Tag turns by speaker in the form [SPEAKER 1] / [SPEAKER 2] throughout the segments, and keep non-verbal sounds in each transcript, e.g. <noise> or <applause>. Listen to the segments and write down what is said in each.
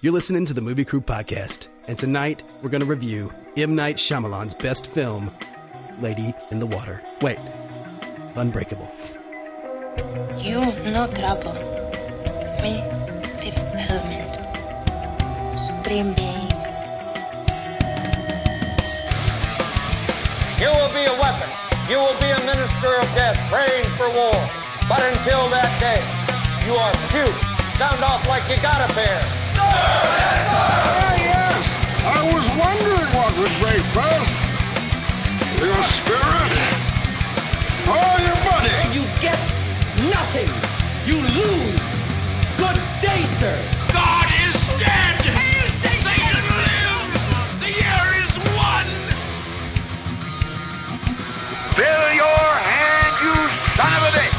[SPEAKER 1] You're listening to the Movie Crew Podcast, and tonight we're going to review M. Night Shyamalan's best film, Lady in the Water. Wait, Unbreakable.
[SPEAKER 2] You no trouble. Me fifth element. Supreme being.
[SPEAKER 3] You will be a weapon. You will be a minister of death, praying for war. But until that day, you are cute. Sound off like you got a pair.
[SPEAKER 4] Ah, yes. I was wondering what would break first. Your spirit or your body?
[SPEAKER 5] You get nothing. You lose. Good day, sir.
[SPEAKER 6] God is dead! Satan lives! The year is won! Fill your hand, you son of a bitch!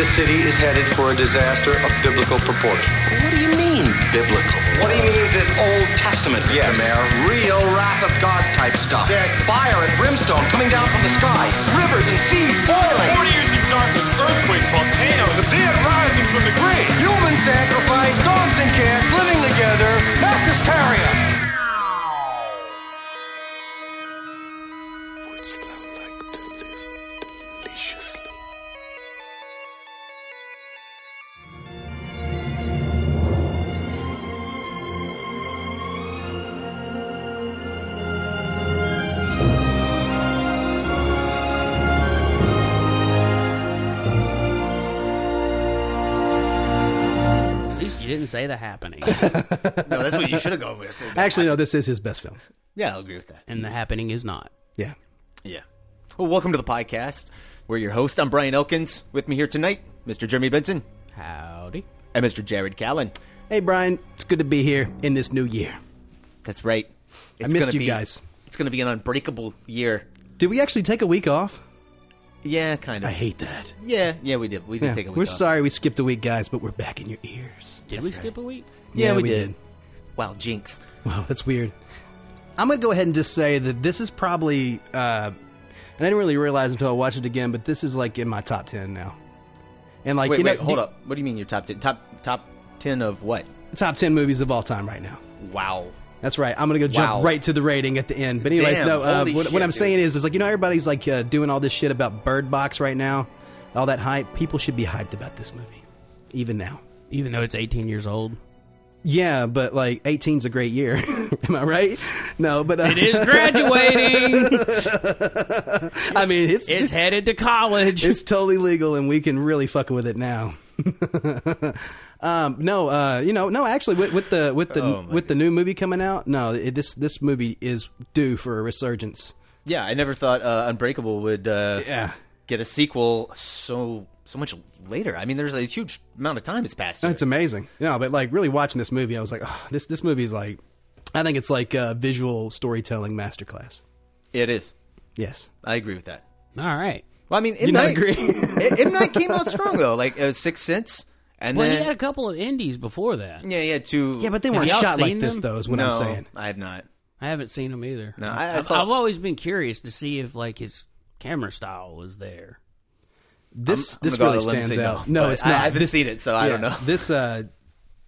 [SPEAKER 7] The city is headed for a disaster of biblical proportion. What do you mean, biblical? What he means is Old Testament, yes. Mr. Mayor. Real wrath of God type stuff. Fire and brimstone coming down from the skies. Rivers and seas boiling.
[SPEAKER 8] 40 years of darkness, earthquakes, volcanoes, the dead rising from the grave.
[SPEAKER 7] Human sacrifice, dogs and cats living together. That's hysteria.
[SPEAKER 9] At least you didn't say the
[SPEAKER 10] <laughs>
[SPEAKER 9] happening.
[SPEAKER 10] No, that's what you should have gone with.
[SPEAKER 1] Actually, no, this is his best film.
[SPEAKER 10] Yeah, I'll agree with that.
[SPEAKER 9] and the happening is not.
[SPEAKER 1] Yeah.
[SPEAKER 10] Yeah. Well, welcome to the podcast. We're your host. I'm Brian Elkins. With me here tonight, Mr. Jeremy Benson
[SPEAKER 9] Howdy.
[SPEAKER 10] and Mr. Jared Callen.
[SPEAKER 1] Hey, Brian, it's good to be here in this new year.
[SPEAKER 10] That's right. It's
[SPEAKER 1] missed
[SPEAKER 10] gonna
[SPEAKER 1] you
[SPEAKER 10] be-
[SPEAKER 1] guys.
[SPEAKER 10] It's going to be an unbreakable year.
[SPEAKER 1] Did we actually take a week off?
[SPEAKER 10] Yeah, kind
[SPEAKER 1] I
[SPEAKER 10] of.
[SPEAKER 1] hate that.
[SPEAKER 10] Yeah, yeah, we did. We did
[SPEAKER 1] Yeah,
[SPEAKER 10] take a week
[SPEAKER 1] we're
[SPEAKER 10] off.
[SPEAKER 1] sorry we skipped a week, guys, but we're back in your ears.
[SPEAKER 9] Did we skip a week?
[SPEAKER 10] Yeah, we, did. Wow, jinx.
[SPEAKER 1] Wow, that's weird. I'm going to go ahead and just say that this is probably, uh, and I didn't really realize until I watched it again, but this is like in my top 10 now. And like,
[SPEAKER 10] Wait,
[SPEAKER 1] you know,
[SPEAKER 10] wait, hold
[SPEAKER 1] do-
[SPEAKER 10] up. What do you mean your top 10? Top, top 10 of what?
[SPEAKER 1] Top 10 movies of all time right now.
[SPEAKER 10] Wow.
[SPEAKER 1] That's right. I'm gonna go jump
[SPEAKER 10] Wow.
[SPEAKER 1] right to the rating at the end. But anyways,
[SPEAKER 10] Damn,
[SPEAKER 1] no. Uh,
[SPEAKER 10] holy
[SPEAKER 1] what,
[SPEAKER 10] shit,
[SPEAKER 1] what I'm
[SPEAKER 10] dude.
[SPEAKER 1] saying is, is like you know everybody's like uh, doing all this shit about Bird Box right now, all that hype. People should be hyped about this movie, even now.
[SPEAKER 9] Even though it's 18 years old.
[SPEAKER 1] Yeah, but like 18's a great year. <laughs> Am I right? No, but uh,
[SPEAKER 9] It is graduating.
[SPEAKER 1] <laughs> I mean, it's
[SPEAKER 9] it's headed to
[SPEAKER 1] <laughs>
[SPEAKER 9] college.
[SPEAKER 1] it's totally legal, and we can really fuck with it now. <laughs> um, no, uh, you know, no. Actually, with, with the with the
[SPEAKER 10] Oh,
[SPEAKER 1] with
[SPEAKER 10] my
[SPEAKER 1] the new movie coming out, no, it, this this movie is due for a resurgence.
[SPEAKER 10] Yeah, I never thought uh, Unbreakable would uh,
[SPEAKER 1] Yeah.
[SPEAKER 10] get a sequel so so much later. I mean, there's a huge amount of time that's passed.
[SPEAKER 1] No,
[SPEAKER 10] here.
[SPEAKER 1] It's amazing. No, but like really watching this movie, I was like, oh, this this movie's like, I think it's like a visual storytelling masterclass.
[SPEAKER 10] It is.
[SPEAKER 1] Yes,
[SPEAKER 10] I agree with that.
[SPEAKER 9] All right.
[SPEAKER 10] Well, I mean, M.
[SPEAKER 1] You not
[SPEAKER 10] Night,
[SPEAKER 1] agree? <laughs>
[SPEAKER 10] M. <laughs> M. Night came out strong though, like uh, Sixth Sense, and
[SPEAKER 9] Well,
[SPEAKER 10] then
[SPEAKER 9] he had a couple of indies before that.
[SPEAKER 10] yeah, yeah, two.
[SPEAKER 1] yeah, but they
[SPEAKER 9] Have
[SPEAKER 1] weren't
[SPEAKER 9] y'all
[SPEAKER 1] shot like
[SPEAKER 9] seen
[SPEAKER 1] this
[SPEAKER 9] them?
[SPEAKER 1] though. Is what
[SPEAKER 10] no,
[SPEAKER 1] I'm saying.
[SPEAKER 10] I have not.
[SPEAKER 9] I haven't seen him either.
[SPEAKER 10] No, I- I
[SPEAKER 9] have
[SPEAKER 10] saw-
[SPEAKER 9] I've always been curious to see if like his camera style was there.
[SPEAKER 1] This
[SPEAKER 10] I'm
[SPEAKER 1] this really
[SPEAKER 10] gonna go out on a limb and
[SPEAKER 1] stands
[SPEAKER 10] say no,
[SPEAKER 1] out. No,
[SPEAKER 10] but
[SPEAKER 1] it's
[SPEAKER 10] <laughs> I-
[SPEAKER 1] not.
[SPEAKER 10] I haven't
[SPEAKER 1] This-
[SPEAKER 10] seen it, so I don't know.
[SPEAKER 1] This uh,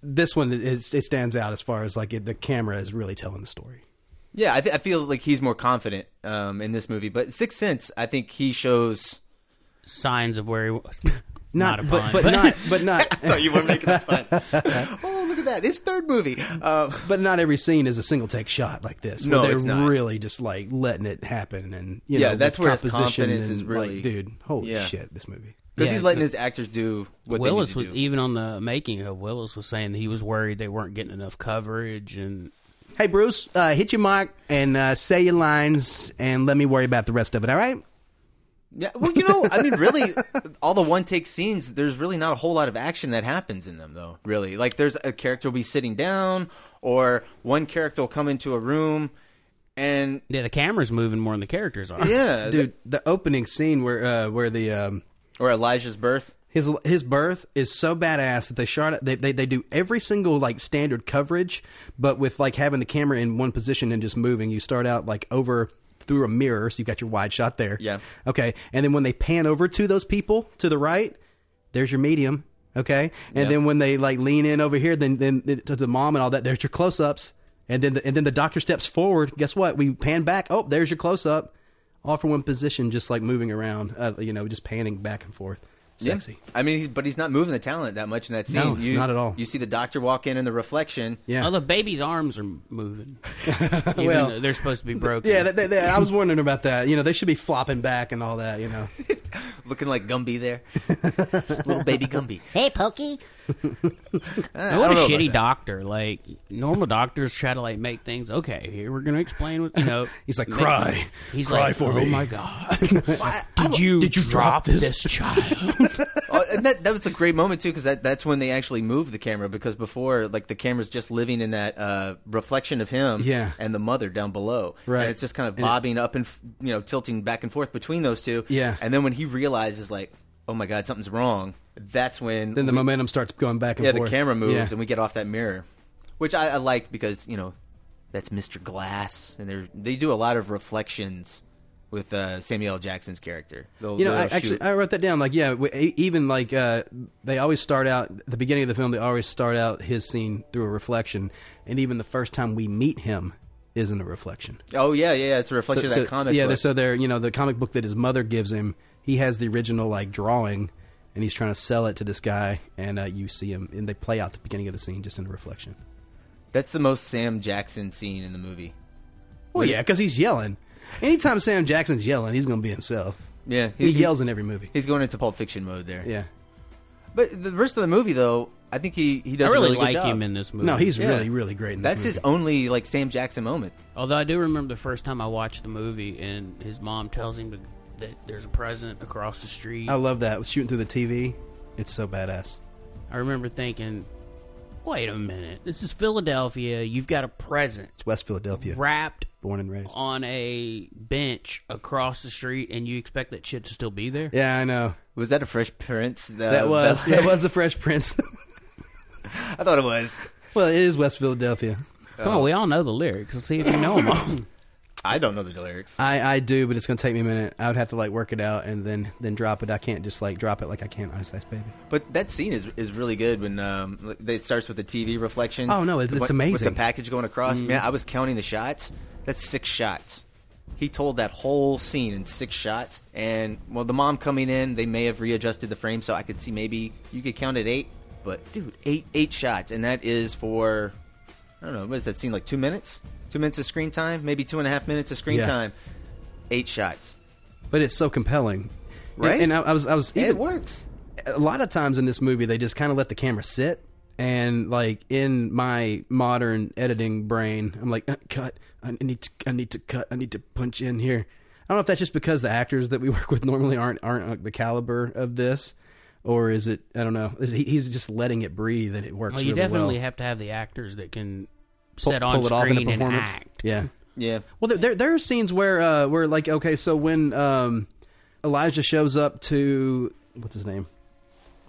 [SPEAKER 1] this one is it stands out as far as like it, the camera is really telling the story.
[SPEAKER 10] Yeah, I, th- I feel like he's more confident um, in this movie, but Sixth Sense, I think he <laughs> shows.
[SPEAKER 9] Signs of where he was. a
[SPEAKER 1] but
[SPEAKER 9] pun,
[SPEAKER 1] but
[SPEAKER 9] <laughs>
[SPEAKER 1] not but not
[SPEAKER 10] you were <laughs> making fun. oh, look at that! His third movie. Um,
[SPEAKER 1] but not every scene is a single take shot like this.
[SPEAKER 10] No,
[SPEAKER 1] where they're
[SPEAKER 10] it's not.
[SPEAKER 1] really just like letting it happen and you
[SPEAKER 10] Yeah,
[SPEAKER 1] know
[SPEAKER 10] that's
[SPEAKER 1] with
[SPEAKER 10] where his
[SPEAKER 1] composition
[SPEAKER 10] confidence
[SPEAKER 1] and,
[SPEAKER 10] is really-
[SPEAKER 1] like, dude. Holy
[SPEAKER 10] Yeah.
[SPEAKER 1] shit, this movie.
[SPEAKER 10] Because
[SPEAKER 9] Yeah,
[SPEAKER 10] he's letting his actors do what
[SPEAKER 9] Willis
[SPEAKER 10] they
[SPEAKER 9] was
[SPEAKER 10] need to do.
[SPEAKER 9] even on the making of Willis was saying that he was worried they weren't getting enough coverage and
[SPEAKER 1] Hey, Bruce, uh, hit your mark and uh, say your lines, and let me worry about the rest of it. All right?
[SPEAKER 10] yeah, well, you know, I mean,
[SPEAKER 1] <laughs>
[SPEAKER 10] really, all the one take scenes. There's really not a whole lot of action that happens in them, though. Really, like there's a character will be sitting down, or one character will come into a room, and
[SPEAKER 9] yeah, the camera's moving more than the characters are.
[SPEAKER 10] yeah,
[SPEAKER 1] Dude, the opening scene where uh, where the um,
[SPEAKER 10] or Elijah's birth.
[SPEAKER 1] his his birth is so badass that they shot it. They, they they do every single like standard coverage, but with like having the camera in one position and just moving. You start out like over through a mirror, so you've got your wide shot there.
[SPEAKER 10] Yeah.
[SPEAKER 1] Okay, and then when they pan over to those people to the right, there's your medium. Okay, and
[SPEAKER 10] Yep.
[SPEAKER 1] then when they like lean in over here, then then it- to the mom and all that. There's your close ups, and then the, and then the doctor steps forward. Guess what? We pan back. Oh, there's your close up. All for one position, just like moving around. Uh, you know, just panning back and forth.
[SPEAKER 10] Yeah.
[SPEAKER 1] Sexy.
[SPEAKER 10] I mean, he- but he's not moving the talent that much in that scene.
[SPEAKER 1] No,
[SPEAKER 10] you,
[SPEAKER 1] not at all.
[SPEAKER 10] You see the doctor walk in and the reflection.
[SPEAKER 1] Yeah.
[SPEAKER 9] Oh, the baby's arms are
[SPEAKER 1] <laughs>
[SPEAKER 9] moving. Even
[SPEAKER 1] Well-
[SPEAKER 9] though they're supposed to be broken.
[SPEAKER 1] Yeah, that, that, that- I was wondering about that. You know, they should be flopping back and all that. You
[SPEAKER 10] <laughs>
[SPEAKER 1] know,
[SPEAKER 10] looking like
[SPEAKER 1] <laughs>
[SPEAKER 10] Gumby there, little baby Gumby.
[SPEAKER 11] Hey, Pokey.
[SPEAKER 10] <laughs> I
[SPEAKER 9] And what a
[SPEAKER 10] don't know about
[SPEAKER 9] shitty
[SPEAKER 10] that.
[SPEAKER 9] doctor! Like normal doctors try to like make things okay. Here we're gonna explain what you know.
[SPEAKER 1] <laughs> He's like,
[SPEAKER 9] make-
[SPEAKER 1] "Cry.
[SPEAKER 9] He's
[SPEAKER 1] Cry
[SPEAKER 9] like,
[SPEAKER 1] for
[SPEAKER 9] oh
[SPEAKER 1] me." <laughs>
[SPEAKER 9] my god! did you did you drop, this?
[SPEAKER 1] <laughs>
[SPEAKER 9] child?
[SPEAKER 10] Oh, and that, that was a great moment too, because that, that's when they actually moved the camera. Because before, like the camera's just living in that uh, reflection of him,
[SPEAKER 1] Yeah.
[SPEAKER 10] and the mother down below,
[SPEAKER 1] Right.
[SPEAKER 10] And it's just kind of
[SPEAKER 1] And it-
[SPEAKER 10] bobbing up and f- you know tilting back and forth between those two,
[SPEAKER 1] Yeah.
[SPEAKER 10] And then when he realizes, like, oh my god, something's wrong, that's when
[SPEAKER 1] then the
[SPEAKER 10] we-
[SPEAKER 1] momentum starts going back and
[SPEAKER 10] yeah,
[SPEAKER 1] forth.
[SPEAKER 10] the camera moves
[SPEAKER 1] Yeah.
[SPEAKER 10] and we get off that mirror, which I, I like because you know that's Mr. Glass, and they they do a lot of reflections with uh, Samuel L. Jackson's character. They'll-
[SPEAKER 1] You know, I,
[SPEAKER 10] they'll
[SPEAKER 1] actually,
[SPEAKER 10] oh, shoot-
[SPEAKER 1] I wrote that down. Like, yeah, we, e- even like uh, they always start out the beginning of the film. They always start out his scene through a reflection, and even the first time we meet him isn't a reflection.
[SPEAKER 10] oh yeah, yeah, yeah, it's a reflection of that comic.
[SPEAKER 1] yeah,
[SPEAKER 10] book.
[SPEAKER 1] they're- so they're you know the comic book that his mother gives him. He has the original like drawing, and he's trying to sell it to this guy, and uh, you see him, and they play out the beginning of the scene just in a reflection.
[SPEAKER 10] That's the most Sam Jackson scene in the movie.
[SPEAKER 1] Well, yeah, because he's yelling. Anytime Sam Jackson's yelling, he's going to be himself.
[SPEAKER 10] Yeah,
[SPEAKER 1] He yells in every movie.
[SPEAKER 10] He's going into Pulp Fiction mode there.
[SPEAKER 1] Yeah.
[SPEAKER 10] But the rest of the movie, though, I think he he
[SPEAKER 9] I
[SPEAKER 10] does a
[SPEAKER 9] really
[SPEAKER 10] really good
[SPEAKER 9] like
[SPEAKER 10] job.
[SPEAKER 9] him in this movie.
[SPEAKER 1] No, he's
[SPEAKER 10] Yeah.
[SPEAKER 1] really, really great in this
[SPEAKER 10] That's
[SPEAKER 1] movie.
[SPEAKER 10] his only like Sam Jackson moment.
[SPEAKER 9] Although I do remember the first time I watched the movie, and his mom tells him to, that there's a president across the street.
[SPEAKER 1] I love that. Shooting through the TV. It's so badass.
[SPEAKER 9] I remember thinking, wait a minute, this is Philadelphia. You've got a president
[SPEAKER 1] It's West Philadelphia.
[SPEAKER 9] wrapped
[SPEAKER 1] Born and raised.
[SPEAKER 9] on a bench across the street, and you expect that shit to still be there?
[SPEAKER 1] Yeah, I know.
[SPEAKER 10] Was that a Fresh Prince? The
[SPEAKER 1] That was <laughs>
[SPEAKER 10] best-
[SPEAKER 1] that was the Fresh Prince.
[SPEAKER 10] <laughs>
[SPEAKER 1] <laughs>
[SPEAKER 10] I thought it was.
[SPEAKER 1] well, it is West Philadelphia.
[SPEAKER 9] Come on, we all know the lyrics. Let's see if you
[SPEAKER 1] <laughs>
[SPEAKER 9] know them. all.
[SPEAKER 10] I don't know the lyrics.
[SPEAKER 1] I, I do, but it's gonna take me a minute. I would have to like work it out and then then drop it. I can't just like drop it like I can't Ice Ice Baby.
[SPEAKER 10] But that scene is is really good when um, it starts with the TV reflection.
[SPEAKER 1] Oh, no, it- it's
[SPEAKER 10] With- With
[SPEAKER 1] amazing. Mm-hmm.
[SPEAKER 10] the package going across, man, I was counting the shots. That's six shots. He told that whole scene in six shots, and well, the mom coming in, they may have readjusted the frame, so I could see maybe you could count at eight. But dude, eight eight shots, and that is for I don't know what does that scene like two minutes, two minutes of screen time, maybe two and a half minutes of screen
[SPEAKER 1] Yeah.
[SPEAKER 10] time, eight shots,
[SPEAKER 1] But it's so compelling, And-
[SPEAKER 10] Right?
[SPEAKER 1] And, I, I was I was
[SPEAKER 10] and it
[SPEAKER 1] even-
[SPEAKER 10] works.
[SPEAKER 1] a lot of times in this movie they just kind of let the camera sit and like in my modern editing brain i'm like uh, cut i need to i need to cut i need to punch in here i don't know if that's just because the actors that we <laughs> work with normally aren't aren't like, the caliber of this or is it i don't know He- he's just letting it breathe and it works
[SPEAKER 9] Well, you
[SPEAKER 1] really
[SPEAKER 9] definitely
[SPEAKER 1] well.
[SPEAKER 9] have to have the actors that can
[SPEAKER 1] Pull-
[SPEAKER 9] set on
[SPEAKER 1] pull it off in a
[SPEAKER 9] screen and
[SPEAKER 1] performance.
[SPEAKER 9] act.
[SPEAKER 1] yeah
[SPEAKER 10] Yeah,
[SPEAKER 1] well, there, there there are scenes where uh, where like okay, so when um, Elijah shows up to what's his name,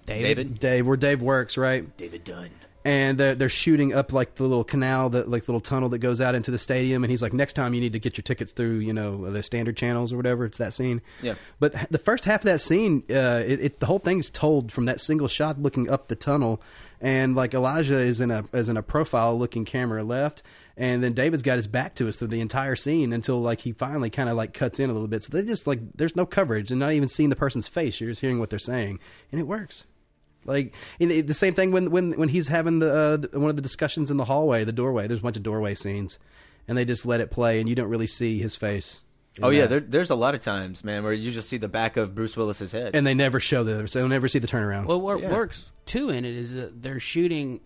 [SPEAKER 9] David,
[SPEAKER 1] Dave, where Dave works, right?
[SPEAKER 10] David Dunn.
[SPEAKER 1] and they're, they're shooting up like the little canal that like little tunnel that goes out into the stadium and he's like next time you need to get your tickets through you know the standard channels or whatever it's that scene
[SPEAKER 10] Yeah.
[SPEAKER 1] but h- the first half of that scene uh, it, it the whole thing's told from that single shot looking up the tunnel and like elijah is in a is in a profile looking camera left and then david's got his back to us through the entire scene until like he finally kind of like cuts in a little bit so they just like there's no coverage and not even seeing the person's face you're just hearing what they're saying and it works like and it- the same thing when when when he's having the, uh, the one of the discussions in the hallway, the doorway. There's a bunch of doorway scenes, and they just let it play, and you don't really see his face. in
[SPEAKER 10] Oh yeah,
[SPEAKER 1] that.
[SPEAKER 10] there, there's a lot of times, man, where you just see the back of Bruce Willis's head.
[SPEAKER 1] and they never show the. So they'll never see the turnaround.
[SPEAKER 9] Well, what
[SPEAKER 10] Yeah.
[SPEAKER 9] works too in it is that they're shooting,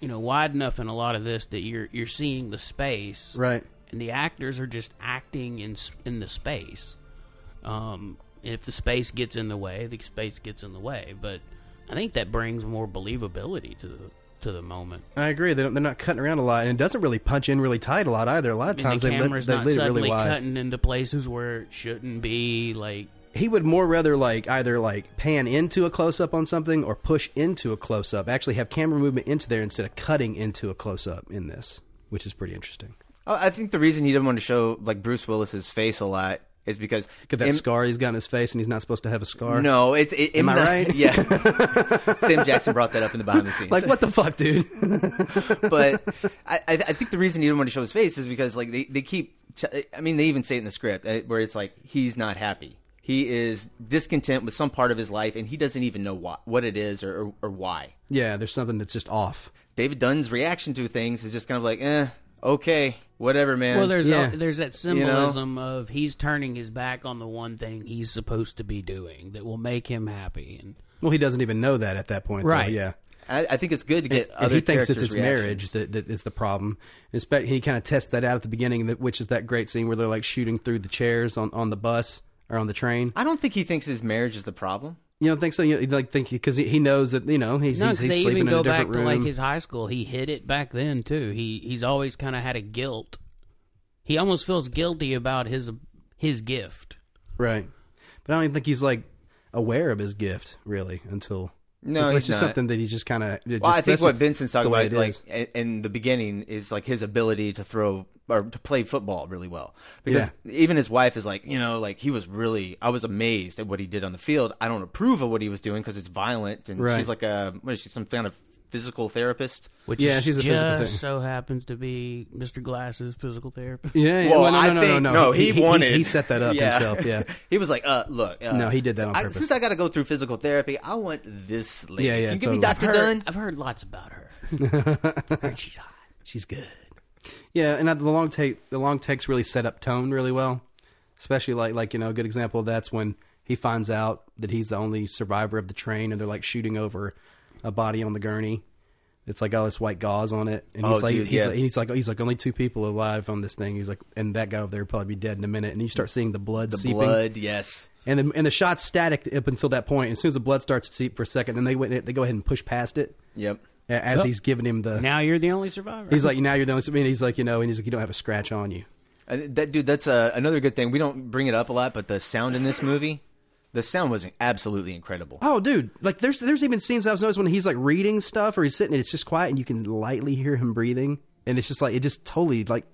[SPEAKER 9] you know, wide enough in a lot of this that you're you're seeing the space,
[SPEAKER 1] right.
[SPEAKER 9] And the actors are just acting in s- in the space. Um, and if the space gets in the way, the space gets in the way. But I think that brings more believability to the to the moment.
[SPEAKER 1] I agree. They don't, they're not cutting around a lot, and it doesn't really punch in really tight a lot either. A lot of
[SPEAKER 9] I mean,
[SPEAKER 1] times
[SPEAKER 9] the
[SPEAKER 1] they let,
[SPEAKER 9] camera's
[SPEAKER 1] they
[SPEAKER 9] not
[SPEAKER 1] leave it
[SPEAKER 9] suddenly
[SPEAKER 1] really wide.
[SPEAKER 9] cutting into places where it shouldn't be. Like
[SPEAKER 1] he would more rather like either like pan into a close up on something or push into a close up. Actually, have camera movement into there instead of cutting into a close up in this, which is pretty interesting.
[SPEAKER 10] Oh, I I think the reason he didn't want to show like Bruce Willis's face a lot is because
[SPEAKER 1] Look at that
[SPEAKER 10] M-
[SPEAKER 1] scar he's got on his face, and he's not supposed to have a scar.
[SPEAKER 10] No, it's it,
[SPEAKER 1] Am I
[SPEAKER 10] M9
[SPEAKER 1] right? <laughs>
[SPEAKER 10] <laughs> Yeah, Sam Jackson brought that up in the behind the scenes.
[SPEAKER 1] Like
[SPEAKER 10] <laughs>
[SPEAKER 1] what the fuck, dude? <laughs>
[SPEAKER 10] but I, I I think the reason he didn't want to show his face is because like they they keep. T- I mean, they even say it in the script uh, where it's like he's not happy. He is discontent with some part of his life, and he doesn't even know what what it is or or, or why.
[SPEAKER 1] yeah, there's something that's just off.
[SPEAKER 10] David Dunn's reaction to things is just kind of like, eh, okay, whatever, man.
[SPEAKER 9] Well, there's
[SPEAKER 1] Yeah.
[SPEAKER 9] a, there's that
[SPEAKER 10] You know?
[SPEAKER 9] symbolism of he's turning his back on the one thing he's supposed to be doing that will make him happy, and
[SPEAKER 1] Well, he doesn't even know that at that point, though.
[SPEAKER 9] Right.
[SPEAKER 1] Yeah.
[SPEAKER 10] I, I think it's good to get
[SPEAKER 1] and
[SPEAKER 10] other
[SPEAKER 1] he thinks it's
[SPEAKER 10] characters'
[SPEAKER 1] his
[SPEAKER 10] reactions.
[SPEAKER 1] marriage that, that is the problem. In fact, he kind of tests that out at the beginning, that, which is that great scene where they're like shooting through the chairs on, on the bus or on the train.
[SPEAKER 10] I don't think he thinks his marriage is the problem.
[SPEAKER 1] You don't think so? You like think because he, he knows that you know he's
[SPEAKER 9] no,
[SPEAKER 1] he's,
[SPEAKER 9] 'cause
[SPEAKER 1] he's
[SPEAKER 9] they
[SPEAKER 1] sleeping
[SPEAKER 9] even
[SPEAKER 1] in a
[SPEAKER 9] go
[SPEAKER 1] different
[SPEAKER 9] back
[SPEAKER 1] room.
[SPEAKER 9] to like his high school. He hid it back then too. He he's always kind of had a guilt. He almost feels guilty about his his gift.
[SPEAKER 1] right, but I don't even think he's like aware of his gift really until
[SPEAKER 10] No,
[SPEAKER 1] it's
[SPEAKER 10] he's
[SPEAKER 1] just
[SPEAKER 10] not.
[SPEAKER 1] something that he just kind of.
[SPEAKER 10] Well, I think what Vincent's talking about, like i- in the beginning, is like his ability to throw or to play football really well. Because even his wife is like, you know, like he was really. I was amazed at what he did on the field. I don't approve of what he was doing because it's violent, and
[SPEAKER 1] Right.
[SPEAKER 10] she's like a what is she, some kind of physical therapist?
[SPEAKER 9] Which
[SPEAKER 1] Yeah,
[SPEAKER 9] is
[SPEAKER 1] she's a
[SPEAKER 9] just
[SPEAKER 1] physical therapist.
[SPEAKER 9] so happens to be Mr. Glass's physical therapist.
[SPEAKER 1] Yeah,
[SPEAKER 10] <laughs>
[SPEAKER 1] yeah.
[SPEAKER 10] Well,
[SPEAKER 1] well, no,
[SPEAKER 10] I
[SPEAKER 1] no, no,
[SPEAKER 10] think
[SPEAKER 1] no,
[SPEAKER 10] he, wanted.
[SPEAKER 1] He, set that up
[SPEAKER 10] Yeah.
[SPEAKER 1] himself.
[SPEAKER 10] <laughs>
[SPEAKER 1] Yeah,
[SPEAKER 10] he was like, "Uh, look, uh,
[SPEAKER 1] No, he did that on
[SPEAKER 10] I-
[SPEAKER 1] purpose.
[SPEAKER 10] Since I got to go through physical therapy, I want this lady.
[SPEAKER 1] Yeah, yeah,
[SPEAKER 10] Can you give me
[SPEAKER 1] totally.
[SPEAKER 9] I've
[SPEAKER 10] Doctor
[SPEAKER 9] heard,
[SPEAKER 10] Dunn?
[SPEAKER 9] I've heard lots about her. heard she's hot.
[SPEAKER 1] she's good. Yeah, and uh, the long take the long takes really set up tone really well. Especially like like you know a good example of that's when he finds out that he's the only survivor of the train, and they're like shooting over a body on the gurney. It's like all this white gauze on it, and he's
[SPEAKER 10] Oh,
[SPEAKER 1] like,
[SPEAKER 10] dude,
[SPEAKER 1] he's,
[SPEAKER 10] yeah.
[SPEAKER 1] like, he's like, he's like, only two people alive on this thing. He's like, and that guy over there will probably be dead in a minute. And you start seeing the blood
[SPEAKER 10] The
[SPEAKER 1] seeping,
[SPEAKER 10] blood, yes."
[SPEAKER 1] and the, and the shot's static up until that point. As soon as the blood starts to seep for a second, then they went, they go ahead and push past it
[SPEAKER 10] Yep.
[SPEAKER 1] a- as he's giving him the.
[SPEAKER 9] Now you're the only survivor.
[SPEAKER 1] He's like, now you're the only. I mean, he's like, you know, and he's like, you don't have a scratch on you.
[SPEAKER 10] Uh, That dude, that's uh, another good thing. We don't bring it up a lot, but the sound in this movie, the sound was absolutely incredible.
[SPEAKER 1] Oh, dude! Like, there's there's even scenes I was noticed when he's like reading stuff or he's sitting and it's just quiet and you can lightly hear him breathing and it's just like it just totally like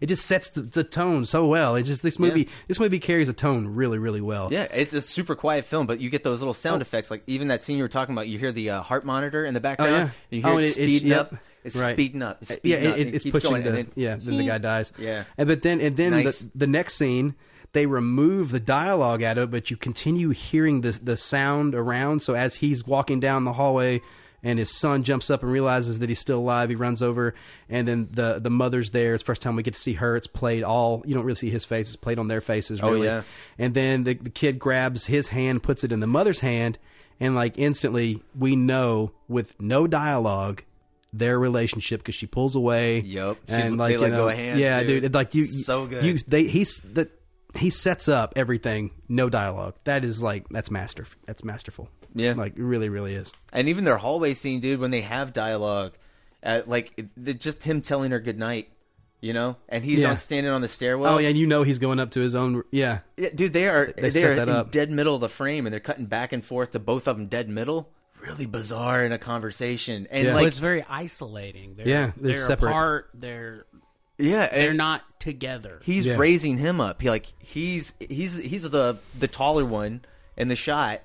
[SPEAKER 1] it just sets the, the tone so well. It's just this movie this movie carries a tone really really well.
[SPEAKER 10] Yeah, it's a super quiet film, but you get those little sound effects, like even that scene you were talking about. You hear the uh, heart monitor in the background.
[SPEAKER 1] Oh. yeah.
[SPEAKER 10] and you hear
[SPEAKER 1] Oh,
[SPEAKER 10] it,
[SPEAKER 1] and it- it's-
[SPEAKER 10] speeding
[SPEAKER 1] yep.
[SPEAKER 10] up. It's
[SPEAKER 1] Right.
[SPEAKER 10] speeding up. It's
[SPEAKER 1] Uh,
[SPEAKER 10] speeding
[SPEAKER 1] yeah,
[SPEAKER 10] up,
[SPEAKER 1] it,
[SPEAKER 10] and
[SPEAKER 1] it's
[SPEAKER 10] keeps
[SPEAKER 1] pushing
[SPEAKER 10] going,
[SPEAKER 1] the
[SPEAKER 10] and then-
[SPEAKER 1] yeah. Then the
[SPEAKER 10] <laughs>
[SPEAKER 1] guy dies.
[SPEAKER 10] Yeah.
[SPEAKER 1] and but then and then
[SPEAKER 10] Nice.
[SPEAKER 1] the, the next scene they remove the dialogue out of it, but you continue hearing the the sound around. So as he's walking down the hallway. And his son jumps up and realizes that he's still alive. He runs over, and then the the mother's there. It's the first time we get to see her. It's played all you don't really see his face. It's played on their faces.
[SPEAKER 10] Oh,
[SPEAKER 1] Really.
[SPEAKER 10] yeah.
[SPEAKER 1] And then the, the kid grabs his hand, puts it in the mother's hand, and like instantly we know with no dialogue their relationship because she pulls away.
[SPEAKER 10] Yup. She-
[SPEAKER 1] And like
[SPEAKER 10] they
[SPEAKER 1] you
[SPEAKER 10] let
[SPEAKER 1] know,
[SPEAKER 10] go of hands,
[SPEAKER 1] yeah,
[SPEAKER 10] dude.
[SPEAKER 1] dude. it- Like you,
[SPEAKER 10] So good.
[SPEAKER 1] You they he's that he sets up everything. No dialogue. That is like that's master. That's masterful.
[SPEAKER 10] Yeah.
[SPEAKER 1] Like it really, really is.
[SPEAKER 10] And even their hallway scene, dude, when they have dialogue, uh, like it, it- just him telling her goodnight, you know, and he's
[SPEAKER 1] Yeah.
[SPEAKER 10] on standing on the stairwell.
[SPEAKER 1] Oh yeah, and you know he's going up to his own. Yeah.
[SPEAKER 10] Yeah, dude, they are they,
[SPEAKER 1] They set
[SPEAKER 10] are
[SPEAKER 1] that
[SPEAKER 10] in
[SPEAKER 1] up.
[SPEAKER 10] dead middle of the frame, and they're cutting back and forth to both of them dead middle. Really bizarre in a conversation, and
[SPEAKER 1] Yeah.
[SPEAKER 9] But
[SPEAKER 10] like
[SPEAKER 9] it's very isolating. They're,
[SPEAKER 1] Yeah, they're separate.
[SPEAKER 9] apart. They're
[SPEAKER 10] yeah,
[SPEAKER 9] they're
[SPEAKER 10] and
[SPEAKER 9] not together.
[SPEAKER 10] He's
[SPEAKER 1] Yeah.
[SPEAKER 10] raising him up. He like he's he's he's the the taller one in the shot,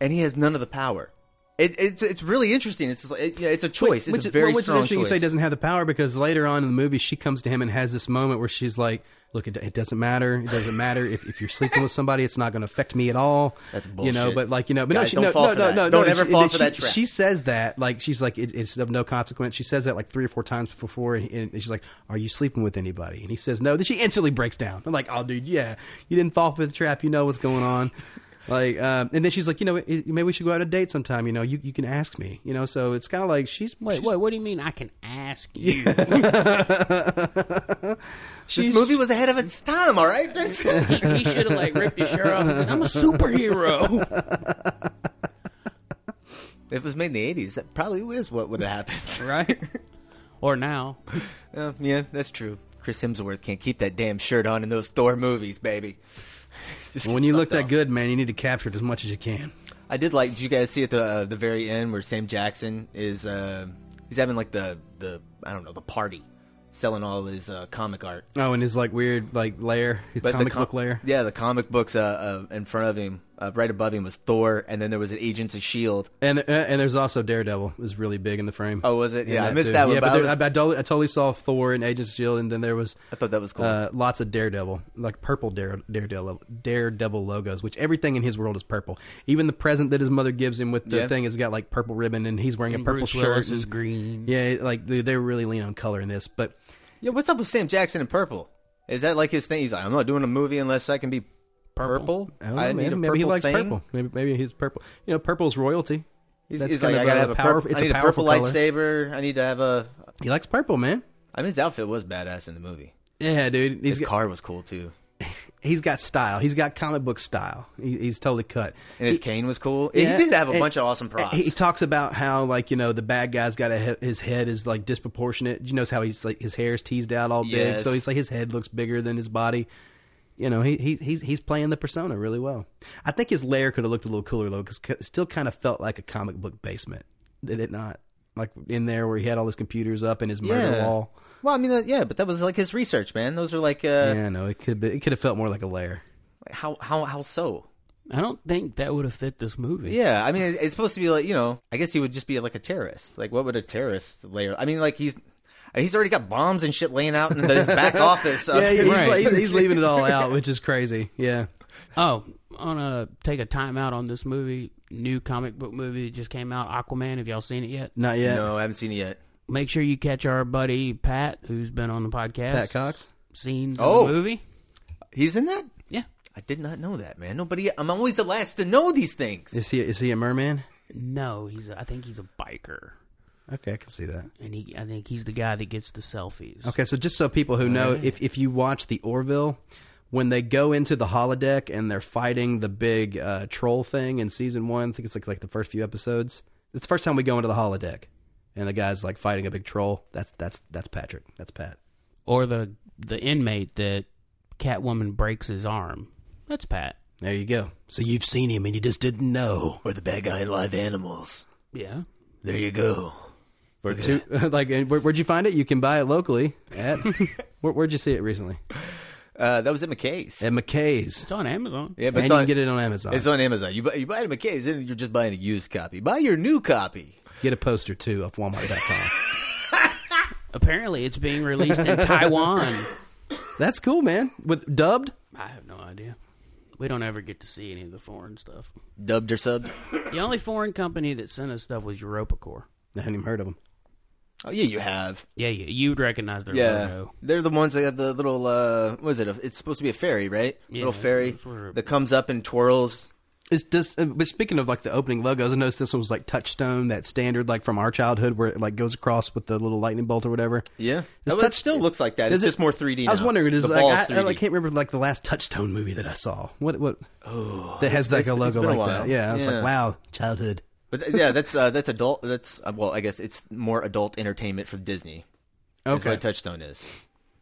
[SPEAKER 10] and he has none of the power. It, it's it's really interesting. It's just like, it, yeah, it's a choice.
[SPEAKER 1] Which
[SPEAKER 10] it's
[SPEAKER 1] is-
[SPEAKER 10] a very
[SPEAKER 1] which
[SPEAKER 10] strong
[SPEAKER 1] is interesting
[SPEAKER 10] choice.
[SPEAKER 1] you say doesn't have the power because later on in the movie she comes to him and has this moment where she's like look it, it doesn't matter it doesn't matter if, if you're sleeping with somebody it's not going to affect me at all
[SPEAKER 10] That's
[SPEAKER 1] you know
[SPEAKER 10] bullshit.
[SPEAKER 1] but like you know but
[SPEAKER 10] Guys,
[SPEAKER 1] no, she,
[SPEAKER 10] don't
[SPEAKER 1] no,
[SPEAKER 10] fall
[SPEAKER 1] no,
[SPEAKER 10] for
[SPEAKER 1] no,
[SPEAKER 10] that.
[SPEAKER 1] no
[SPEAKER 10] Don't
[SPEAKER 1] no,
[SPEAKER 10] ever
[SPEAKER 1] she,
[SPEAKER 10] fall
[SPEAKER 1] that
[SPEAKER 10] for
[SPEAKER 1] she-
[SPEAKER 10] that trap.
[SPEAKER 1] she says that like she's like it, it's of no consequence she says that like three or four times before and, and she's like are you sleeping with anybody and he says no then she instantly breaks down I'm like oh dude yeah you didn't fall for the trap you know what's going
[SPEAKER 10] <laughs>
[SPEAKER 1] on like um, and then she's like you know it- maybe we should go out on a date sometime you know you, you can ask me you know so it's kind of like she's
[SPEAKER 9] Wait,
[SPEAKER 1] she's-
[SPEAKER 9] wait, what do you mean I can ask you?
[SPEAKER 10] this movie was ahead of its time.
[SPEAKER 1] <laughs>
[SPEAKER 10] All right, Vincent?
[SPEAKER 9] he he should have like ripped his shirt off. and been, I'm a superhero.
[SPEAKER 1] <laughs>
[SPEAKER 10] if it was made in the eighties, that probably is what would have
[SPEAKER 1] <laughs>
[SPEAKER 10] happened.
[SPEAKER 9] right? Or now.
[SPEAKER 10] Uh, yeah, that's true. Chris Hemsworth can't keep that damn shirt on in those Thor movies, baby. <laughs> Just
[SPEAKER 1] When
[SPEAKER 10] get
[SPEAKER 1] you look
[SPEAKER 10] sucked
[SPEAKER 1] that
[SPEAKER 10] off.
[SPEAKER 1] good, man, you need to capture it as much as you can.
[SPEAKER 10] I did like. Did you guys see at the uh, the very end where Sam Jackson is uh, he's having like the the I don't know the party. selling all his uh, comic art.
[SPEAKER 1] Oh, and his like weird like lair, his
[SPEAKER 10] But the
[SPEAKER 1] comic
[SPEAKER 10] com-
[SPEAKER 1] book lair.
[SPEAKER 10] Yeah, the comic books uh, uh, in front of him, uh, right above him was Thor, and then there was an Agents of Shield.
[SPEAKER 1] And uh, and there's also Daredevil was really big in the frame.
[SPEAKER 10] Oh, was it?
[SPEAKER 1] In
[SPEAKER 10] Yeah, I missed that
[SPEAKER 1] too.
[SPEAKER 10] one,
[SPEAKER 1] Yeah,
[SPEAKER 10] but
[SPEAKER 1] but there,
[SPEAKER 10] I was-
[SPEAKER 1] I, I totally, I totally saw Thor and Agents of Shield, E and then there was
[SPEAKER 10] I thought that was cool.
[SPEAKER 1] uh, lots of Daredevil, like purple Dare, Daredevil Daredevil logos, which everything in his world is purple. Even the present that his mother gives him with the
[SPEAKER 9] Yeah.
[SPEAKER 1] thing has got like purple ribbon, and he's wearing
[SPEAKER 9] And
[SPEAKER 1] a purple
[SPEAKER 9] Bruce
[SPEAKER 1] shirt.
[SPEAKER 9] Willis
[SPEAKER 1] and-
[SPEAKER 9] is green.
[SPEAKER 1] Yeah, like they, they really lean on color in this, but
[SPEAKER 10] yeah, what's up with Sam Jackson in purple? Is that like his thing? He's like, I'm not doing a movie unless I can be purple.
[SPEAKER 1] I don't know,
[SPEAKER 10] I
[SPEAKER 1] man.
[SPEAKER 10] need a
[SPEAKER 1] maybe
[SPEAKER 10] purple
[SPEAKER 1] he likes
[SPEAKER 10] thing.
[SPEAKER 1] purple. Maybe maybe he's purple. You know, purple's royalty.
[SPEAKER 10] He's,
[SPEAKER 1] That's
[SPEAKER 10] he's
[SPEAKER 1] kind
[SPEAKER 10] like,
[SPEAKER 1] of
[SPEAKER 10] I
[SPEAKER 1] a
[SPEAKER 10] gotta have a
[SPEAKER 1] power-
[SPEAKER 10] purple.
[SPEAKER 1] it's
[SPEAKER 10] I need a,
[SPEAKER 1] powerful
[SPEAKER 10] purple
[SPEAKER 1] color.
[SPEAKER 10] lightsaber. I need to have a.
[SPEAKER 1] He likes purple, man.
[SPEAKER 10] I mean, his outfit was badass in the movie.
[SPEAKER 1] Yeah, dude. He's
[SPEAKER 10] His
[SPEAKER 1] got,
[SPEAKER 10] car was cool too,
[SPEAKER 1] he's got style. He's got comic book style. He, he's totally cut.
[SPEAKER 10] and his
[SPEAKER 1] He-
[SPEAKER 10] cane was cool.
[SPEAKER 1] Yeah,
[SPEAKER 10] he did have a
[SPEAKER 1] and-
[SPEAKER 10] bunch of awesome props.
[SPEAKER 1] He talks about how like you know the bad guy's got a he- his head is like disproportionate. You notice how he's like his hair's teased out all big,
[SPEAKER 10] Yes.
[SPEAKER 1] so he's like his head looks bigger than his body. You know he, he he's he's playing the persona really well. I think his lair could have looked a little cooler though, because it still kind of felt like a comic book basement, did it not? Like in there where he had all his computers up and his murder
[SPEAKER 10] Yeah.
[SPEAKER 1] wall.
[SPEAKER 10] Well, I mean, that- yeah, but that was like his research, man. Those are like, uh,
[SPEAKER 1] Yeah, no, it could be, it could have felt more like a lair.
[SPEAKER 10] how how how so?
[SPEAKER 9] I don't think that would have fit this movie.
[SPEAKER 10] Yeah, I mean, it- it's supposed to be like you know. I guess he would just be like a terrorist. Like, what would a terrorist layer? I mean, like he's he's already got bombs and shit laying out in
[SPEAKER 1] <laughs>
[SPEAKER 10] his back office.
[SPEAKER 1] Yeah, he's,
[SPEAKER 9] Right.
[SPEAKER 1] like- he's- he's leaving it all out, Oh, which is crazy. Yeah.
[SPEAKER 9] Oh, on a take a time out on this movie, new comic book movie that just came out, Aquaman. Have y'all seen it yet?
[SPEAKER 1] Not yet.
[SPEAKER 10] <laughs> No, I haven't seen it yet.
[SPEAKER 9] Make sure you catch our buddy Pat, who's been on the podcast.
[SPEAKER 1] Pat Cox?
[SPEAKER 9] scenes
[SPEAKER 10] Oh.
[SPEAKER 9] in the movie.
[SPEAKER 10] He's in that.
[SPEAKER 9] Yeah,
[SPEAKER 10] I did not know that, man. Nobody. I'm always the last to know these things.
[SPEAKER 1] Is he is he a merman?
[SPEAKER 9] no, he's. A, I think he's a biker,
[SPEAKER 1] Okay, I can see that.
[SPEAKER 9] and he. I think he's the guy that gets the selfies.
[SPEAKER 1] Okay, so just so people who know, if if you watch the Orville, when they go into the holodeck and they're fighting the big uh, troll thing in season one, I think it's like like the first few episodes. It's the first time we go into the holodeck, and the guy's like fighting a big troll. That's that's that's Patrick. That's Pat.
[SPEAKER 9] Or the the inmate that Catwoman breaks his arm. That's Pat.
[SPEAKER 1] There you go. So you've seen him and you just didn't know.
[SPEAKER 10] We're the bad guy in live animals.
[SPEAKER 9] Yeah.
[SPEAKER 10] There you go.
[SPEAKER 1] Or two, <laughs> like, and where, where'd you find it? You can buy it locally. At, <laughs> where, where'd you see it recently?
[SPEAKER 10] Uh, that was at McKay's.
[SPEAKER 1] At McKay's.
[SPEAKER 9] It's on Amazon.
[SPEAKER 10] yeah,
[SPEAKER 1] And you can get it on Amazon.
[SPEAKER 10] It's on Amazon. You buy, you buy it at McKay's, and you're just buying a used copy. Buy your new copy.
[SPEAKER 1] Get a poster too off Walmart.com.
[SPEAKER 9] Apparently, it's being released in Taiwan.
[SPEAKER 1] <laughs> That's cool, man. With dubbed.
[SPEAKER 9] I have no idea. We don't ever get to see any of the foreign stuff.
[SPEAKER 10] Dubbed or subbed?
[SPEAKER 9] The only foreign company that sent us stuff was Europa Corps.
[SPEAKER 1] I hadn't even heard of him.
[SPEAKER 10] Oh yeah, you have.
[SPEAKER 9] Yeah, yeah you'd recognize their
[SPEAKER 1] Oh,
[SPEAKER 10] Yeah,
[SPEAKER 9] logo.
[SPEAKER 10] they're the ones that have the little. uh What is it? It's supposed to be a fairy, right?
[SPEAKER 9] Yeah,
[SPEAKER 10] little fairy
[SPEAKER 9] it's sort of-
[SPEAKER 10] that comes up and twirls.
[SPEAKER 1] It's just, uh, but speaking of like the opening logos, I noticed this one was like Touchstone, that standard like from our childhood where it like goes across with the little lightning bolt or whatever.
[SPEAKER 10] Yeah,
[SPEAKER 1] It's
[SPEAKER 10] Well, it still looks like that.
[SPEAKER 1] is
[SPEAKER 10] It's just more 3D
[SPEAKER 1] I was
[SPEAKER 10] now.
[SPEAKER 1] wondering, it is
[SPEAKER 10] The
[SPEAKER 1] like,
[SPEAKER 10] ball's
[SPEAKER 1] I, I,
[SPEAKER 10] 3D.
[SPEAKER 1] like, can't remember like the last Touchstone movie that I saw. What what oh, that has like
[SPEAKER 10] it's-
[SPEAKER 1] a
[SPEAKER 10] it's
[SPEAKER 1] logo
[SPEAKER 10] been a
[SPEAKER 1] like
[SPEAKER 10] while.
[SPEAKER 1] that? Yeah, I was
[SPEAKER 10] Yeah.
[SPEAKER 1] like, wow, childhood.
[SPEAKER 10] But th- yeah, that's uh, that's adult. That's uh, well, I guess it's more adult entertainment from Disney. That's
[SPEAKER 1] Okay,
[SPEAKER 10] what Touchstone is.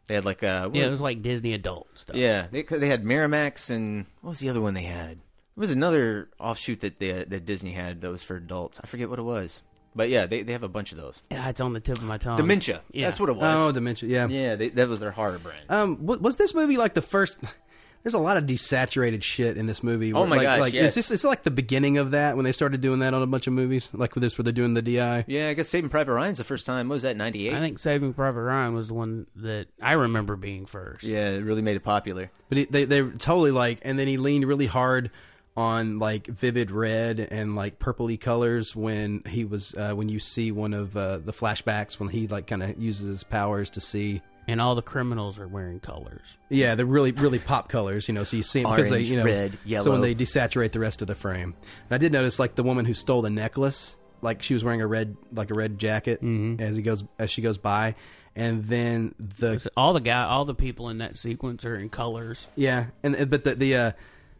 [SPEAKER 10] They had like uh, what-
[SPEAKER 9] Yeah, it was like Disney adult stuff.
[SPEAKER 10] yeah, they they had Miramax and what was the other one they had? There was another offshoot that they, that Disney had that was for adults. I forget what it was, but yeah, they they have a bunch of those.
[SPEAKER 9] Yeah, it's on the tip of my tongue.
[SPEAKER 10] Dementia.
[SPEAKER 9] Yeah.
[SPEAKER 10] That's what it was.
[SPEAKER 1] Um, oh, dementia. Yeah,
[SPEAKER 10] Yeah, they, that was their horror brand.
[SPEAKER 1] Um, wa- was this movie like the first? <laughs> There's a lot of desaturated shit in this movie. where,
[SPEAKER 10] Oh my
[SPEAKER 1] like,
[SPEAKER 10] gosh,
[SPEAKER 1] Like,
[SPEAKER 10] yes.
[SPEAKER 1] Is this is like the beginning of that when they started doing that on a bunch of movies, like with this where they're doing the DI.
[SPEAKER 10] yeah, I guess Saving Private Ryan's the first time. What was that ninety
[SPEAKER 9] I
[SPEAKER 10] eight?
[SPEAKER 9] think Saving Private Ryan was the one that I remember being first.
[SPEAKER 10] Yeah, it really made it popular.
[SPEAKER 1] But he, they they were totally like, and then he leaned really hard on like vivid red and like purpley colors when he was uh, when you see one of uh, the flashbacks when he like kind of uses his powers to see.
[SPEAKER 9] And all the criminals are wearing colors.
[SPEAKER 1] Yeah, they're really really pop colors, you know. So you see because they,
[SPEAKER 10] Orange,
[SPEAKER 1] you know,
[SPEAKER 10] red,
[SPEAKER 1] So
[SPEAKER 10] yellow.
[SPEAKER 1] when they desaturate the rest of the frame, and I did notice like the woman who stole the necklace, like she was wearing a red like a red jacket
[SPEAKER 10] Mm-hmm.
[SPEAKER 1] as he goes as she goes by, and then the
[SPEAKER 9] So all the guy, all the people in that sequence are in colors.
[SPEAKER 1] yeah, and and- but the the uh,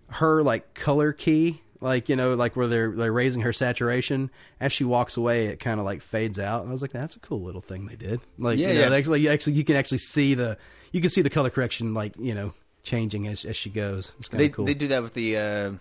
[SPEAKER 1] her like color key, like you know, like where they're they're raising her saturation as she walks away, it kind of like fades out. And I was like, that's a cool little thing they did. Like
[SPEAKER 10] Yeah,
[SPEAKER 1] you know,
[SPEAKER 10] yeah.
[SPEAKER 1] they actually you actually you can actually see the you can see the color correction, like you know, changing as as she goes. It's kind
[SPEAKER 10] They
[SPEAKER 1] of cool.
[SPEAKER 10] they do that with the uh,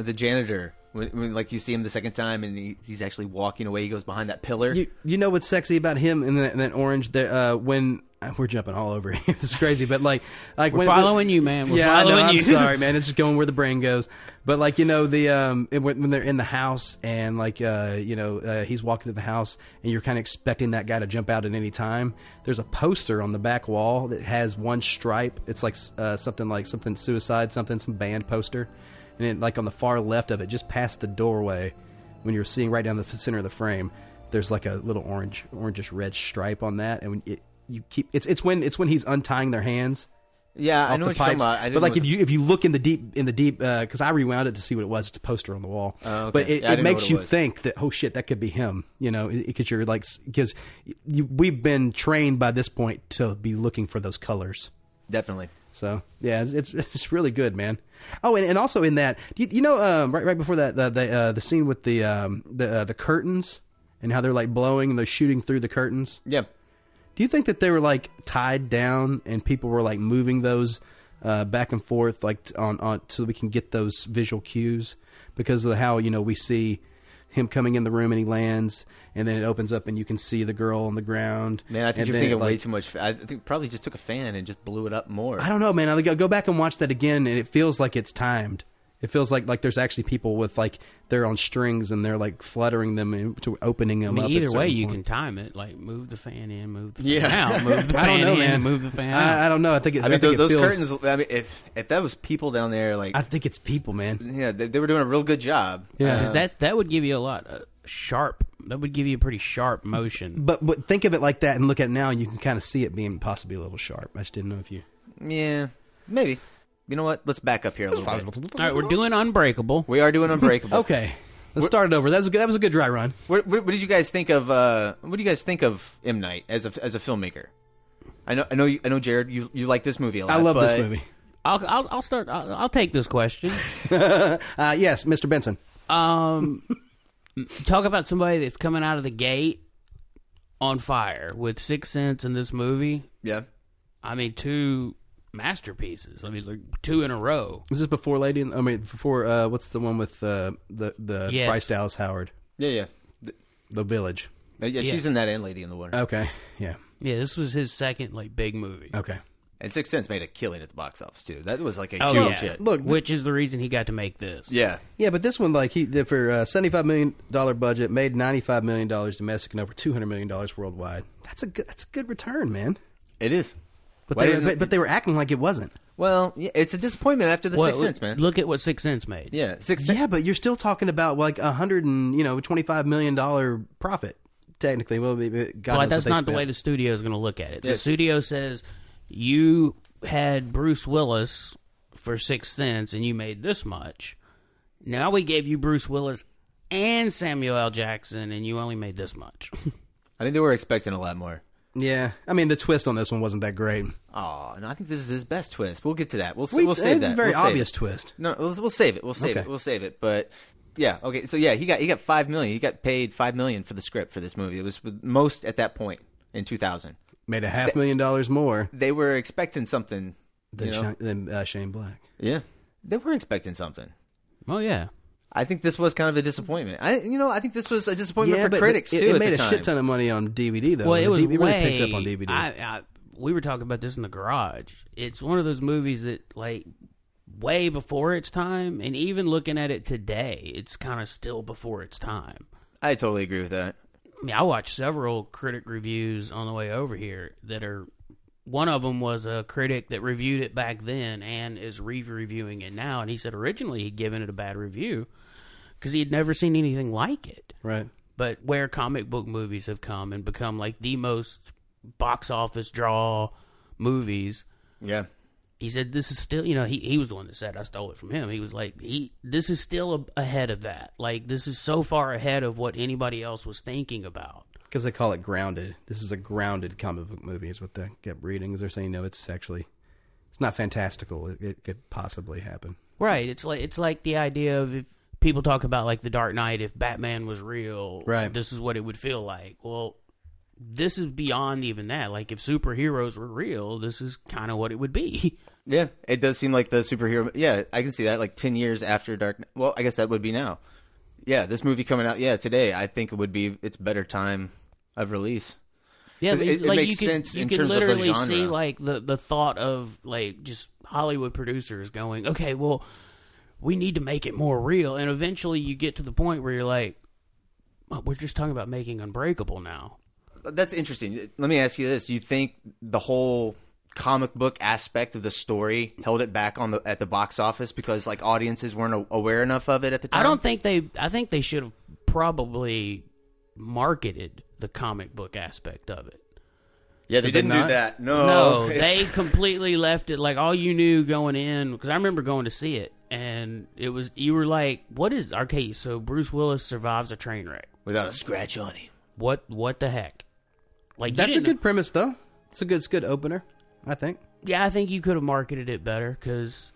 [SPEAKER 10] the janitor when, when like you see him the second time and he, he's actually walking away. He goes behind that pillar.
[SPEAKER 1] you you know what's sexy about him in that, in that orange? There, uh, when we're jumping all over <laughs> here. this is crazy, but like, like
[SPEAKER 9] We're following you, man. We're
[SPEAKER 1] yeah, I know.
[SPEAKER 9] following
[SPEAKER 1] I'm
[SPEAKER 9] you. <laughs>
[SPEAKER 1] sorry, man. It's just going where the brain goes. But like, you know, the um, it, when when they're in the house and like, uh, you know, uh, he's walking to the house and you're kind of expecting that guy to jump out at any time. There's a poster on the back wall that has one stripe. It's like uh, something like something suicide, something some band poster, and it, like on the far left of it, just past the doorway, when you're seeing right down the f- center of the frame, there's like a little orange, orangish red stripe on that, and when it. You keep it's it's when it's when he's untying their hands
[SPEAKER 10] Yeah, I
[SPEAKER 1] off
[SPEAKER 10] know
[SPEAKER 1] the
[SPEAKER 10] what you're talking
[SPEAKER 1] pipes.
[SPEAKER 10] about. I didn't
[SPEAKER 1] but like
[SPEAKER 10] look-
[SPEAKER 1] if you if you look in the deep in the deep because I rewound it to see what it was. It's a poster on the wall.
[SPEAKER 10] Oh, okay.
[SPEAKER 1] But it,
[SPEAKER 10] Yeah, I
[SPEAKER 1] it
[SPEAKER 10] didn't know
[SPEAKER 1] makes
[SPEAKER 10] what it
[SPEAKER 1] you
[SPEAKER 10] was.
[SPEAKER 1] think that oh shit that could be him. You know because you're like because you, we've been trained by this point to be looking for those colors.
[SPEAKER 10] definitely.
[SPEAKER 1] So yeah, it's <laughs> it's, it's really good, man. Oh, and, and also in that, do you, you know, um, right right before that, the the, uh, the scene with the um, the uh, the curtains and how they're like blowing and they're shooting through the curtains.
[SPEAKER 10] Yeah.
[SPEAKER 1] Do you think that they were like tied down and people were like moving those uh, back and forth, like t- on on so we can get those visual cues because of how you know we see him coming in the room and he lands and then it opens up and you can see the girl on the ground.
[SPEAKER 10] Man, I think
[SPEAKER 1] and
[SPEAKER 10] you're
[SPEAKER 1] then
[SPEAKER 10] thinking
[SPEAKER 1] it, like-
[SPEAKER 10] way too much. fa- I think probably just took a fan and just blew it up more.
[SPEAKER 1] I don't know, man. I go go back and watch that again, and it feels like it's timed. It feels like like there's actually people with like they're on strings and they're like fluttering them and to opening
[SPEAKER 9] I
[SPEAKER 1] them
[SPEAKER 9] mean,
[SPEAKER 1] up. at
[SPEAKER 9] either way,
[SPEAKER 1] certain
[SPEAKER 9] you
[SPEAKER 1] point.
[SPEAKER 9] can time it. Like, move the fan in, move the fan
[SPEAKER 10] Yeah.
[SPEAKER 9] out, move
[SPEAKER 1] <laughs>
[SPEAKER 9] the
[SPEAKER 1] I don't
[SPEAKER 9] fan
[SPEAKER 1] know,
[SPEAKER 9] in,
[SPEAKER 1] man.
[SPEAKER 9] move the fan out.
[SPEAKER 1] I, I don't know. I think. It,
[SPEAKER 10] I mean,
[SPEAKER 1] think
[SPEAKER 10] tho-
[SPEAKER 1] it
[SPEAKER 10] those
[SPEAKER 1] feels-
[SPEAKER 10] curtains. I mean, if if that was people down there, like
[SPEAKER 1] I think it's people, man.
[SPEAKER 10] yeah, they, they were doing a real good job. Um,
[SPEAKER 1] Yeah.
[SPEAKER 9] Because that that would give you a lot uh, sharp. That would give you a pretty sharp motion.
[SPEAKER 1] But but think of it like that and look at it now, and you can kind of see it being possibly a little sharp. I just didn't know if you.
[SPEAKER 10] Yeah, maybe. You know what? Let's back up here a little bit.
[SPEAKER 9] All right, we're doing Unbreakable.
[SPEAKER 10] We are doing Unbreakable.
[SPEAKER 1] <laughs> Okay, let's start it over. That was a good, that was a good dry run.
[SPEAKER 10] What, what, what did you guys think of? Uh, what do you guys think of M Night as a as a filmmaker? I know, I know, you, I know, Jared. You you like this movie a lot.
[SPEAKER 1] I love this
[SPEAKER 10] but-
[SPEAKER 1] movie.
[SPEAKER 9] I'll I'll, I'll start. I'll, I'll take this question.
[SPEAKER 1] Uh, yes, Mr. Benson.
[SPEAKER 9] Um, <laughs> talk about somebody that's coming out of the gate on fire with Six Sense in this movie.
[SPEAKER 10] Yeah,
[SPEAKER 9] I mean, two masterpieces. I mean, like two in a row.
[SPEAKER 1] Is this before Lady? In, I mean, before uh, what's the one with uh, the the
[SPEAKER 9] Yes.
[SPEAKER 1] Bryce Dallas Howard,
[SPEAKER 10] yeah, yeah. Th- uh,
[SPEAKER 1] The Village?
[SPEAKER 10] Yeah, she's in that and Lady in the Water.
[SPEAKER 1] Okay, yeah,
[SPEAKER 9] Yeah, this was his second like big movie.
[SPEAKER 1] okay.
[SPEAKER 10] and Sixth Sense made a killing at the box office too. That was like a
[SPEAKER 9] Oh
[SPEAKER 10] huge
[SPEAKER 9] yeah,
[SPEAKER 10] hit.
[SPEAKER 1] Look, th-
[SPEAKER 9] which is the reason he got to make this.
[SPEAKER 10] Yeah,
[SPEAKER 1] Yeah, but this one, like he the- for uh, seventy five million dollar budget, made ninety five million dollars domestic and over two hundred million dollars worldwide. That's a good that's a good return, man.
[SPEAKER 10] it is.
[SPEAKER 1] But
[SPEAKER 10] Why
[SPEAKER 1] they, were,
[SPEAKER 10] didn't-
[SPEAKER 1] but, but they were acting like it wasn't.
[SPEAKER 10] Well, yeah, it's a disappointment after the
[SPEAKER 9] Well,
[SPEAKER 10] Sixth Sense, man.
[SPEAKER 9] Look at what Six Sense made.
[SPEAKER 10] yeah, Sixth Sense.
[SPEAKER 1] Yeah, but you're still talking about like a hundred and you know twenty five million dollar profit technically. Well, maybe- God
[SPEAKER 9] Well,
[SPEAKER 1] knows what
[SPEAKER 9] that's
[SPEAKER 1] they
[SPEAKER 9] not
[SPEAKER 1] spent.
[SPEAKER 9] the way the studio is going to look at it. The
[SPEAKER 10] Yes.
[SPEAKER 9] studio says you had Bruce Willis for Six Sense, and you made this much. Now we gave you Bruce Willis and Samuel L. Jackson, and you only made this
[SPEAKER 1] <laughs>
[SPEAKER 9] much.
[SPEAKER 10] I think they were expecting a lot more.
[SPEAKER 1] Yeah, I mean the twist on this one wasn't that great.
[SPEAKER 10] Oh, no, I think this is his best twist. We'll get to that. We'll
[SPEAKER 1] We-
[SPEAKER 10] we, we'll save
[SPEAKER 1] it's
[SPEAKER 10] that.
[SPEAKER 1] a very
[SPEAKER 10] We'll save
[SPEAKER 1] obvious
[SPEAKER 10] it.
[SPEAKER 1] twist.
[SPEAKER 10] No, we'll, we'll save it. We'll save
[SPEAKER 1] Okay.
[SPEAKER 10] it. We'll save it. But yeah, okay. So yeah, he got he got five million. He got paid five million for the script for this movie. It was the most at that point in two thousand.
[SPEAKER 1] Made a half million dollars more
[SPEAKER 10] They were expecting something.
[SPEAKER 1] than
[SPEAKER 10] you know?
[SPEAKER 1] Shi- than uh, Shane Black.
[SPEAKER 10] Yeah, they were expecting something.
[SPEAKER 9] oh yeah,
[SPEAKER 10] I think this was kind of a disappointment. I, you know, I think this was a disappointment for
[SPEAKER 1] but
[SPEAKER 10] critics
[SPEAKER 1] it,
[SPEAKER 10] too.
[SPEAKER 1] It
[SPEAKER 10] at
[SPEAKER 1] made
[SPEAKER 10] the
[SPEAKER 1] a
[SPEAKER 10] time.
[SPEAKER 1] shit ton of money on DVD though.
[SPEAKER 9] Well,
[SPEAKER 1] The
[SPEAKER 9] it was
[SPEAKER 1] DVD
[SPEAKER 9] way,
[SPEAKER 1] really picked up on DVD.
[SPEAKER 9] I, I, we were talking about this in the garage. It's one of those movies that, like, way before its time, and even looking at it today, it's kind of still before its time.
[SPEAKER 10] I totally agree with that.
[SPEAKER 9] I mean, I watched several critic reviews on the way over here that are. One of them was a critic that reviewed it back then and is re reviewing it now. And he said originally he'd given it a bad review because he had never seen anything like it
[SPEAKER 1] right.
[SPEAKER 9] but where comic book movies have come and become like the most box office draw movies.
[SPEAKER 10] Yeah,
[SPEAKER 9] He said this is still, you know, he, he was the one that said I stole it from him. He was like, he this is still a, ahead of that. Like this is so far ahead of what anybody else was thinking about.
[SPEAKER 1] Because they call it grounded. This is a grounded comic book movie, is what they kept reading. Is they're saying no, it's actually, it's not fantastical. It, it could possibly happen.
[SPEAKER 9] Right. It's like it's like the idea of if people talk about like the Dark Knight, if Batman was real,
[SPEAKER 1] Right.
[SPEAKER 9] this is what it would feel like. Well, this is beyond even that. Like if superheroes were real, this is kind of what it would be. <laughs>
[SPEAKER 10] yeah. It does seem like the superhero. Yeah, I can see that. Like ten years after Dark. Kn- Well, I guess that would be now. Yeah, this movie coming out. Yeah, today. I think it would be its better time of release.
[SPEAKER 9] Yeah,
[SPEAKER 10] 'Cause it, it
[SPEAKER 9] like
[SPEAKER 10] makes
[SPEAKER 9] you could,
[SPEAKER 10] sense
[SPEAKER 9] you
[SPEAKER 10] in
[SPEAKER 9] could
[SPEAKER 10] terms of the
[SPEAKER 9] literally
[SPEAKER 10] genre.
[SPEAKER 9] see like the the thought of like just Hollywood producers going, okay, well, we need to make it more real, and eventually you get to the point where you're like, "Oh, we're just talking about making Unbreakable now.
[SPEAKER 10] That's interesting. Let me ask you this: You think the whole comic book aspect of the story held it back on the at the box office because like audiences weren't a- aware enough of it at the time?
[SPEAKER 9] I don't think they. I think they should have probably marketed the comic book aspect of it.
[SPEAKER 10] Yeah, they
[SPEAKER 9] Did they
[SPEAKER 10] didn't
[SPEAKER 9] not?
[SPEAKER 10] do that. No, <laughs>
[SPEAKER 9] no,
[SPEAKER 10] It's-
[SPEAKER 9] they completely left it like all you knew going in. Because I remember going to see it, and it was you were like, "What is okay?" So Bruce Willis survives a train wreck
[SPEAKER 10] without a scratch on him.
[SPEAKER 9] What What the heck? Like you
[SPEAKER 1] That's a
[SPEAKER 9] didn't-
[SPEAKER 1] good premise, though. It's a good, it's a good opener, I think.
[SPEAKER 9] Yeah, I think you could have marketed it better because,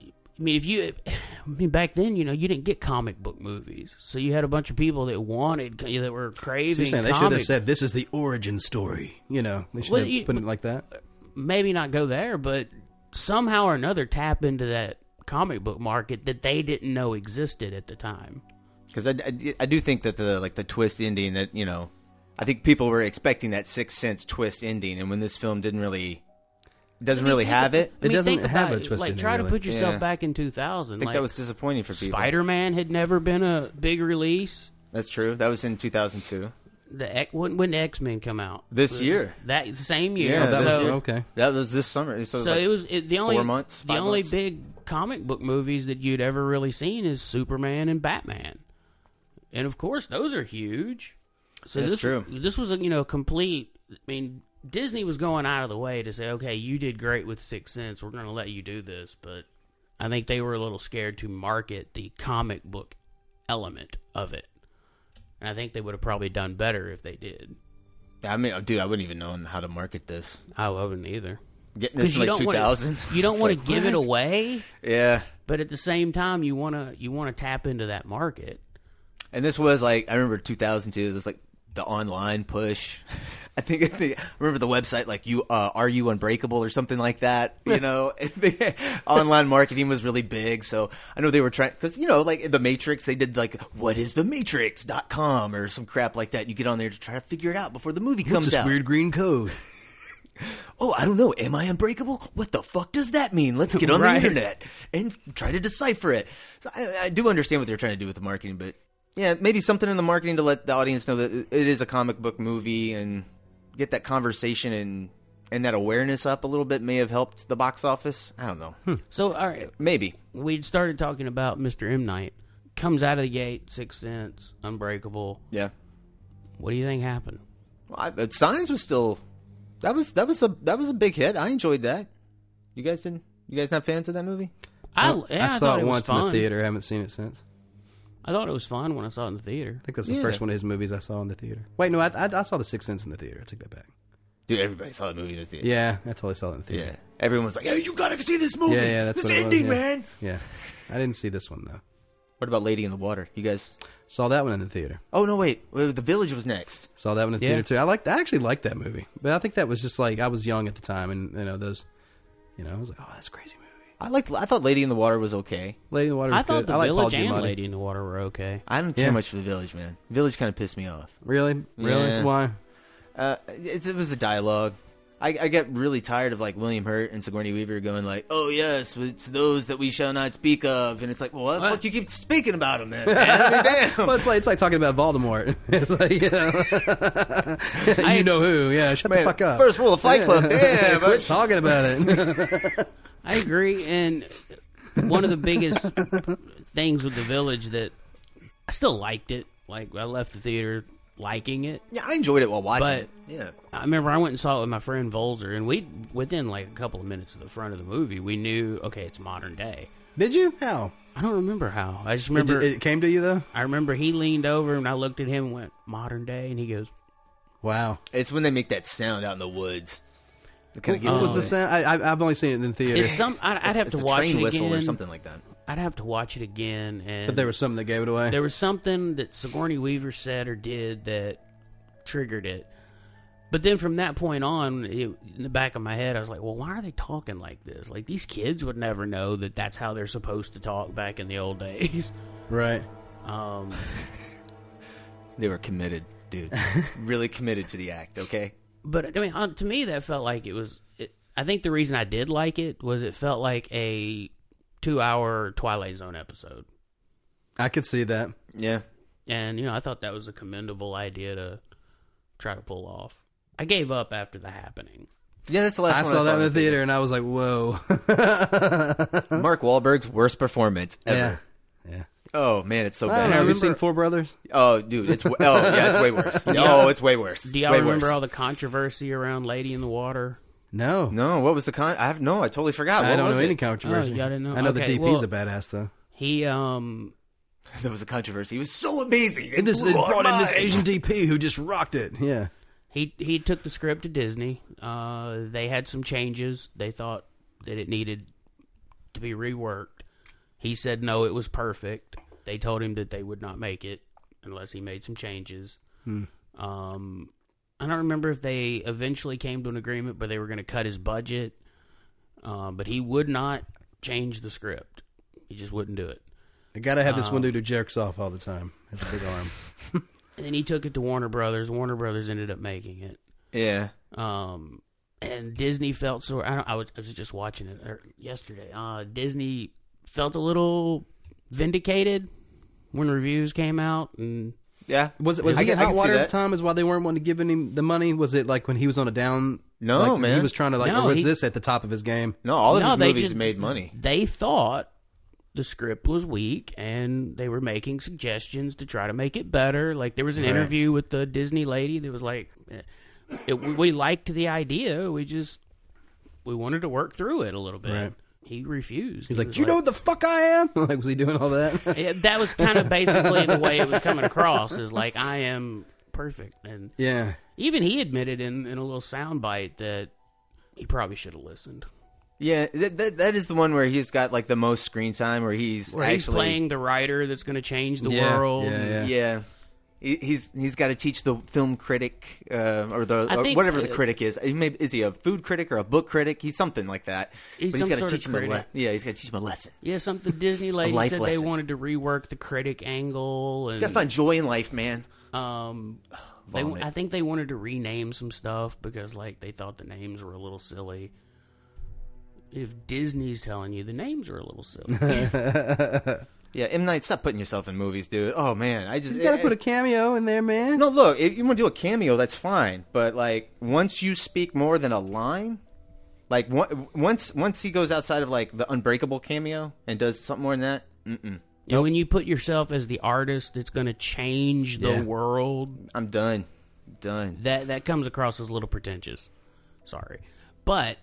[SPEAKER 9] I mean, if you, I mean, back then, you know, you didn't get comic book movies, so you had a bunch of people that wanted that were
[SPEAKER 1] So
[SPEAKER 9] craving.
[SPEAKER 1] you're saying they should
[SPEAKER 9] comic.
[SPEAKER 1] have said this is the origin story. You know, they should
[SPEAKER 9] Well,
[SPEAKER 1] have
[SPEAKER 9] you-
[SPEAKER 1] put it like that.
[SPEAKER 9] maybe not go there, but somehow or another tap into that comic book market that they didn't know existed at the time.
[SPEAKER 10] Because I, I, I do think that the like the twist ending that you know, I think people were expecting that sixth sense twist ending, and when this film didn't really doesn't really have it.
[SPEAKER 9] I mean,
[SPEAKER 1] doesn't
[SPEAKER 9] think
[SPEAKER 1] have
[SPEAKER 9] about
[SPEAKER 1] a
[SPEAKER 9] it.
[SPEAKER 1] twist
[SPEAKER 9] Like,
[SPEAKER 1] in it,
[SPEAKER 9] try to
[SPEAKER 1] really.
[SPEAKER 9] put yourself
[SPEAKER 10] Yeah.
[SPEAKER 9] back in 2000.
[SPEAKER 10] I think
[SPEAKER 9] like,
[SPEAKER 10] that was disappointing for people.
[SPEAKER 9] Spider-Man had never been a big release.
[SPEAKER 10] That's true. That was in 2002.
[SPEAKER 9] The X, when, when X Men come out
[SPEAKER 10] This
[SPEAKER 9] The-
[SPEAKER 10] year.
[SPEAKER 9] that same year.
[SPEAKER 10] Yeah,
[SPEAKER 1] that
[SPEAKER 9] so,
[SPEAKER 1] was year. okay.
[SPEAKER 10] That was this summer. So,
[SPEAKER 9] So
[SPEAKER 10] like,
[SPEAKER 9] it was it, the only
[SPEAKER 10] four months,
[SPEAKER 9] the
[SPEAKER 10] five
[SPEAKER 9] only
[SPEAKER 10] months.
[SPEAKER 9] big comic book movies that you'd ever really seen is Superman and Batman, and of course those are huge. So
[SPEAKER 10] That's
[SPEAKER 9] this,
[SPEAKER 10] true.
[SPEAKER 9] This was a you know complete. I mean, Disney was going out of the way to say, okay, you did great with Six Sense. We're going to let you do this, but I think they were a little scared to market the comic book element of it, and I think they would have probably done better if they did.
[SPEAKER 10] I mean, dude, I wouldn't even know how to market this.
[SPEAKER 9] I wouldn't either.
[SPEAKER 10] Getting this
[SPEAKER 9] 'Cause
[SPEAKER 10] in
[SPEAKER 9] you
[SPEAKER 10] like
[SPEAKER 9] don't wanna-
[SPEAKER 10] 2000.
[SPEAKER 9] You
[SPEAKER 10] <laughs>
[SPEAKER 9] don't
[SPEAKER 10] It's
[SPEAKER 9] want
[SPEAKER 10] like,
[SPEAKER 9] to give it
[SPEAKER 10] what?
[SPEAKER 9] away.
[SPEAKER 10] Yeah.
[SPEAKER 9] but at the same time you want to you want to tap into that market
[SPEAKER 10] And this was like I remember 2002. It was like the online push. <laughs> I think, I think I remember the website like you uh, are you unbreakable or something like that. <laughs> You know, online marketing was really big. So I know they were trying because you know like in the Matrix they did like what is the Matrix.com or some crap like that. You get on there to try to figure it out before the movie
[SPEAKER 1] What's
[SPEAKER 10] comes
[SPEAKER 1] this
[SPEAKER 10] out.
[SPEAKER 1] weird green code?
[SPEAKER 10] oh, I don't know. Am I unbreakable? What the fuck does that mean? Let's get on
[SPEAKER 1] Right.
[SPEAKER 10] the internet and try to decipher it. So I, I do understand what they're trying to do with the marketing, but yeah, maybe something in the marketing to let the audience know that it is a comic book movie and get that conversation and and that awareness up a little bit may have helped the box office. I don't know.
[SPEAKER 9] so all right
[SPEAKER 10] Maybe.
[SPEAKER 9] we'd started talking about mr m night comes out of the gate six sense unbreakable
[SPEAKER 10] Yeah.
[SPEAKER 9] what do you think happened
[SPEAKER 10] Well, I, but Signs was still that was that was a that was a big hit. I enjoyed that. You guys didn't. You guys not fans of that movie?
[SPEAKER 9] i, yeah, I,
[SPEAKER 1] saw
[SPEAKER 9] thought
[SPEAKER 1] it,
[SPEAKER 9] it
[SPEAKER 1] once
[SPEAKER 9] was fun.
[SPEAKER 1] in the theater. I haven't seen it since.
[SPEAKER 9] i thought it was fun when i saw it in the theater
[SPEAKER 1] I think that's the first one of his movies I saw in the theater. Wait, no, I, I, I saw The Sixth Sense in the theater. I take that back.
[SPEAKER 10] Dude, everybody saw the movie in the theater.
[SPEAKER 1] Yeah, I totally saw it in the
[SPEAKER 10] Yeah.
[SPEAKER 1] theater.
[SPEAKER 10] Everyone's like, hey, you gotta see this movie.
[SPEAKER 1] yeah, yeah that's
[SPEAKER 10] this
[SPEAKER 1] what it was,
[SPEAKER 10] ending,
[SPEAKER 1] yeah.
[SPEAKER 10] man.
[SPEAKER 1] Yeah, I didn't see this one though.
[SPEAKER 10] What about Lady in the Water? You guys.
[SPEAKER 1] Saw that one in the theater.
[SPEAKER 10] Oh, no, wait. Well, The Village was next.
[SPEAKER 1] Saw that one in the
[SPEAKER 9] Yeah.
[SPEAKER 1] theater too. I liked. I actually liked that movie, but I think that was just like I was young at the time, and you know those, you know, I was like, oh, that's a crazy movie.
[SPEAKER 10] I liked. I thought Lady in the Water was okay.
[SPEAKER 1] Lady in the Water. Was
[SPEAKER 9] i thought
[SPEAKER 1] good.
[SPEAKER 9] the
[SPEAKER 1] I like Paul
[SPEAKER 9] village and
[SPEAKER 1] Giamatti.
[SPEAKER 9] lady in the water were okay
[SPEAKER 10] I don't care
[SPEAKER 1] Yeah.
[SPEAKER 10] much for The Village, man. Village kind of pissed me off.
[SPEAKER 1] Really, really,
[SPEAKER 10] Yeah.
[SPEAKER 1] why?
[SPEAKER 10] Uh, it, it was the dialogue. I, I get really tired of like William Hurt and Sigourney Weaver going like, "Oh yes, it's those that we shall not speak of," and it's like, "Well, what the fuck you keep speaking about them
[SPEAKER 1] <laughs>
[SPEAKER 10] then?" man? I mean, damn.
[SPEAKER 1] Well, it's like it's like talking about Voldemort. <laughs> it's like you know,
[SPEAKER 9] <laughs>
[SPEAKER 1] you know who? Yeah, shut
[SPEAKER 10] Man,
[SPEAKER 1] the fuck up.
[SPEAKER 10] First rule of Fight
[SPEAKER 1] <laughs>
[SPEAKER 10] Club. Damn.
[SPEAKER 1] Quit
[SPEAKER 10] I-
[SPEAKER 1] talking about it.
[SPEAKER 9] I agree, and one of the biggest
[SPEAKER 1] <laughs>
[SPEAKER 9] things with the village that I still liked it. Like I left the theater liking it.
[SPEAKER 10] yeah, I enjoyed it while watching
[SPEAKER 9] But-
[SPEAKER 10] it. Yeah.
[SPEAKER 9] I remember I went and saw it with my friend Volzer, and we within like a couple of minutes of the front of the movie, we knew okay, it's modern day.
[SPEAKER 1] <laughs> Did you? How?
[SPEAKER 9] I don't remember how. I just
[SPEAKER 1] It,
[SPEAKER 9] remember
[SPEAKER 1] it came to you though.
[SPEAKER 9] I remember he leaned over and I looked at him and went modern day, and he goes,
[SPEAKER 1] Wow.
[SPEAKER 10] It's when they make that sound out in the woods. It kinda gives
[SPEAKER 1] What
[SPEAKER 10] it
[SPEAKER 1] was
[SPEAKER 10] away.
[SPEAKER 1] the sound? I, I, I've only seen it in theater.
[SPEAKER 9] "It's some." I'd, I'd
[SPEAKER 10] It's-
[SPEAKER 9] have
[SPEAKER 10] it's
[SPEAKER 9] to
[SPEAKER 10] a
[SPEAKER 9] watch
[SPEAKER 10] train
[SPEAKER 9] it
[SPEAKER 10] whistle
[SPEAKER 9] again.
[SPEAKER 10] or something like that.
[SPEAKER 9] I'd have to watch it again, and
[SPEAKER 1] But there was something that gave it away.
[SPEAKER 9] There was something that Sigourney Weaver said or did that triggered it. But then from that point on, it, in the back of my head, I was like, well, why are they talking like this? Like, these kids would never know that that's how they're supposed to talk back in the old days. <laughs>
[SPEAKER 1] right.
[SPEAKER 9] Um,
[SPEAKER 1] <laughs>
[SPEAKER 10] They were committed, dude. really committed to the act. Okay.
[SPEAKER 9] But I mean, uh, to me, that felt like it was. It, I think the reason I did like it was it felt like a two-hour Twilight Zone episode.
[SPEAKER 1] I could see that.
[SPEAKER 10] Yeah.
[SPEAKER 9] And you know, I thought that was a commendable idea to try to pull off. I gave up after the happening.
[SPEAKER 10] Yeah, that's the last
[SPEAKER 1] I
[SPEAKER 10] one
[SPEAKER 1] saw that in the theater and I was like, whoa.
[SPEAKER 10] Mark Wahlberg's worst performance ever.
[SPEAKER 1] <laughs> yeah. Yeah.
[SPEAKER 10] Oh man, it's so
[SPEAKER 1] I don't know,
[SPEAKER 10] bad.
[SPEAKER 1] have you seen Four Brothers?
[SPEAKER 10] Oh dude, it's w- oh yeah, it's
[SPEAKER 1] <laughs>
[SPEAKER 10] way worse. Oh, it's way worse.
[SPEAKER 9] Do y'all
[SPEAKER 10] way
[SPEAKER 9] remember
[SPEAKER 10] worse.
[SPEAKER 9] all the controversy around Lady in the Water?
[SPEAKER 1] No.
[SPEAKER 10] No, what was the con? I have no. I totally forgot.
[SPEAKER 1] I
[SPEAKER 10] What
[SPEAKER 1] don't know
[SPEAKER 10] was
[SPEAKER 1] any
[SPEAKER 10] it?
[SPEAKER 1] controversy.
[SPEAKER 9] Oh, y'all didn't know?
[SPEAKER 1] I know
[SPEAKER 9] Okay,
[SPEAKER 1] the DP's
[SPEAKER 9] well-
[SPEAKER 1] a badass though.
[SPEAKER 9] He um
[SPEAKER 10] There was a controversy. It was so amazing. It,
[SPEAKER 1] This
[SPEAKER 10] blew
[SPEAKER 1] it
[SPEAKER 10] our
[SPEAKER 1] brought in this
[SPEAKER 10] minds.
[SPEAKER 1] Asian DP who just rocked it. Yeah.
[SPEAKER 9] he he took the script to Disney. Uh, they had some changes. They thought that it needed to be reworked. He said no, it was perfect. They told him that they would not make it unless he made some changes.
[SPEAKER 10] Hmm.
[SPEAKER 9] Um, I don't remember if they eventually came to an agreement, but they were going to cut his budget. Uh, but he would not change the script. He just wouldn't do it.
[SPEAKER 1] I gotta have this one dude who jerks off all the time. Has a big arm.
[SPEAKER 9] And then he took it to Warner Brothers. Warner Brothers ended up making it.
[SPEAKER 10] Yeah.
[SPEAKER 9] um and disney felt sort i, don't, I, was, I was just watching it er, yesterday uh disney felt a little vindicated when reviews came out and
[SPEAKER 10] Yeah.
[SPEAKER 1] Was it was
[SPEAKER 10] I
[SPEAKER 1] he
[SPEAKER 10] can-
[SPEAKER 1] in
[SPEAKER 10] I
[SPEAKER 1] hot
[SPEAKER 10] can see
[SPEAKER 1] water at
[SPEAKER 10] that.
[SPEAKER 1] the time? Is why they weren't wanting to give him the money? Was it like when he was on a down?
[SPEAKER 10] No,
[SPEAKER 1] like,
[SPEAKER 10] man.
[SPEAKER 1] He was trying to like.
[SPEAKER 9] No,
[SPEAKER 1] or was
[SPEAKER 9] he-
[SPEAKER 1] this at the top of his game?
[SPEAKER 10] No, all of
[SPEAKER 9] No,
[SPEAKER 10] his
[SPEAKER 9] they
[SPEAKER 10] movies
[SPEAKER 9] just-
[SPEAKER 10] made money.
[SPEAKER 9] they thought the script was weak and they were making suggestions to try to make it better like there was an interview with the disney lady that was like eh, it, we- we liked the idea we just we wanted to work through it a little bit
[SPEAKER 1] Right.
[SPEAKER 9] he refused
[SPEAKER 1] He's
[SPEAKER 9] He
[SPEAKER 1] like,
[SPEAKER 9] was
[SPEAKER 1] do you know what the fuck I am? <laughs> Like, was he doing all
[SPEAKER 10] <laughs>
[SPEAKER 1] that?
[SPEAKER 9] Yeah, that was kind of basically the way it was coming across is like I am perfect, and
[SPEAKER 1] <laughs> yeah.
[SPEAKER 9] even he admitted in in a little soundbite that he probably should have listened.
[SPEAKER 10] Yeah, that, that, that is the one where he's got like the most screen time, where he's
[SPEAKER 9] Where
[SPEAKER 10] actually
[SPEAKER 9] he's playing the writer that's going to change the
[SPEAKER 1] Yeah,
[SPEAKER 9] world.
[SPEAKER 1] yeah, yeah.
[SPEAKER 10] Yeah. He- He's he's got to teach the film critic uh, or the
[SPEAKER 9] I
[SPEAKER 10] or
[SPEAKER 9] think,
[SPEAKER 10] whatever the
[SPEAKER 9] uh,
[SPEAKER 10] critic is. He may, is he a food critic or a book critic? He's something like that.
[SPEAKER 9] He's
[SPEAKER 10] but
[SPEAKER 9] some
[SPEAKER 10] he's got to
[SPEAKER 9] sort of
[SPEAKER 10] teach him a le-
[SPEAKER 9] critic.
[SPEAKER 10] yeah. He's got to teach him a lesson.
[SPEAKER 9] Yeah, something Disney lady
[SPEAKER 10] life
[SPEAKER 9] said they
[SPEAKER 10] lesson.
[SPEAKER 9] wanted to rework the critic angle,
[SPEAKER 10] You got to
[SPEAKER 9] and
[SPEAKER 10] find joy in life, man.
[SPEAKER 9] um, they,
[SPEAKER 10] Vomit.
[SPEAKER 9] I think they wanted to rename some stuff because like they thought the names were a little silly. If Disney's telling you the names are a little silly,
[SPEAKER 1] <laughs>
[SPEAKER 10] Yeah, M Night, stop putting yourself in movies, dude. Oh man, I just
[SPEAKER 1] He's got to
[SPEAKER 10] eh,
[SPEAKER 1] put a cameo in there, man.
[SPEAKER 10] No, look, if you want to do a cameo, that's fine. But like, once you speak more than a line, like one- once once he goes outside of like the Unbreakable cameo and does something more than that, mm-mm,
[SPEAKER 9] And when you put yourself as the artist that's going to change the world,
[SPEAKER 10] I'm done, done.
[SPEAKER 9] that that comes across as a little pretentious. Sorry,
[SPEAKER 1] <laughs>
[SPEAKER 9] but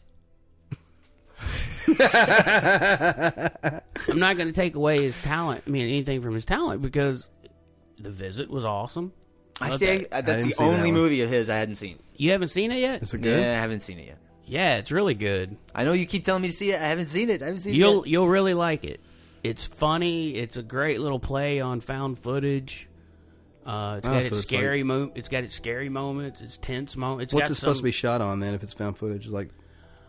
[SPEAKER 9] I'm not going to take away his talent. I mean, anything from his talent because the visit was awesome.
[SPEAKER 10] I
[SPEAKER 9] Love
[SPEAKER 10] say
[SPEAKER 9] that.
[SPEAKER 10] uh,
[SPEAKER 1] didn't
[SPEAKER 10] that's
[SPEAKER 1] see
[SPEAKER 10] the
[SPEAKER 1] that
[SPEAKER 10] only
[SPEAKER 1] one.
[SPEAKER 10] movie of his I hadn't seen.
[SPEAKER 9] You haven't seen it yet?
[SPEAKER 1] Is it good?
[SPEAKER 10] Yeah, I haven't seen it yet.
[SPEAKER 9] yeah, it's really good.
[SPEAKER 10] I know you keep telling me to see it. I haven't seen it. I haven't seen
[SPEAKER 9] You'll
[SPEAKER 10] it.
[SPEAKER 9] you'll really like it. It's funny. It's a great little play on found footage. Uh, it's
[SPEAKER 1] Oh,
[SPEAKER 9] got
[SPEAKER 1] so
[SPEAKER 9] its
[SPEAKER 1] it's
[SPEAKER 9] scary mo- It's got its scary moments. It's tense moments.
[SPEAKER 1] What's it supposed to be shot on then? If it's found footage, It's like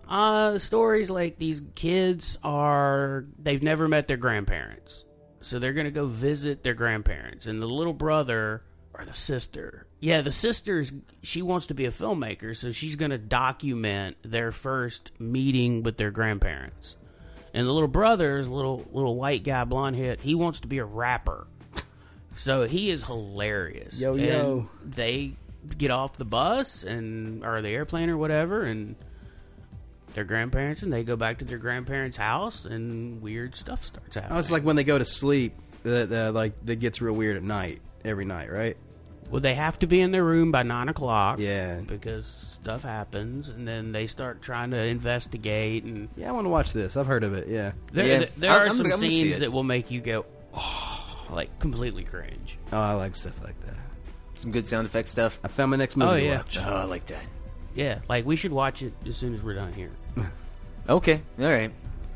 [SPEAKER 9] Uh, stories like these kids are they've never met their grandparents, so they're gonna go visit their grandparents, and the little brother or the sister, yeah, the sister's she wants to be a filmmaker, so she's gonna document their first meeting with their grandparents, and the little brother's little little white guy, blonde head, he wants to be a rapper, so he is hilarious.
[SPEAKER 1] Yo, yo.
[SPEAKER 9] And they get off the bus and or the airplane or whatever, and their grandparents and they go back to their grandparents' house and weird stuff starts happening.
[SPEAKER 1] oh, it's like when they go to sleep. That uh, like that gets real weird at night every night, right?
[SPEAKER 9] well, they have to be in their room by nine o'clock.
[SPEAKER 1] Yeah.
[SPEAKER 9] Because stuff happens and then they start trying to investigate and
[SPEAKER 1] Yeah, I want to watch this. I've heard of it. Yeah.
[SPEAKER 9] there,
[SPEAKER 10] Yeah.
[SPEAKER 9] there, there
[SPEAKER 10] I'm-
[SPEAKER 9] are
[SPEAKER 10] I'm
[SPEAKER 9] some
[SPEAKER 10] gonna- I'm gonna see
[SPEAKER 9] scenes
[SPEAKER 10] it.
[SPEAKER 9] that will make you go "Oh," like completely cringe.
[SPEAKER 1] Oh, I like stuff like that.
[SPEAKER 10] Some good sound effect stuff.
[SPEAKER 1] I found my next movie
[SPEAKER 9] Oh,
[SPEAKER 1] to
[SPEAKER 9] yeah.
[SPEAKER 1] watch.
[SPEAKER 10] Oh, I like that.
[SPEAKER 9] Yeah, like we should watch it as soon as we're done here.
[SPEAKER 10] Okay, all right.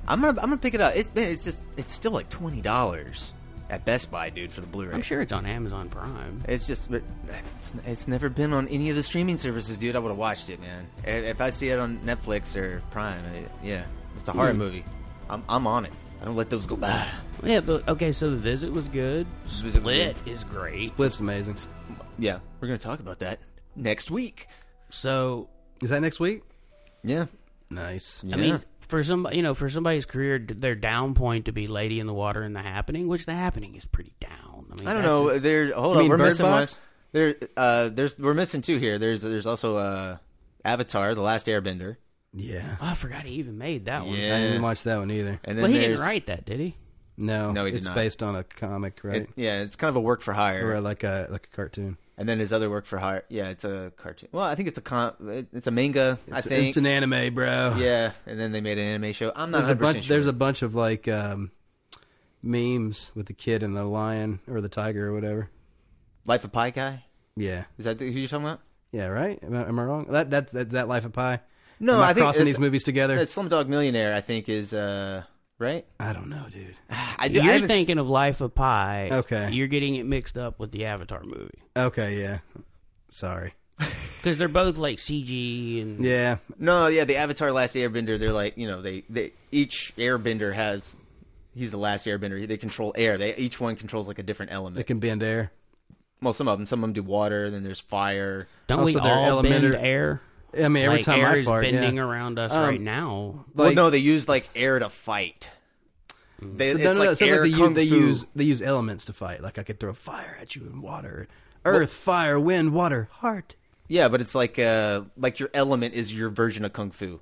[SPEAKER 10] I'm gonna I'm gonna pick it up. It's man, it's just it's still like twenty dollars at Best Buy, dude, for the Blu-ray.
[SPEAKER 9] I'm sure it's on Amazon Prime.
[SPEAKER 10] It's just, but it's, it's never been on any of the streaming services, dude. I would have watched it, man. I- If I see it on Netflix or Prime, I, yeah, it's a horror movie. I'm, I'm on it. I don't let those go by.
[SPEAKER 9] Yeah, but okay, so the visit was good.
[SPEAKER 10] Visit was
[SPEAKER 9] Split is great.
[SPEAKER 1] Split's amazing.
[SPEAKER 10] Yeah, we're gonna talk about that next week.
[SPEAKER 9] So
[SPEAKER 1] is that next week?
[SPEAKER 10] Yeah.
[SPEAKER 1] Nice.
[SPEAKER 9] I mean, for some, you know, for somebody's career, d- their down point to be Lady in the Water and The Happening, which The Happening is pretty down. I mean,
[SPEAKER 10] I don't
[SPEAKER 9] that's
[SPEAKER 10] know.
[SPEAKER 9] just-
[SPEAKER 10] There, hold
[SPEAKER 1] You
[SPEAKER 10] on,
[SPEAKER 1] mean
[SPEAKER 10] we're
[SPEAKER 1] Bird
[SPEAKER 10] missing
[SPEAKER 1] Box?
[SPEAKER 10] one. There, uh, there's we're missing two here. There's there's also uh, Avatar: The Last Airbender,
[SPEAKER 1] Yeah.
[SPEAKER 9] Oh, I forgot he even made that one.
[SPEAKER 1] I
[SPEAKER 10] Yeah.
[SPEAKER 1] didn't watch that one either.
[SPEAKER 10] and then
[SPEAKER 9] Well, Oh, he
[SPEAKER 10] there's,
[SPEAKER 9] didn't write that, did he?
[SPEAKER 1] No,
[SPEAKER 10] No, he did
[SPEAKER 1] it's
[SPEAKER 10] not.
[SPEAKER 1] based on a comic, right?
[SPEAKER 10] it- yeah, it's kind of a work for hire,
[SPEAKER 1] or uh, like a like a cartoon.
[SPEAKER 10] and then his other work for hire. Yeah, it's a cartoon. Well, I think it's a con- it- it's a manga. I
[SPEAKER 1] It's,
[SPEAKER 10] think
[SPEAKER 1] it's an anime, bro.
[SPEAKER 10] yeah, and then they made an anime show. I'm not
[SPEAKER 1] there's a
[SPEAKER 10] 100
[SPEAKER 1] bunch.
[SPEAKER 10] sure.
[SPEAKER 1] There's a bunch of like um, memes with the kid and the lion or the tiger or whatever.
[SPEAKER 10] Life of Pi guy.
[SPEAKER 1] Yeah,
[SPEAKER 10] Is that the, who you're talking about?
[SPEAKER 1] yeah, right. Am I, am I wrong? That that's that's that Life of Pi.
[SPEAKER 10] No,
[SPEAKER 1] Am
[SPEAKER 10] I think
[SPEAKER 1] crossing
[SPEAKER 10] it's-
[SPEAKER 1] these movies together.
[SPEAKER 10] It's Slumdog Millionaire. I think is uh, right.
[SPEAKER 1] I don't know, dude.
[SPEAKER 10] I, do- I
[SPEAKER 9] You're
[SPEAKER 10] haven't s-
[SPEAKER 9] thinking of Life of Pi.
[SPEAKER 1] Okay.
[SPEAKER 9] You're getting it mixed up with the Avatar movie
[SPEAKER 1] Okay, yeah. Sorry.
[SPEAKER 9] because they're both like CG and
[SPEAKER 1] Yeah,
[SPEAKER 10] No, yeah, the Avatar Last Airbender, they're like, you know, they, they each airbender has he's the last airbender. They control air. They each one controls like a different
[SPEAKER 1] it
[SPEAKER 10] element.
[SPEAKER 1] can bend air.
[SPEAKER 10] Well, some of them, some of them do water, then there's fire.
[SPEAKER 9] don't we
[SPEAKER 1] Also, they're
[SPEAKER 9] all bend
[SPEAKER 1] elementar-
[SPEAKER 9] air?
[SPEAKER 1] I mean, every
[SPEAKER 9] like,
[SPEAKER 1] time
[SPEAKER 9] air
[SPEAKER 1] I
[SPEAKER 9] is
[SPEAKER 1] fart,
[SPEAKER 9] bending
[SPEAKER 1] yeah.
[SPEAKER 9] around us right now.
[SPEAKER 10] well,
[SPEAKER 1] Like- Mm.
[SPEAKER 10] no, they use like air to fight. They,
[SPEAKER 1] So
[SPEAKER 10] it's
[SPEAKER 1] no, no, no,
[SPEAKER 10] like
[SPEAKER 1] it sounds
[SPEAKER 10] air
[SPEAKER 1] like they,
[SPEAKER 10] kung
[SPEAKER 1] use, they
[SPEAKER 10] fu.
[SPEAKER 1] use they use elements to fight. Like I could throw fire at you and water, earth, fire, wind, water, heart.
[SPEAKER 10] Yeah, but it's like uh like your element is your version of kung fu.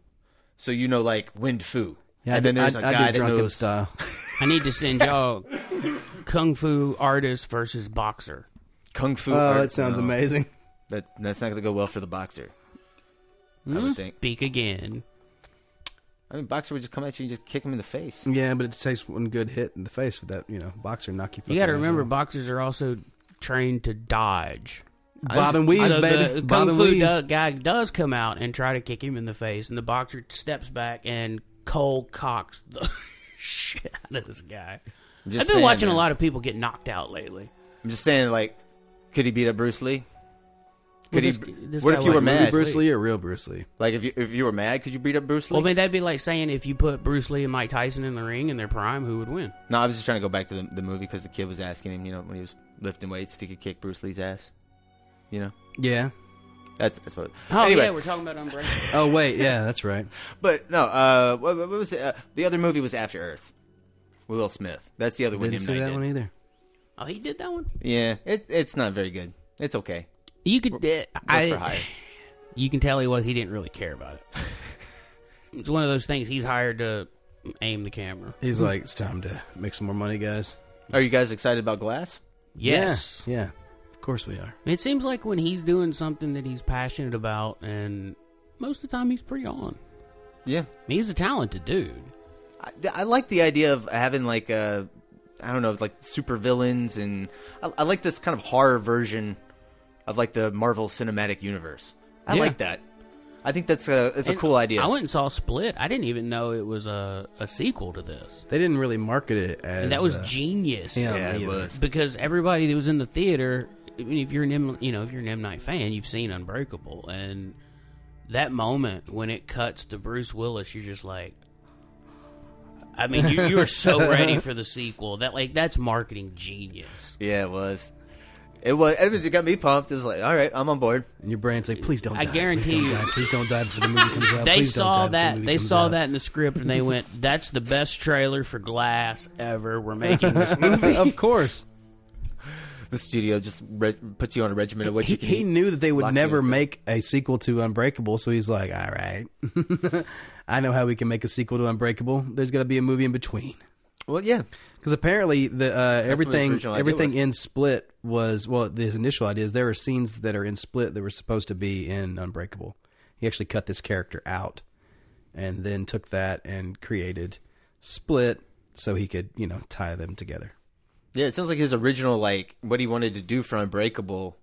[SPEAKER 10] So you know like wind fu.
[SPEAKER 1] Yeah, I
[SPEAKER 10] and
[SPEAKER 1] do-
[SPEAKER 10] then there's
[SPEAKER 1] I,
[SPEAKER 10] a
[SPEAKER 1] I do
[SPEAKER 10] guy that
[SPEAKER 1] drunken
[SPEAKER 10] knows
[SPEAKER 9] <laughs>
[SPEAKER 1] style.
[SPEAKER 9] I need to send y'all Kung Fu artist versus boxer.
[SPEAKER 10] kung fu.
[SPEAKER 1] Oh,
[SPEAKER 10] art-
[SPEAKER 1] that sounds
[SPEAKER 10] no,
[SPEAKER 1] amazing.
[SPEAKER 10] That that's not going to go well for the boxer. I would think.
[SPEAKER 9] Speak again.
[SPEAKER 10] I mean, boxer would just come at you and just kick him in the face.
[SPEAKER 1] Yeah, but it takes one good hit in the face with that, you know, boxer knock you.
[SPEAKER 9] You got to
[SPEAKER 1] fucking ass
[SPEAKER 9] remember,
[SPEAKER 1] out.
[SPEAKER 9] boxers are also trained to dodge.
[SPEAKER 1] bob and weave,
[SPEAKER 9] so
[SPEAKER 1] baby.
[SPEAKER 9] uh, the
[SPEAKER 1] bob
[SPEAKER 9] kung
[SPEAKER 1] and
[SPEAKER 9] fu
[SPEAKER 1] weave.
[SPEAKER 9] do- guy does come out and try to kick him in the face, and the boxer steps back and cold cocks the <laughs> shit out of this guy.
[SPEAKER 10] just
[SPEAKER 9] I've been
[SPEAKER 10] saying,
[SPEAKER 9] watching
[SPEAKER 10] man.
[SPEAKER 9] a lot of people get knocked out lately.
[SPEAKER 10] I'm just saying, like, could he beat up Bruce Lee? Could
[SPEAKER 9] Well,
[SPEAKER 10] he?
[SPEAKER 9] this- this
[SPEAKER 10] what
[SPEAKER 9] guy
[SPEAKER 10] if you were
[SPEAKER 9] was really
[SPEAKER 10] mad?
[SPEAKER 1] Bruce Lee or real Bruce Lee?
[SPEAKER 10] Like, if you if you were mad, could you beat up Bruce Lee?
[SPEAKER 9] Well, I mean, that'd be like saying if you put Bruce Lee and Mike Tyson in the ring in their prime, who would win?
[SPEAKER 10] no, I was just trying to go back to the, the movie because the kid was asking him, you know, when he was lifting weights, if he could kick Bruce Lee's ass. You know,
[SPEAKER 1] Yeah.
[SPEAKER 10] that's that's what.
[SPEAKER 9] Oh
[SPEAKER 10] anyway,
[SPEAKER 9] yeah, we're talking about Umbrella.
[SPEAKER 10] <laughs>
[SPEAKER 1] Oh wait, yeah, that's
[SPEAKER 9] <laughs>
[SPEAKER 1] right.
[SPEAKER 10] but no, uh, what, what was it? Uh, the other movie was After Earth. with Will Smith. That's the other one.
[SPEAKER 1] Didn't
[SPEAKER 10] M.
[SPEAKER 1] see
[SPEAKER 10] Night
[SPEAKER 1] that
[SPEAKER 10] did.
[SPEAKER 1] one either.
[SPEAKER 9] oh, he did that one.
[SPEAKER 10] Yeah, it, it's not very good. It's okay.
[SPEAKER 9] You could. Uh,
[SPEAKER 10] Work for hire.
[SPEAKER 9] I. You can tell he was. He didn't really care
[SPEAKER 10] <laughs>
[SPEAKER 9] about it. it's one of those things. He's hired to aim the camera.
[SPEAKER 1] He's like, it's time to make some more money, guys.
[SPEAKER 10] Are you guys excited about Glass?
[SPEAKER 9] Yes.
[SPEAKER 1] Yeah, yeah. Of course we are.
[SPEAKER 9] It seems like when he's doing something that he's passionate about, and most of the time he's pretty on.
[SPEAKER 10] Yeah,
[SPEAKER 9] I mean, he's a talented dude.
[SPEAKER 10] I, I like the idea of having like uh, I don't know, like super villains, and I, I like this kind of horror version of like the Marvel Cinematic Universe. I
[SPEAKER 9] Yeah.
[SPEAKER 10] like that. I think that's a it's a
[SPEAKER 9] And
[SPEAKER 10] cool idea.
[SPEAKER 9] I went and saw Split. I didn't even know it was a, a sequel to this.
[SPEAKER 1] They didn't really market it as
[SPEAKER 9] And that was
[SPEAKER 1] uh,
[SPEAKER 9] genius.
[SPEAKER 1] him
[SPEAKER 10] yeah, it
[SPEAKER 1] either.
[SPEAKER 10] was.
[SPEAKER 9] Because everybody that was in the theater, I mean, if you're an M, you know, if you're an M Night fan, you've seen Unbreakable, and that moment when it cuts to Bruce Willis, you're just like, I mean, you, you are so ready for the sequel that like that's marketing genius.
[SPEAKER 10] Yeah, it was. It was. It got me pumped. It was like, all right, I'm on board.
[SPEAKER 1] And your brain's like, please don't.
[SPEAKER 9] I
[SPEAKER 1] die.
[SPEAKER 9] guarantee
[SPEAKER 1] please
[SPEAKER 9] you.
[SPEAKER 1] don't die. Please don't die before the movie comes out.
[SPEAKER 9] <laughs> They
[SPEAKER 1] Oh, Please don't
[SPEAKER 9] saw
[SPEAKER 1] die before the
[SPEAKER 9] that.
[SPEAKER 1] movie
[SPEAKER 9] They
[SPEAKER 1] comes
[SPEAKER 9] saw
[SPEAKER 1] out. <laughs>
[SPEAKER 9] that in the script, and they went, "That's the best trailer for Glass ever. We're making this
[SPEAKER 1] <laughs>
[SPEAKER 9] movie."
[SPEAKER 1] of course.
[SPEAKER 10] The studio just re- puts you on a regimen of what
[SPEAKER 1] He,
[SPEAKER 10] you can.
[SPEAKER 1] he
[SPEAKER 10] eat.
[SPEAKER 1] knew that they would
[SPEAKER 10] Locks you
[SPEAKER 1] never
[SPEAKER 10] inside.
[SPEAKER 1] make a sequel to Unbreakable, so he's like, all right. <laughs> I know how we can make a sequel to Unbreakable. There's got to be a movie in between.
[SPEAKER 10] Well, yeah,
[SPEAKER 1] Because apparently the uh, everything
[SPEAKER 10] original idea was.
[SPEAKER 1] everything in Split was well his initial idea is there are scenes that are in Split that were supposed to be in Unbreakable. He actually cut this character out, and then took that and created Split so he could you know tie them together.
[SPEAKER 10] yeah. It sounds like his original, like what he wanted to do for Unbreakable.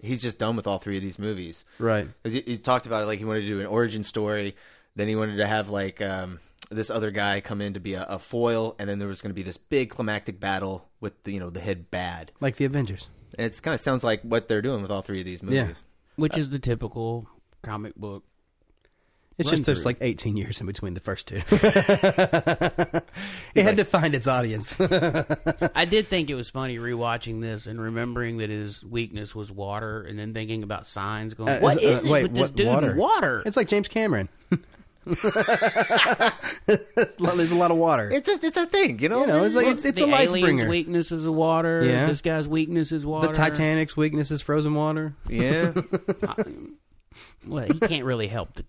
[SPEAKER 10] He's just done with all three of these movies.
[SPEAKER 1] Right.
[SPEAKER 10] because he, he talked about it like he wanted to do an origin story then he wanted to have like um, this other guy come in to be a, a foil and then there was going to be this big climactic battle with the, you know the head bad
[SPEAKER 1] Like the Avengers.
[SPEAKER 10] and it's kind of sounds like what they're doing with all three of these movies
[SPEAKER 1] Yeah.
[SPEAKER 9] which is the typical comic book
[SPEAKER 1] It's
[SPEAKER 9] run
[SPEAKER 1] just there's
[SPEAKER 9] through.
[SPEAKER 1] like 18 years in between the first two. <laughs> it had to find its audience.
[SPEAKER 9] I did think it was funny rewatching this and remembering that his weakness was water, and then thinking about signs going,
[SPEAKER 1] Uh,
[SPEAKER 9] "What
[SPEAKER 1] uh,
[SPEAKER 9] is it
[SPEAKER 1] wait,
[SPEAKER 9] with this
[SPEAKER 1] what
[SPEAKER 9] dude
[SPEAKER 1] water?
[SPEAKER 9] and water?"
[SPEAKER 1] It's like James Cameron. <laughs> There's a lot of water.
[SPEAKER 10] It's a, it's a thing, you know.
[SPEAKER 1] You know, it's like- it's- it's a
[SPEAKER 9] the
[SPEAKER 1] life
[SPEAKER 9] alien's
[SPEAKER 1] bringer.
[SPEAKER 9] weakness is the water.
[SPEAKER 1] Yeah.
[SPEAKER 9] This guy's weakness is water.
[SPEAKER 1] the Titanic's weakness is frozen water.
[SPEAKER 10] yeah. <laughs>
[SPEAKER 9] Well, he can't really help the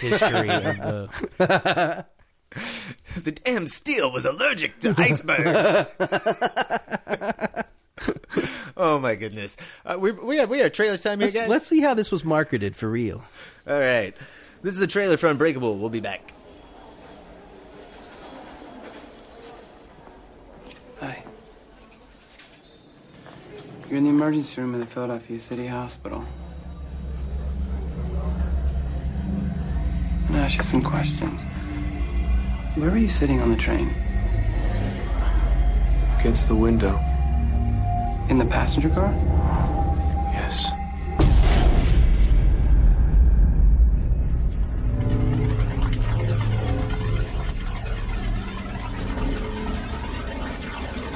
[SPEAKER 9] history of
[SPEAKER 1] <laughs>
[SPEAKER 9] the.
[SPEAKER 10] The damn steel was allergic to icebergs. <laughs> oh my goodness. Uh, we we have we have trailer time here,
[SPEAKER 1] Let's,
[SPEAKER 10] guys.
[SPEAKER 1] let's see how this was marketed for real.
[SPEAKER 10] All right. This is the trailer for Unbreakable. We'll be back.
[SPEAKER 11] Hi. You're in the emergency room of the Philadelphia City Hospital. I'm gonna ask you some questions. Where were you sitting on the train? Against the window. In the passenger car? Yes.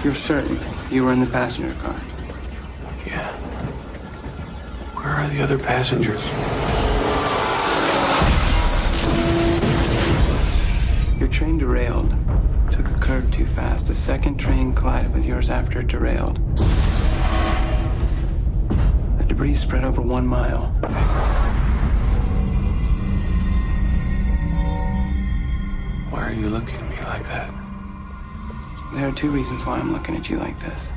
[SPEAKER 11] You're certain you were in the passenger car?
[SPEAKER 12] Yeah. Where are the other passengers?
[SPEAKER 11] Your train derailed. Took a curve too fast. A second train collided with yours after it derailed. The debris spread over one mile.
[SPEAKER 12] Why are you looking at me like that?
[SPEAKER 11] There are two reasons why I'm looking at you like this.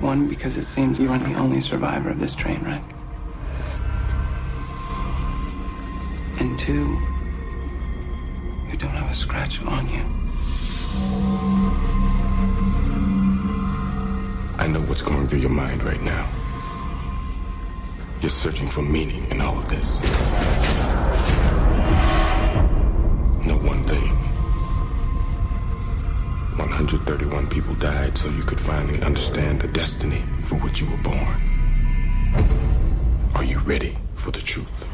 [SPEAKER 11] One, because it seems you aren't the only survivor of this train wreck. And two, you don't have a scratch on you.
[SPEAKER 13] I know what's going through your mind right now. You're searching for meaning in all of this. No one thing. 131 people died so you could finally understand the destiny for which you were born. Are you ready for the truth?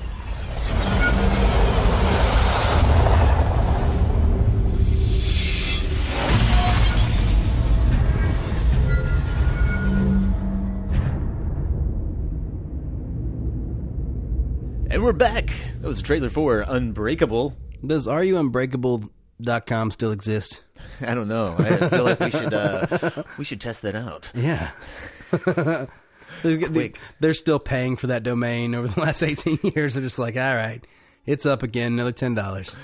[SPEAKER 10] And we're back. That was a trailer for Unbreakable.
[SPEAKER 1] Does Are You Unbreakable.com still exist?
[SPEAKER 10] I don't know. I feel like we should uh, <laughs> we should test that out.
[SPEAKER 1] Yeah. <laughs> They're, they're still paying for that domain over the last <laughs> 18 years. They're just like, all right, it's up again, another $10.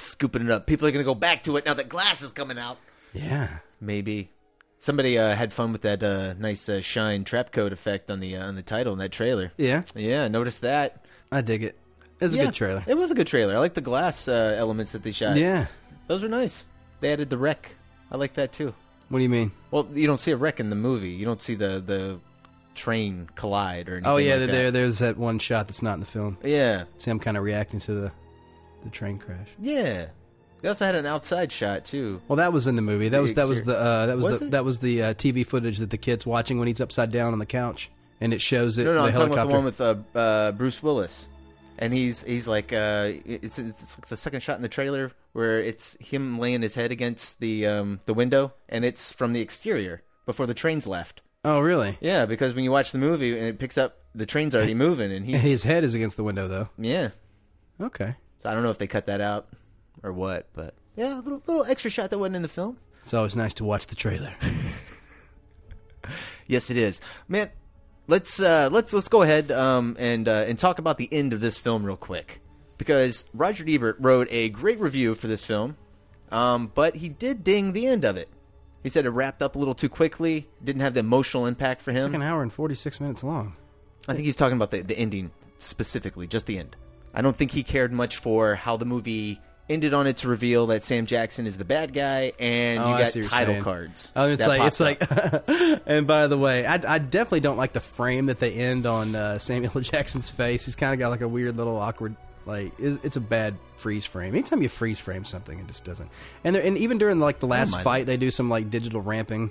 [SPEAKER 10] Scooping it up. People are going to go back to it now that glass is coming out.
[SPEAKER 1] Yeah.
[SPEAKER 10] Maybe. Somebody uh, had fun with that uh, nice uh, shine trap code effect on the uh, on the title in that trailer.
[SPEAKER 1] Yeah.
[SPEAKER 10] Yeah, I noticed that.
[SPEAKER 1] I dig it. It was a good trailer.
[SPEAKER 10] It was a good trailer. I like the glass uh, elements that they shot.
[SPEAKER 1] Yeah.
[SPEAKER 10] Those were nice. They added the wreck. I like that too.
[SPEAKER 1] What do you mean?
[SPEAKER 10] Well, you don't see a wreck in the movie. You don't see the the train collide or anything.
[SPEAKER 1] Oh, yeah,
[SPEAKER 10] like
[SPEAKER 1] there,
[SPEAKER 10] that.
[SPEAKER 1] there's that one shot that's not in the film.
[SPEAKER 10] Yeah.
[SPEAKER 1] It's him kind of reacting to the, the train crash.
[SPEAKER 10] Yeah. They also had an outside shot too.
[SPEAKER 1] Well, that was in the movie. That
[SPEAKER 10] The
[SPEAKER 1] was that was the
[SPEAKER 10] exterior.
[SPEAKER 1] uh, that was,
[SPEAKER 10] Was
[SPEAKER 1] the
[SPEAKER 10] it?
[SPEAKER 1] that was the uh, TV footage that the kid's watching when he's upside down on the couch, and it shows it.
[SPEAKER 10] No, no,
[SPEAKER 1] the
[SPEAKER 10] I'm talking
[SPEAKER 1] helicopter.
[SPEAKER 10] about the one with uh, uh, Bruce Willis, and he's he's like uh, it's it's the second shot in the trailer where it's him laying his head against the um, the window, and it's from the exterior before the trains left.
[SPEAKER 1] Oh, really?
[SPEAKER 10] Yeah, because when you watch the movie and it picks up, the
[SPEAKER 1] <laughs>
[SPEAKER 10] train's already moving, and he's
[SPEAKER 1] His head is against the window, though.
[SPEAKER 10] yeah.
[SPEAKER 1] Okay,
[SPEAKER 10] So I don't know if they cut that out or what, but yeah, a little, little extra shot that wasn't in the film.
[SPEAKER 1] it's always nice to watch the
[SPEAKER 10] <laughs>
[SPEAKER 1] trailer.
[SPEAKER 10] Yes, it is, man. Let's uh, let's let's go ahead um, and uh, and talk about the end of this film real quick because Roger Ebert wrote a great review for this film, um, but he did ding the end of it. He said it wrapped up a little too quickly, didn't have the emotional impact for
[SPEAKER 1] It's
[SPEAKER 10] him.
[SPEAKER 1] like an hour and forty six minutes long.
[SPEAKER 10] I think he's talking about the, the ending specifically, just the end. I don't think he cared much for how the movie ended on its reveal that Sam Jackson is the bad guy and
[SPEAKER 1] Oh, I
[SPEAKER 10] you got
[SPEAKER 1] see what you're
[SPEAKER 10] title
[SPEAKER 1] saying.
[SPEAKER 10] cards.
[SPEAKER 1] Oh, it's
[SPEAKER 10] that
[SPEAKER 1] like it's
[SPEAKER 10] popped up.
[SPEAKER 1] like. <laughs> and by the way, I, I definitely don't like the frame that they end on uh, Samuel <laughs> L. Jackson's face. He's kind of got like a weird little awkward. Like it's, it's a bad freeze frame. Anytime you freeze frame something, it just doesn't. And there, and even during like the last
[SPEAKER 10] mind
[SPEAKER 1] fight, they do some like digital ramping.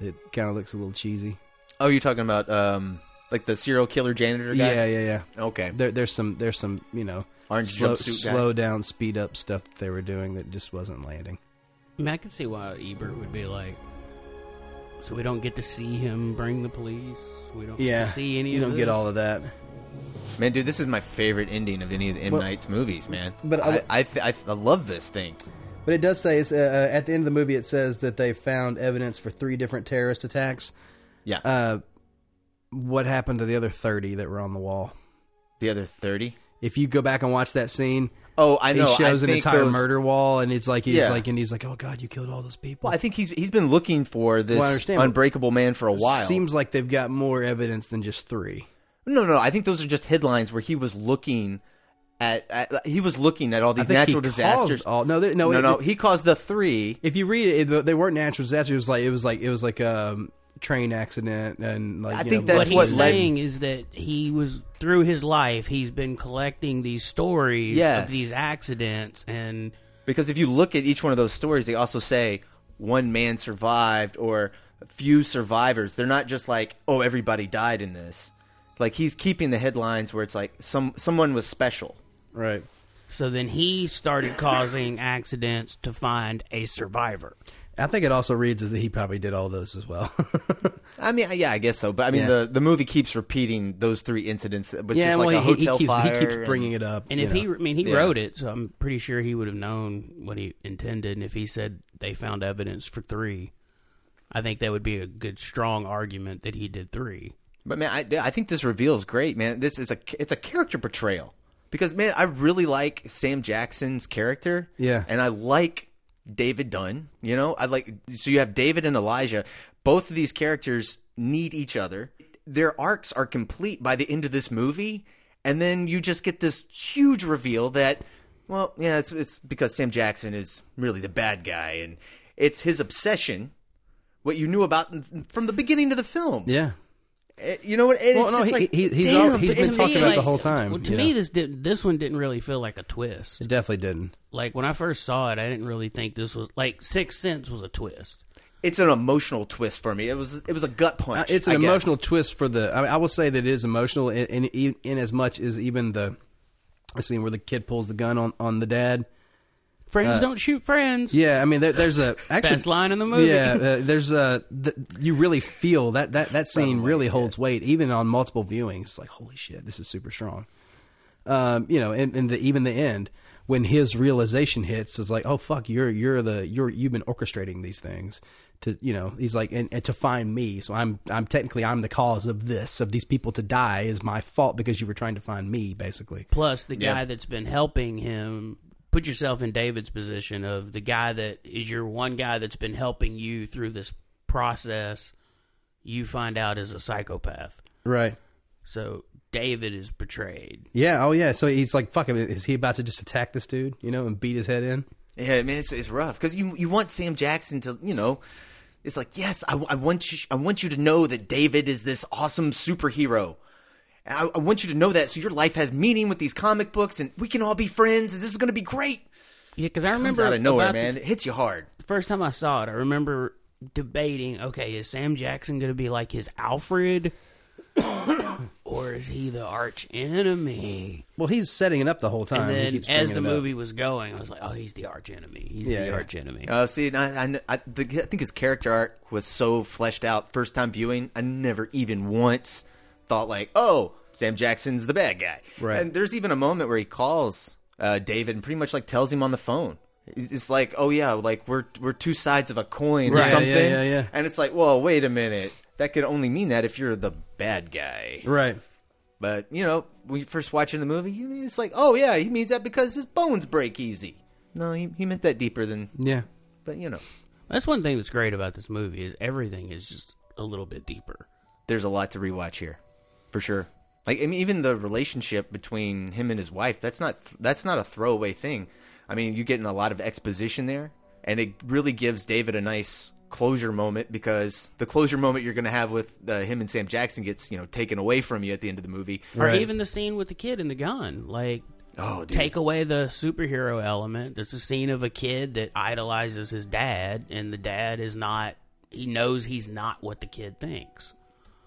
[SPEAKER 1] It kind of looks a little cheesy.
[SPEAKER 10] Oh, you're talking about um like the serial killer janitor guy.
[SPEAKER 1] Yeah, yeah, yeah.
[SPEAKER 10] Okay.
[SPEAKER 1] There, there's some, there's some, you know,
[SPEAKER 10] Orange
[SPEAKER 1] slow,
[SPEAKER 10] jumpsuit guy.
[SPEAKER 1] slow down, speed up stuff that they were doing that just wasn't landing.
[SPEAKER 9] I mean, I can see why Ebert would be like, so we don't get to see him bring the police. We don't
[SPEAKER 1] Yeah,
[SPEAKER 9] get to see any.
[SPEAKER 1] you
[SPEAKER 9] of
[SPEAKER 1] don't
[SPEAKER 9] this.
[SPEAKER 1] get all of that.
[SPEAKER 10] Man, dude, this is my favorite ending of any of the M
[SPEAKER 1] Well,
[SPEAKER 10] Night's movies, man.
[SPEAKER 1] but
[SPEAKER 10] But
[SPEAKER 1] I-
[SPEAKER 10] I, I, th- I, I love this thing.
[SPEAKER 1] But it does say it's, uh, uh, at the end of the movie, it says that they found evidence for three different terrorist attacks.
[SPEAKER 10] Yeah.
[SPEAKER 1] Uh, what happened to the other thirty that were on the wall?
[SPEAKER 10] The other thirty.
[SPEAKER 1] If you go back and watch that scene,
[SPEAKER 10] Oh, I know.
[SPEAKER 1] He
[SPEAKER 10] I
[SPEAKER 1] shows an
[SPEAKER 10] think
[SPEAKER 1] entire
[SPEAKER 10] those-
[SPEAKER 1] murder wall, and it's like he's
[SPEAKER 10] Yeah.
[SPEAKER 1] like, and he's like, oh god, you killed all those people.
[SPEAKER 10] Well, I think he's he's been looking for this
[SPEAKER 1] Well, I understand, but-
[SPEAKER 10] unbreakable man for a while.
[SPEAKER 1] Seems like they've got more evidence than just three.
[SPEAKER 10] no, no, I think those are just headlines where he was looking at, at he was looking at all
[SPEAKER 1] I
[SPEAKER 10] these
[SPEAKER 1] think he
[SPEAKER 10] natural
[SPEAKER 1] caused
[SPEAKER 10] disasters.
[SPEAKER 1] all- no, they- no,
[SPEAKER 10] no,
[SPEAKER 1] it-
[SPEAKER 10] no,
[SPEAKER 1] it-
[SPEAKER 10] he caused the three.
[SPEAKER 1] If you read it, it, they weren't natural disasters. It was like it was like it was like um train accident and like
[SPEAKER 10] I
[SPEAKER 1] you
[SPEAKER 10] think
[SPEAKER 1] know,
[SPEAKER 10] that's
[SPEAKER 9] what
[SPEAKER 10] what
[SPEAKER 9] he's
[SPEAKER 10] led-
[SPEAKER 9] saying is that he was through his life he's been collecting these stories
[SPEAKER 10] Yes.
[SPEAKER 9] of these accidents and
[SPEAKER 10] Because if you look at each one of those stories, they also say one man survived or few survivors. They're not just like, oh, everybody died in this. Like he's keeping the headlines where it's like some someone was special.
[SPEAKER 1] right
[SPEAKER 9] so then he started causing accidents to find a survivor
[SPEAKER 1] I think it also reads as that he probably did all those as well. <laughs>
[SPEAKER 10] I mean, yeah, I guess so. But I mean,
[SPEAKER 1] Yeah.
[SPEAKER 10] the the movie keeps repeating those three incidents, which
[SPEAKER 1] Yeah,
[SPEAKER 10] is like
[SPEAKER 1] well,
[SPEAKER 10] a
[SPEAKER 1] he- he
[SPEAKER 10] hotel
[SPEAKER 1] keeps- he
[SPEAKER 10] fire.
[SPEAKER 1] keeps bringing it up,
[SPEAKER 9] and
[SPEAKER 1] you
[SPEAKER 9] if he
[SPEAKER 1] know.
[SPEAKER 9] i mean he
[SPEAKER 1] Yeah.
[SPEAKER 9] wrote it so i'm pretty sure he would have known what he intended and if he said they found evidence for three i think that would be a good strong argument that he did three
[SPEAKER 10] But man, I, I think this reveal is great, man. This is a it's a character portrayal because man, I really like Sam Jackson's character.
[SPEAKER 1] Yeah.
[SPEAKER 10] and I like David Dunn. You know, I like so you have David and Elijah. Both of these characters need each other. Their arcs are complete by the end of this movie, and then you just get this huge reveal that, well, yeah, it's it's because Sam Jackson is really the bad guy, and it's his obsession. What you knew about from the beginning of the film.
[SPEAKER 1] yeah.
[SPEAKER 10] Uh, You know what? And
[SPEAKER 1] Well,
[SPEAKER 10] it's
[SPEAKER 1] no,
[SPEAKER 10] just
[SPEAKER 1] he-
[SPEAKER 10] like,
[SPEAKER 1] he- he's
[SPEAKER 10] damn,
[SPEAKER 1] all- he's
[SPEAKER 10] but
[SPEAKER 1] been
[SPEAKER 10] to
[SPEAKER 1] talking
[SPEAKER 10] me,
[SPEAKER 1] about
[SPEAKER 10] like-
[SPEAKER 1] the whole time.
[SPEAKER 9] well, to
[SPEAKER 1] you
[SPEAKER 9] me
[SPEAKER 1] know.
[SPEAKER 9] this did, this one didn't really feel like a twist
[SPEAKER 1] it definitely didn't.
[SPEAKER 9] like when i first saw it i didn't really think this was like sixth sense was a twist
[SPEAKER 10] It's an emotional twist for me. It was it was a gut
[SPEAKER 1] Uh,
[SPEAKER 10] punch.
[SPEAKER 1] it's an
[SPEAKER 10] I guess.
[SPEAKER 1] emotional twist for the. I, mean, I will say that it is emotional, in, in, in- in as much as even the the scene where the kid pulls the gun on on the dad.
[SPEAKER 9] Friends
[SPEAKER 1] Uh,
[SPEAKER 9] don't shoot friends.
[SPEAKER 1] Yeah, I mean, there, there's
[SPEAKER 9] <laughs>
[SPEAKER 1] a actually,
[SPEAKER 9] Best line in the movie.
[SPEAKER 1] Yeah, uh, there's a th- you really feel that that that scene really holds weight even on multiple viewings. It's like holy shit, this is super strong. Um, you know, and, and the, even the end when his realization hits is like, oh fuck, you're you're the you're you've been orchestrating these things to you know he's like and, and to find me. So I'm I'm technically I'm the cause of this of these people to die is my fault because you were trying to find me basically.
[SPEAKER 9] Plus the guy
[SPEAKER 1] Yeah.
[SPEAKER 9] that's been helping him. Put yourself in David's position of the guy that is your one guy that's been helping you through this process. You find out is a psychopath.
[SPEAKER 1] Right.
[SPEAKER 9] So David is betrayed.
[SPEAKER 1] Yeah. Oh yeah. So he's like, fuck him. Is he about to just attack this dude? You know, and beat his head in.
[SPEAKER 10] Yeah, man, it's, it's rough because you you want Sam Jackson to you know, it's like yes, I, I want you I want you to know that David is this awesome superhero. And I, I want you to know that so your life has meaning with these comic books and we can all be friends and this is going to be great.
[SPEAKER 9] Yeah, because I
[SPEAKER 10] Comes
[SPEAKER 9] remember
[SPEAKER 10] out of nowhere,
[SPEAKER 9] about the-
[SPEAKER 10] man, it hits you hard.
[SPEAKER 9] The first time I saw it, I remember debating, okay, is Sam Jackson going to be like his Alfred, or is he the arch enemy?
[SPEAKER 1] Well, he's setting it up the whole time.
[SPEAKER 9] And
[SPEAKER 1] He
[SPEAKER 9] then
[SPEAKER 1] keeps
[SPEAKER 9] as the
[SPEAKER 1] bringing it up.
[SPEAKER 9] movie was going, I was like, oh, he's the arch enemy. He's the arch enemy.
[SPEAKER 10] Oh, see, and I, I, kn- I, the, I think his character arc was so fleshed out first time viewing. I never even once thought like, oh, Sam Jackson's the bad guy.
[SPEAKER 1] Right.
[SPEAKER 10] And there's even a moment where he calls uh, David and pretty much like tells him on the phone. It's it's like, oh yeah, like we're we're two sides of a coin
[SPEAKER 1] Right.
[SPEAKER 10] or
[SPEAKER 1] Yeah,
[SPEAKER 10] something.
[SPEAKER 1] yeah, yeah.
[SPEAKER 10] And it's like, well, wait a minute. That could only mean that if you're the bad guy.
[SPEAKER 1] right.
[SPEAKER 10] But you know, when you're first watching the movie, you- it's like, oh yeah, he means that because his bones break easy. No, he, he meant that deeper than
[SPEAKER 1] Yeah.
[SPEAKER 10] But you know,
[SPEAKER 9] That's one thing that's great about this movie is everything is just a little bit deeper.
[SPEAKER 10] there's a lot to rewatch here, for sure. Like I mean, even the relationship between him and his wife that's not that's not a throwaway thing. I mean, you're getting a lot of exposition there, and it really gives David a nice closure moment because the closure moment you're going to have with uh, him and Sam Jackson gets you know taken away from you at the end of the movie.
[SPEAKER 9] Or even the scene with the kid and the gun. Like
[SPEAKER 10] Oh, dude.
[SPEAKER 9] take away the superhero element. There's a scene of a kid that idolizes his dad and the dad is not he knows he's not what the kid thinks.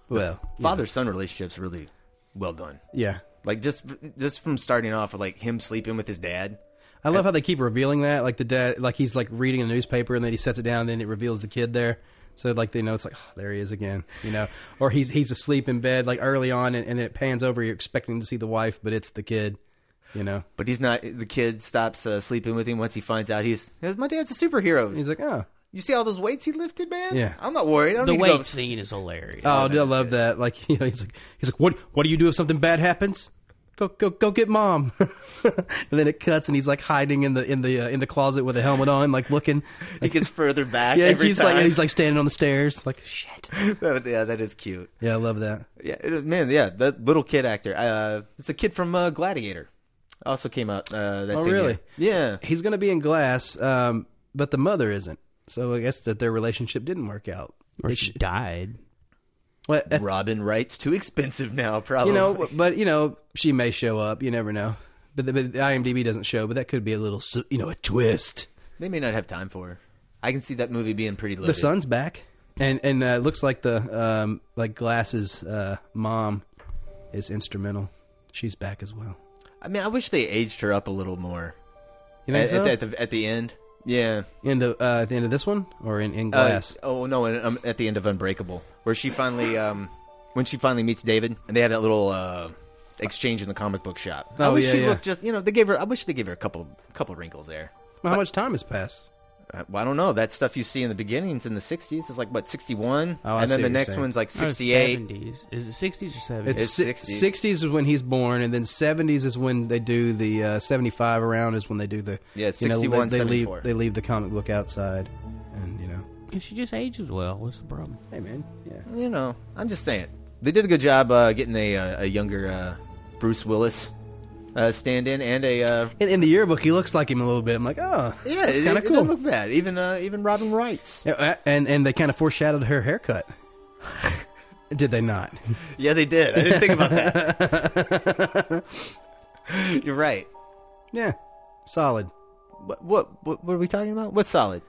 [SPEAKER 1] Well,
[SPEAKER 10] father son relationship's really well done.
[SPEAKER 1] Yeah.
[SPEAKER 10] Like just just from starting off with like him sleeping with his dad.
[SPEAKER 1] I love how they keep revealing that, like the dad, like he's like reading a newspaper and then he sets it down and then it reveals the kid there. So like they know it's like oh, there he is again, you know, or he's he's asleep in bed like early on and, and then it pans over. You're expecting to see the wife, but it's the kid, you know.
[SPEAKER 10] But he's not. The kid stops uh, sleeping with him once he finds out he's my dad's a superhero.
[SPEAKER 1] He's like, oh,
[SPEAKER 10] You see all those weights he lifted, man?
[SPEAKER 1] Yeah.
[SPEAKER 10] I'm not worried. I don't
[SPEAKER 9] the
[SPEAKER 10] need
[SPEAKER 9] weight
[SPEAKER 10] to go- <laughs>
[SPEAKER 9] scene is hilarious.
[SPEAKER 1] Oh, I love that. Like, <laughs> you know, he's like, he's like, what? What do you do if something bad happens? Go, go, go! Get mom. <laughs> and then it cuts, and he's like hiding in the in the uh, in the closet with a helmet on, like looking.
[SPEAKER 10] He gets further
[SPEAKER 1] <laughs>
[SPEAKER 10] back.
[SPEAKER 1] yeah,
[SPEAKER 10] every
[SPEAKER 1] he's
[SPEAKER 10] time.
[SPEAKER 1] like and he's like standing on the stairs, like shit.
[SPEAKER 10] <laughs> That- yeah, that is cute.
[SPEAKER 1] Yeah, I love that.
[SPEAKER 10] Yeah, it- man. Yeah, that little kid actor. Uh, it's a kid from uh, Gladiator. Also came out. Uh, that
[SPEAKER 1] oh,
[SPEAKER 10] same
[SPEAKER 1] really?
[SPEAKER 10] year. Yeah,
[SPEAKER 1] he's gonna be in Glass, um, but the mother isn't. So I guess that their relationship didn't work out.
[SPEAKER 9] Or she died.
[SPEAKER 1] What?
[SPEAKER 10] Robin Wright's too expensive now, <laughs> probably.
[SPEAKER 1] You know, but you know, she may show up. You never know. But the, but the IMDb doesn't show. But that could be a little, s- you know, a twist.
[SPEAKER 10] They may not have time for her. I can see that movie being pretty loaded.
[SPEAKER 1] The son's back, and and uh, it looks like the um, like Glass's uh, mom is instrumental. She's back as well.
[SPEAKER 10] I mean, I wish they aged her up a little more.
[SPEAKER 1] You think so?
[SPEAKER 10] at, at, the, at the end, yeah.
[SPEAKER 1] End of, uh, at the end of this one, or in, in Glass?
[SPEAKER 10] Uh, oh no, and, um, at the end of Unbreakable, where she finally, um, when she finally meets David, and they have that little uh, exchange in the comic book shop. I
[SPEAKER 1] Oh,
[SPEAKER 10] wish
[SPEAKER 1] yeah,
[SPEAKER 10] she
[SPEAKER 1] yeah.
[SPEAKER 10] looked just, you know, they gave her. I wish they gave her a couple, couple wrinkles there.
[SPEAKER 1] How much time has passed?
[SPEAKER 10] I, well, I don't know. That stuff you see in the beginnings in the '60s is like what '61,
[SPEAKER 1] Oh, I
[SPEAKER 10] and
[SPEAKER 1] see
[SPEAKER 10] then
[SPEAKER 1] what
[SPEAKER 10] the
[SPEAKER 1] you're
[SPEAKER 10] next
[SPEAKER 1] saying.
[SPEAKER 10] one's like
[SPEAKER 9] Or
[SPEAKER 10] '68.
[SPEAKER 9] 70s. Is it 60s or 70s?
[SPEAKER 1] It's, si- 60s. is when he's born, and then 70s is when they do the uh, 75 around is when they do the
[SPEAKER 10] Yeah, it's
[SPEAKER 1] you know,
[SPEAKER 10] 61,
[SPEAKER 1] they, they leave
[SPEAKER 10] 74.
[SPEAKER 1] they leave the comic book outside, and you know
[SPEAKER 9] And she just ages well. What's the problem?
[SPEAKER 1] Hey, man. Yeah.
[SPEAKER 10] You know, I'm just saying they did a good job uh, getting a, uh, a younger uh, Bruce Willis uh, stand-in and a uh,
[SPEAKER 1] in, in the yearbook he looks like him a little bit. I'm like, oh,
[SPEAKER 10] yeah,
[SPEAKER 1] that's
[SPEAKER 10] it-
[SPEAKER 1] kind
[SPEAKER 10] it
[SPEAKER 1] of
[SPEAKER 10] didn't
[SPEAKER 1] cool.
[SPEAKER 10] look bad. Even uh, even Robin Wright's.
[SPEAKER 1] Yeah, uh, and and they kind of foreshadowed her haircut. <laughs> Did they not?
[SPEAKER 10] Yeah, they did. I didn't think about that. <laughs> You're right.
[SPEAKER 1] Yeah, solid.
[SPEAKER 10] What, what what what are we talking about? What's solid?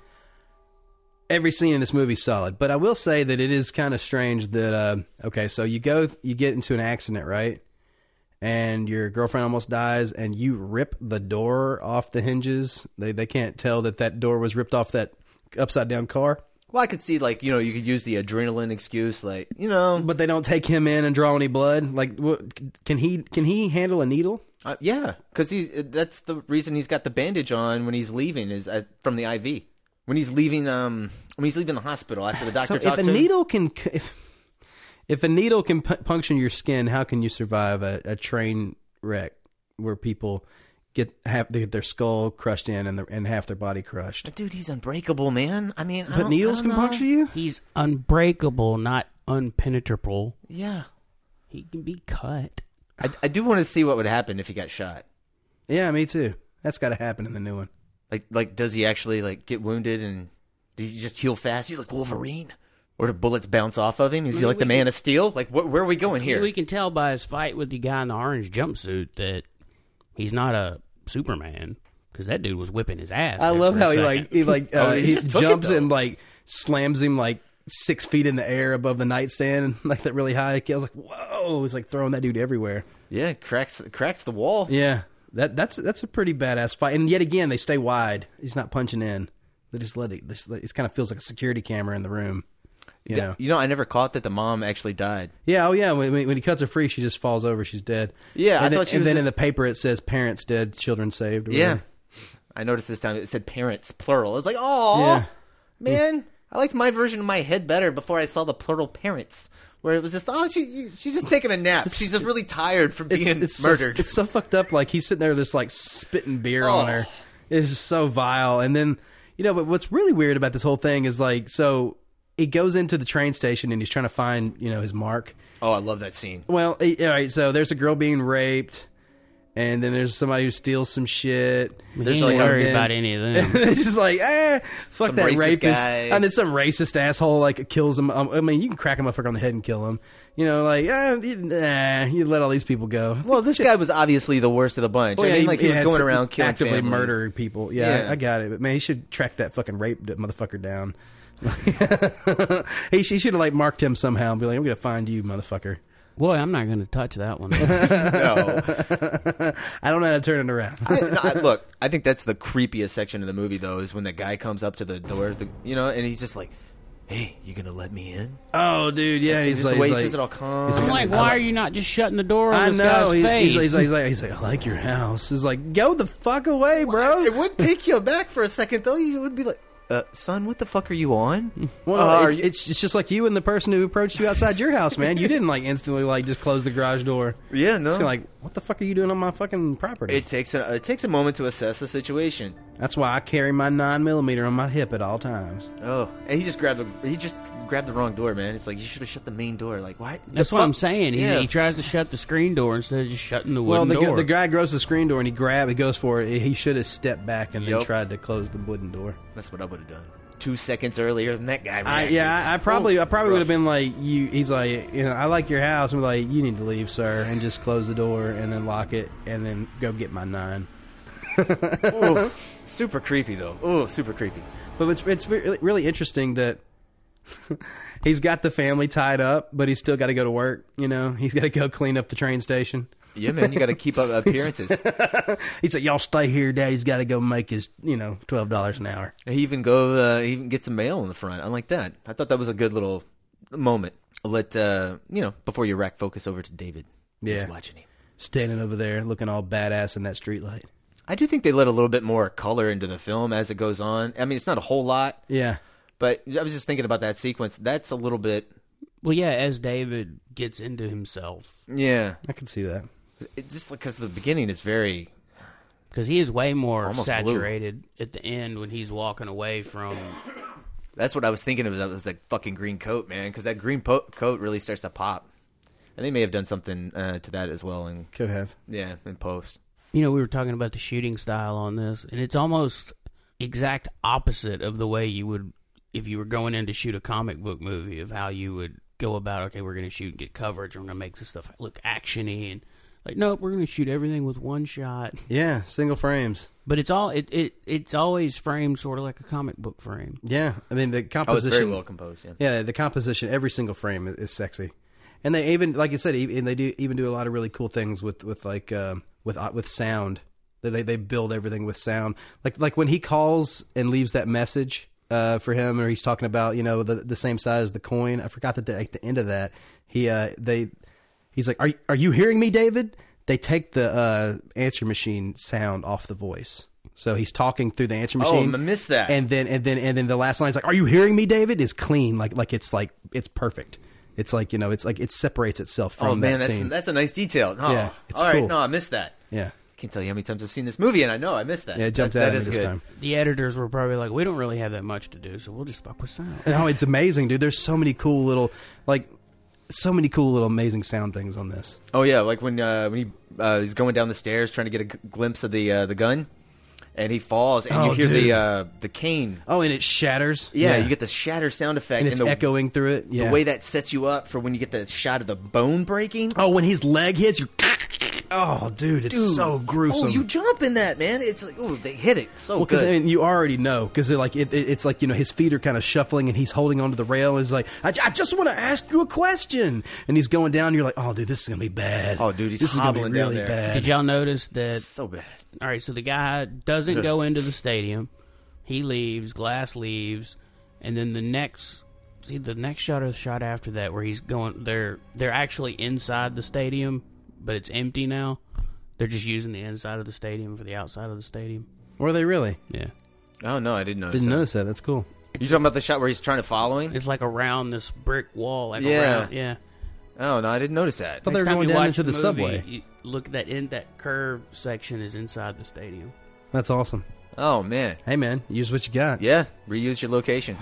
[SPEAKER 1] Every scene in this movie is solid, but I will say that it is kind of strange that uh, okay, so you go you get into an accident, right? And your girlfriend almost dies, and you rip the door off the hinges. They they can't tell that that door was ripped off that upside down car.
[SPEAKER 10] Well, I could see like you know you could use the adrenaline excuse like you know
[SPEAKER 1] But they don't take him in and draw any blood. Like, what, can he can he handle a needle?
[SPEAKER 10] uh, yeah because he's uh, that's the reason he's got the bandage on when he's leaving is uh, from the IV when he's leaving um when he's leaving the hospital after <laughs> the
[SPEAKER 1] So
[SPEAKER 10] doctor
[SPEAKER 1] if
[SPEAKER 10] talked
[SPEAKER 1] a
[SPEAKER 10] to him.
[SPEAKER 1] needle can, if, if a needle can pu- puncture your skin, how can you survive a, a train wreck where people get have they get their skull crushed in and, the, and half their body crushed?
[SPEAKER 10] Dude, he's unbreakable, man. I mean, I
[SPEAKER 1] But
[SPEAKER 10] don't-
[SPEAKER 1] needles
[SPEAKER 10] I
[SPEAKER 1] can
[SPEAKER 10] don't know.
[SPEAKER 1] puncture you.
[SPEAKER 9] He's unbreakable, not unpenetrable.
[SPEAKER 10] Yeah,
[SPEAKER 9] He can be cut.
[SPEAKER 10] I, I do want to see what would happen if he got shot.
[SPEAKER 1] Yeah, me too. That's got to happen in the new one.
[SPEAKER 10] Like, like, does he actually like get wounded and did he just heal fast? He's like Wolverine, or do bullets bounce off of him? Is he like the Man of Steel? Like, wh- where are we going here?
[SPEAKER 9] We can tell by his fight with the guy in the orange jumpsuit that he's not a Superman because that dude was whipping his ass.
[SPEAKER 1] I
[SPEAKER 9] there
[SPEAKER 1] love
[SPEAKER 9] for a
[SPEAKER 1] how he
[SPEAKER 9] second.
[SPEAKER 1] like he
[SPEAKER 9] <laughs>
[SPEAKER 1] like uh,
[SPEAKER 9] Oh,
[SPEAKER 1] he
[SPEAKER 9] just took it,
[SPEAKER 1] jumps
[SPEAKER 9] though.
[SPEAKER 1] and like slams him like six feet in the air above the nightstand <laughs> like that really high. I was like, whoa! He's like throwing that dude everywhere.
[SPEAKER 10] Yeah, cracks cracks the wall.
[SPEAKER 1] Yeah, that that's that's a pretty badass fight. And yet again, they stay wide. He's not punching in. They just let it. Just let, it kind of feels like a security camera in the room. You
[SPEAKER 10] D-
[SPEAKER 1] know.
[SPEAKER 10] you know, I never caught that the mom actually died.
[SPEAKER 1] Yeah. Oh yeah. When, when when he cuts her free, she just falls over. She's dead.
[SPEAKER 10] Yeah,
[SPEAKER 1] And
[SPEAKER 10] I
[SPEAKER 1] then,
[SPEAKER 10] thought she
[SPEAKER 1] and
[SPEAKER 10] was
[SPEAKER 1] then in
[SPEAKER 10] just-
[SPEAKER 1] the paper it says parents dead, children saved. or
[SPEAKER 10] Yeah,
[SPEAKER 1] whatever.
[SPEAKER 10] I noticed this time it said parents plural. It's like, oh
[SPEAKER 1] Yeah.
[SPEAKER 10] man, I liked my version of my head better before I saw the plural parents. Where it was just, oh, she she's just taking a nap. She's just really tired from being
[SPEAKER 1] It's, it's
[SPEAKER 10] murdered.
[SPEAKER 1] So, it's so fucked up. Like he's sitting there just like spitting beer on
[SPEAKER 10] Oh.
[SPEAKER 1] her. It's just so vile. And then you know, but what's really weird about this whole thing is like so. He goes into the train station and he's trying to find, you know, his mark.
[SPEAKER 10] oh, I love that scene.
[SPEAKER 1] Well, eh, all right. So there's a girl being raped, and then there's somebody who steals some shit.
[SPEAKER 9] He There's ain't like a- worried about any
[SPEAKER 10] Hmm.
[SPEAKER 9] of them.
[SPEAKER 1] <laughs> it's just like, eh, fuck
[SPEAKER 9] Some
[SPEAKER 1] that
[SPEAKER 9] racist
[SPEAKER 1] rapist,
[SPEAKER 9] guy.
[SPEAKER 1] and then some racist asshole like kills him. Um, I mean, you can crack him up on the head and kill him. You know, like, eh, you- nah, you let all these people go.
[SPEAKER 10] Well, this guy was obviously the worst of the bunch.
[SPEAKER 1] Well,
[SPEAKER 10] I
[SPEAKER 1] Oh, yeah,
[SPEAKER 10] mean, like he, was
[SPEAKER 1] had
[SPEAKER 10] going
[SPEAKER 1] some-
[SPEAKER 10] around killing
[SPEAKER 1] actively
[SPEAKER 10] families.
[SPEAKER 1] murdering people. Yeah,
[SPEAKER 10] Yeah.
[SPEAKER 1] I, I got it. But man, he should track that fucking rape d- motherfucker down. <laughs> he, she should have like marked him somehow and be like, "I'm gonna find you, motherfucker."
[SPEAKER 9] Boy, I'm not gonna touch that
[SPEAKER 1] <laughs>
[SPEAKER 9] one.
[SPEAKER 1] no, <laughs> I don't know how to turn it around.
[SPEAKER 10] I, no, I- look, I think that's the creepiest section of the movie, though, is when the guy comes up to the door, the, you know, and he's just like, "Hey, you gonna let me in?"
[SPEAKER 1] Oh, dude, yeah,
[SPEAKER 10] And
[SPEAKER 1] he's
[SPEAKER 10] just
[SPEAKER 1] like,
[SPEAKER 10] the way
[SPEAKER 1] he's
[SPEAKER 10] he
[SPEAKER 1] like-
[SPEAKER 10] says it all calm.
[SPEAKER 1] he's
[SPEAKER 9] I'm like, why are you not just shutting the door on
[SPEAKER 1] I
[SPEAKER 9] this
[SPEAKER 1] know.
[SPEAKER 9] guy's
[SPEAKER 1] He-
[SPEAKER 9] face?
[SPEAKER 1] He's, like- he's like, he's like, he's like, I like your house. He's like, go the fuck away, bro.
[SPEAKER 10] It would take you aback for a second, though. You would be like, uh, "Son, what the fuck are you on?"
[SPEAKER 1] <laughs> Well,
[SPEAKER 10] Uh, are
[SPEAKER 1] it's,
[SPEAKER 10] you-
[SPEAKER 1] it's it's just like you and the person who approached you outside your house, man. You didn't like instantly like just close the garage door.
[SPEAKER 10] Yeah, no.
[SPEAKER 1] It's kinda like, what the fuck are you doing on my fucking property?
[SPEAKER 10] It takes a it takes a moment to assess the situation.
[SPEAKER 1] That's why I carry my nine millimeter on my hip at all times.
[SPEAKER 10] Oh, and he just grabbed the he just grabbed the wrong door, man. It's like you should have shut the main door. Like what?
[SPEAKER 9] That's
[SPEAKER 10] The
[SPEAKER 9] what I'm
[SPEAKER 10] fuck?
[SPEAKER 9] saying. He,
[SPEAKER 10] Yeah.
[SPEAKER 9] he tries to shut the screen door instead of just shutting the
[SPEAKER 1] Well,
[SPEAKER 9] wooden
[SPEAKER 1] the, gu-
[SPEAKER 9] door.
[SPEAKER 1] the guy grows the screen door and he grab, he goes for it. He should have stepped back and then
[SPEAKER 10] Yep.
[SPEAKER 1] tried to close the wooden door.
[SPEAKER 10] That's what I would have done. Two seconds earlier than that guy.
[SPEAKER 1] I,
[SPEAKER 10] Reacted.
[SPEAKER 1] yeah, I, I probably,
[SPEAKER 10] Oh,
[SPEAKER 1] I probably
[SPEAKER 10] rough.
[SPEAKER 1] would have been like, you. He's like, you know, I like your house. I'm like, you need to leave, sir, and just close the door and then lock it and then go get my nine.
[SPEAKER 10] Ooh, super creepy though. Oh, super creepy.
[SPEAKER 1] But it's it's re- really interesting that <laughs> he's got the family tied up, but he's still got to go to work. You know, he's got to go clean up the train station.
[SPEAKER 10] Yeah, man, you got to
[SPEAKER 1] <laughs>
[SPEAKER 10] keep up appearances.
[SPEAKER 1] He's like, y'all stay here, Daddy's got to go make his you know twelve dollars an hour.
[SPEAKER 10] he even go. Uh, he even gets some mail in the front. I like that. I thought that was a good little moment. Let uh, you know before you rack focus over to David. who's
[SPEAKER 1] Yeah.
[SPEAKER 10] watching him.
[SPEAKER 1] Standing over there, looking all badass in that streetlight.
[SPEAKER 10] I do think they let a little bit more color into the film as it goes on. I mean, it's not a whole lot,
[SPEAKER 1] Yeah,
[SPEAKER 10] but I was just thinking about that sequence. That's a little bit.
[SPEAKER 9] well, yeah, as David gets into himself,
[SPEAKER 10] Yeah,
[SPEAKER 1] I can see that.
[SPEAKER 10] it's just because the beginning is very
[SPEAKER 9] because he is way more
[SPEAKER 10] Almost blue.
[SPEAKER 9] saturated at the end when he's walking away from.
[SPEAKER 10] That's what I was thinking of. That was that fucking green coat, man. Because that green po- coat really starts to pop. And they may have done something uh, to that as well. And
[SPEAKER 1] Could have.
[SPEAKER 10] yeah, in post.
[SPEAKER 9] You know, we were talking about the shooting style on this, and it's almost exact opposite of the way you would if you were going in to shoot a comic book movie of how you would go about. Okay, we're going to shoot and get coverage. We're going to make this stuff look actiony and like, nope, we're going to shoot everything with one shot.
[SPEAKER 1] Yeah, single frames.
[SPEAKER 9] But it's all it, it it's always framed sort of like a comic book frame.
[SPEAKER 1] Yeah, I mean the composition.
[SPEAKER 10] very well composed, yeah.
[SPEAKER 1] yeah, the composition. Every single frame is, is sexy, and they even, like I said, e- and they do even do a lot of really cool things with with like um, with uh, with sound. They they- they build everything with sound. Like like when he calls and leaves that message uh, for him, or he's talking about you know the the same side as the coin. I forgot that the, at the end of that he uh, they he's like, are you- are you hearing me, David? They take the uh, answer machine sound off the voice. So he's talking through the answer
[SPEAKER 10] Oh,
[SPEAKER 1] machine.
[SPEAKER 10] I missed that.
[SPEAKER 1] And then and then and then the last line is like, "Are you hearing me, David?" Is clean, like like it's like it's perfect. It's like you know, it's like it separates itself from
[SPEAKER 10] oh man,
[SPEAKER 1] that
[SPEAKER 10] that's
[SPEAKER 1] scene.
[SPEAKER 10] that's a nice detail. Oh,
[SPEAKER 1] Yeah, it's
[SPEAKER 10] all right,
[SPEAKER 1] cool.
[SPEAKER 10] no, I missed that.
[SPEAKER 1] yeah,
[SPEAKER 10] Can't tell you how many times I've seen this movie, and I know I missed that.
[SPEAKER 1] yeah, it jumped
[SPEAKER 10] That-
[SPEAKER 1] out at
[SPEAKER 10] that
[SPEAKER 1] me
[SPEAKER 10] is
[SPEAKER 1] this
[SPEAKER 10] good.
[SPEAKER 1] time.
[SPEAKER 9] The editors were probably like, we don't really have that much to do, so we'll just fuck with sound.
[SPEAKER 1] Oh, it's amazing, dude. There's so many cool little like so many cool little amazing sound things on this.
[SPEAKER 10] Oh yeah, like when uh, when he uh, he's going down the stairs trying to get a g- glimpse of the uh, the gun, and he falls, and
[SPEAKER 1] Oh,
[SPEAKER 10] you hear
[SPEAKER 1] dude.
[SPEAKER 10] the uh, the cane.
[SPEAKER 1] Oh, and it shatters.
[SPEAKER 10] Yeah, you get the shatter sound effect,
[SPEAKER 1] and it's
[SPEAKER 10] the,
[SPEAKER 1] echoing through it. Yeah.
[SPEAKER 10] the way that sets you up for when you get the shot of the bone breaking.
[SPEAKER 1] oh, when his leg hits you. Oh, dude, it's
[SPEAKER 10] Dude.
[SPEAKER 1] so gruesome.
[SPEAKER 10] Oh, you jump in that man. It's like, oh, they hit it so
[SPEAKER 1] Well, because
[SPEAKER 10] good.
[SPEAKER 1] I mean, you already know because like it, it, it's like you know his feet are kind of shuffling and he's holding onto the rail. And he's like, I, j- I just want to ask you a question, and he's going down. And you're like, oh, dude, this is gonna be bad.
[SPEAKER 10] Oh, dude, he's
[SPEAKER 1] this is gonna be
[SPEAKER 10] hobbling down
[SPEAKER 1] really
[SPEAKER 10] there.
[SPEAKER 1] bad.
[SPEAKER 9] Did y'all notice that?
[SPEAKER 10] so bad.
[SPEAKER 9] All right, so the guy doesn't go into the stadium. He leaves. Glass leaves, and then the next, see the next shot or the shot after that, where he's going. They're they're actually inside the stadium, but it's empty now. They're just using the inside of the stadium for the outside of the stadium.
[SPEAKER 1] Were they really?
[SPEAKER 9] Yeah,
[SPEAKER 10] Oh no, I didn't notice.
[SPEAKER 1] Didn't
[SPEAKER 10] that.
[SPEAKER 1] notice that. That's cool.
[SPEAKER 10] You talking about the shot where he's trying to follow him?
[SPEAKER 9] it's like around this brick wall. Like
[SPEAKER 10] Yeah.
[SPEAKER 9] around, yeah.
[SPEAKER 10] Oh no, I didn't notice that.
[SPEAKER 1] Thought they were
[SPEAKER 9] Next time
[SPEAKER 1] going
[SPEAKER 9] you
[SPEAKER 1] down
[SPEAKER 9] watch
[SPEAKER 1] into the,
[SPEAKER 9] movie,
[SPEAKER 1] subway.
[SPEAKER 9] you- look that in that curve section is inside the stadium.
[SPEAKER 1] That's awesome.
[SPEAKER 10] Oh man,
[SPEAKER 1] Hey man, use what you got.
[SPEAKER 10] yeah, reuse your location.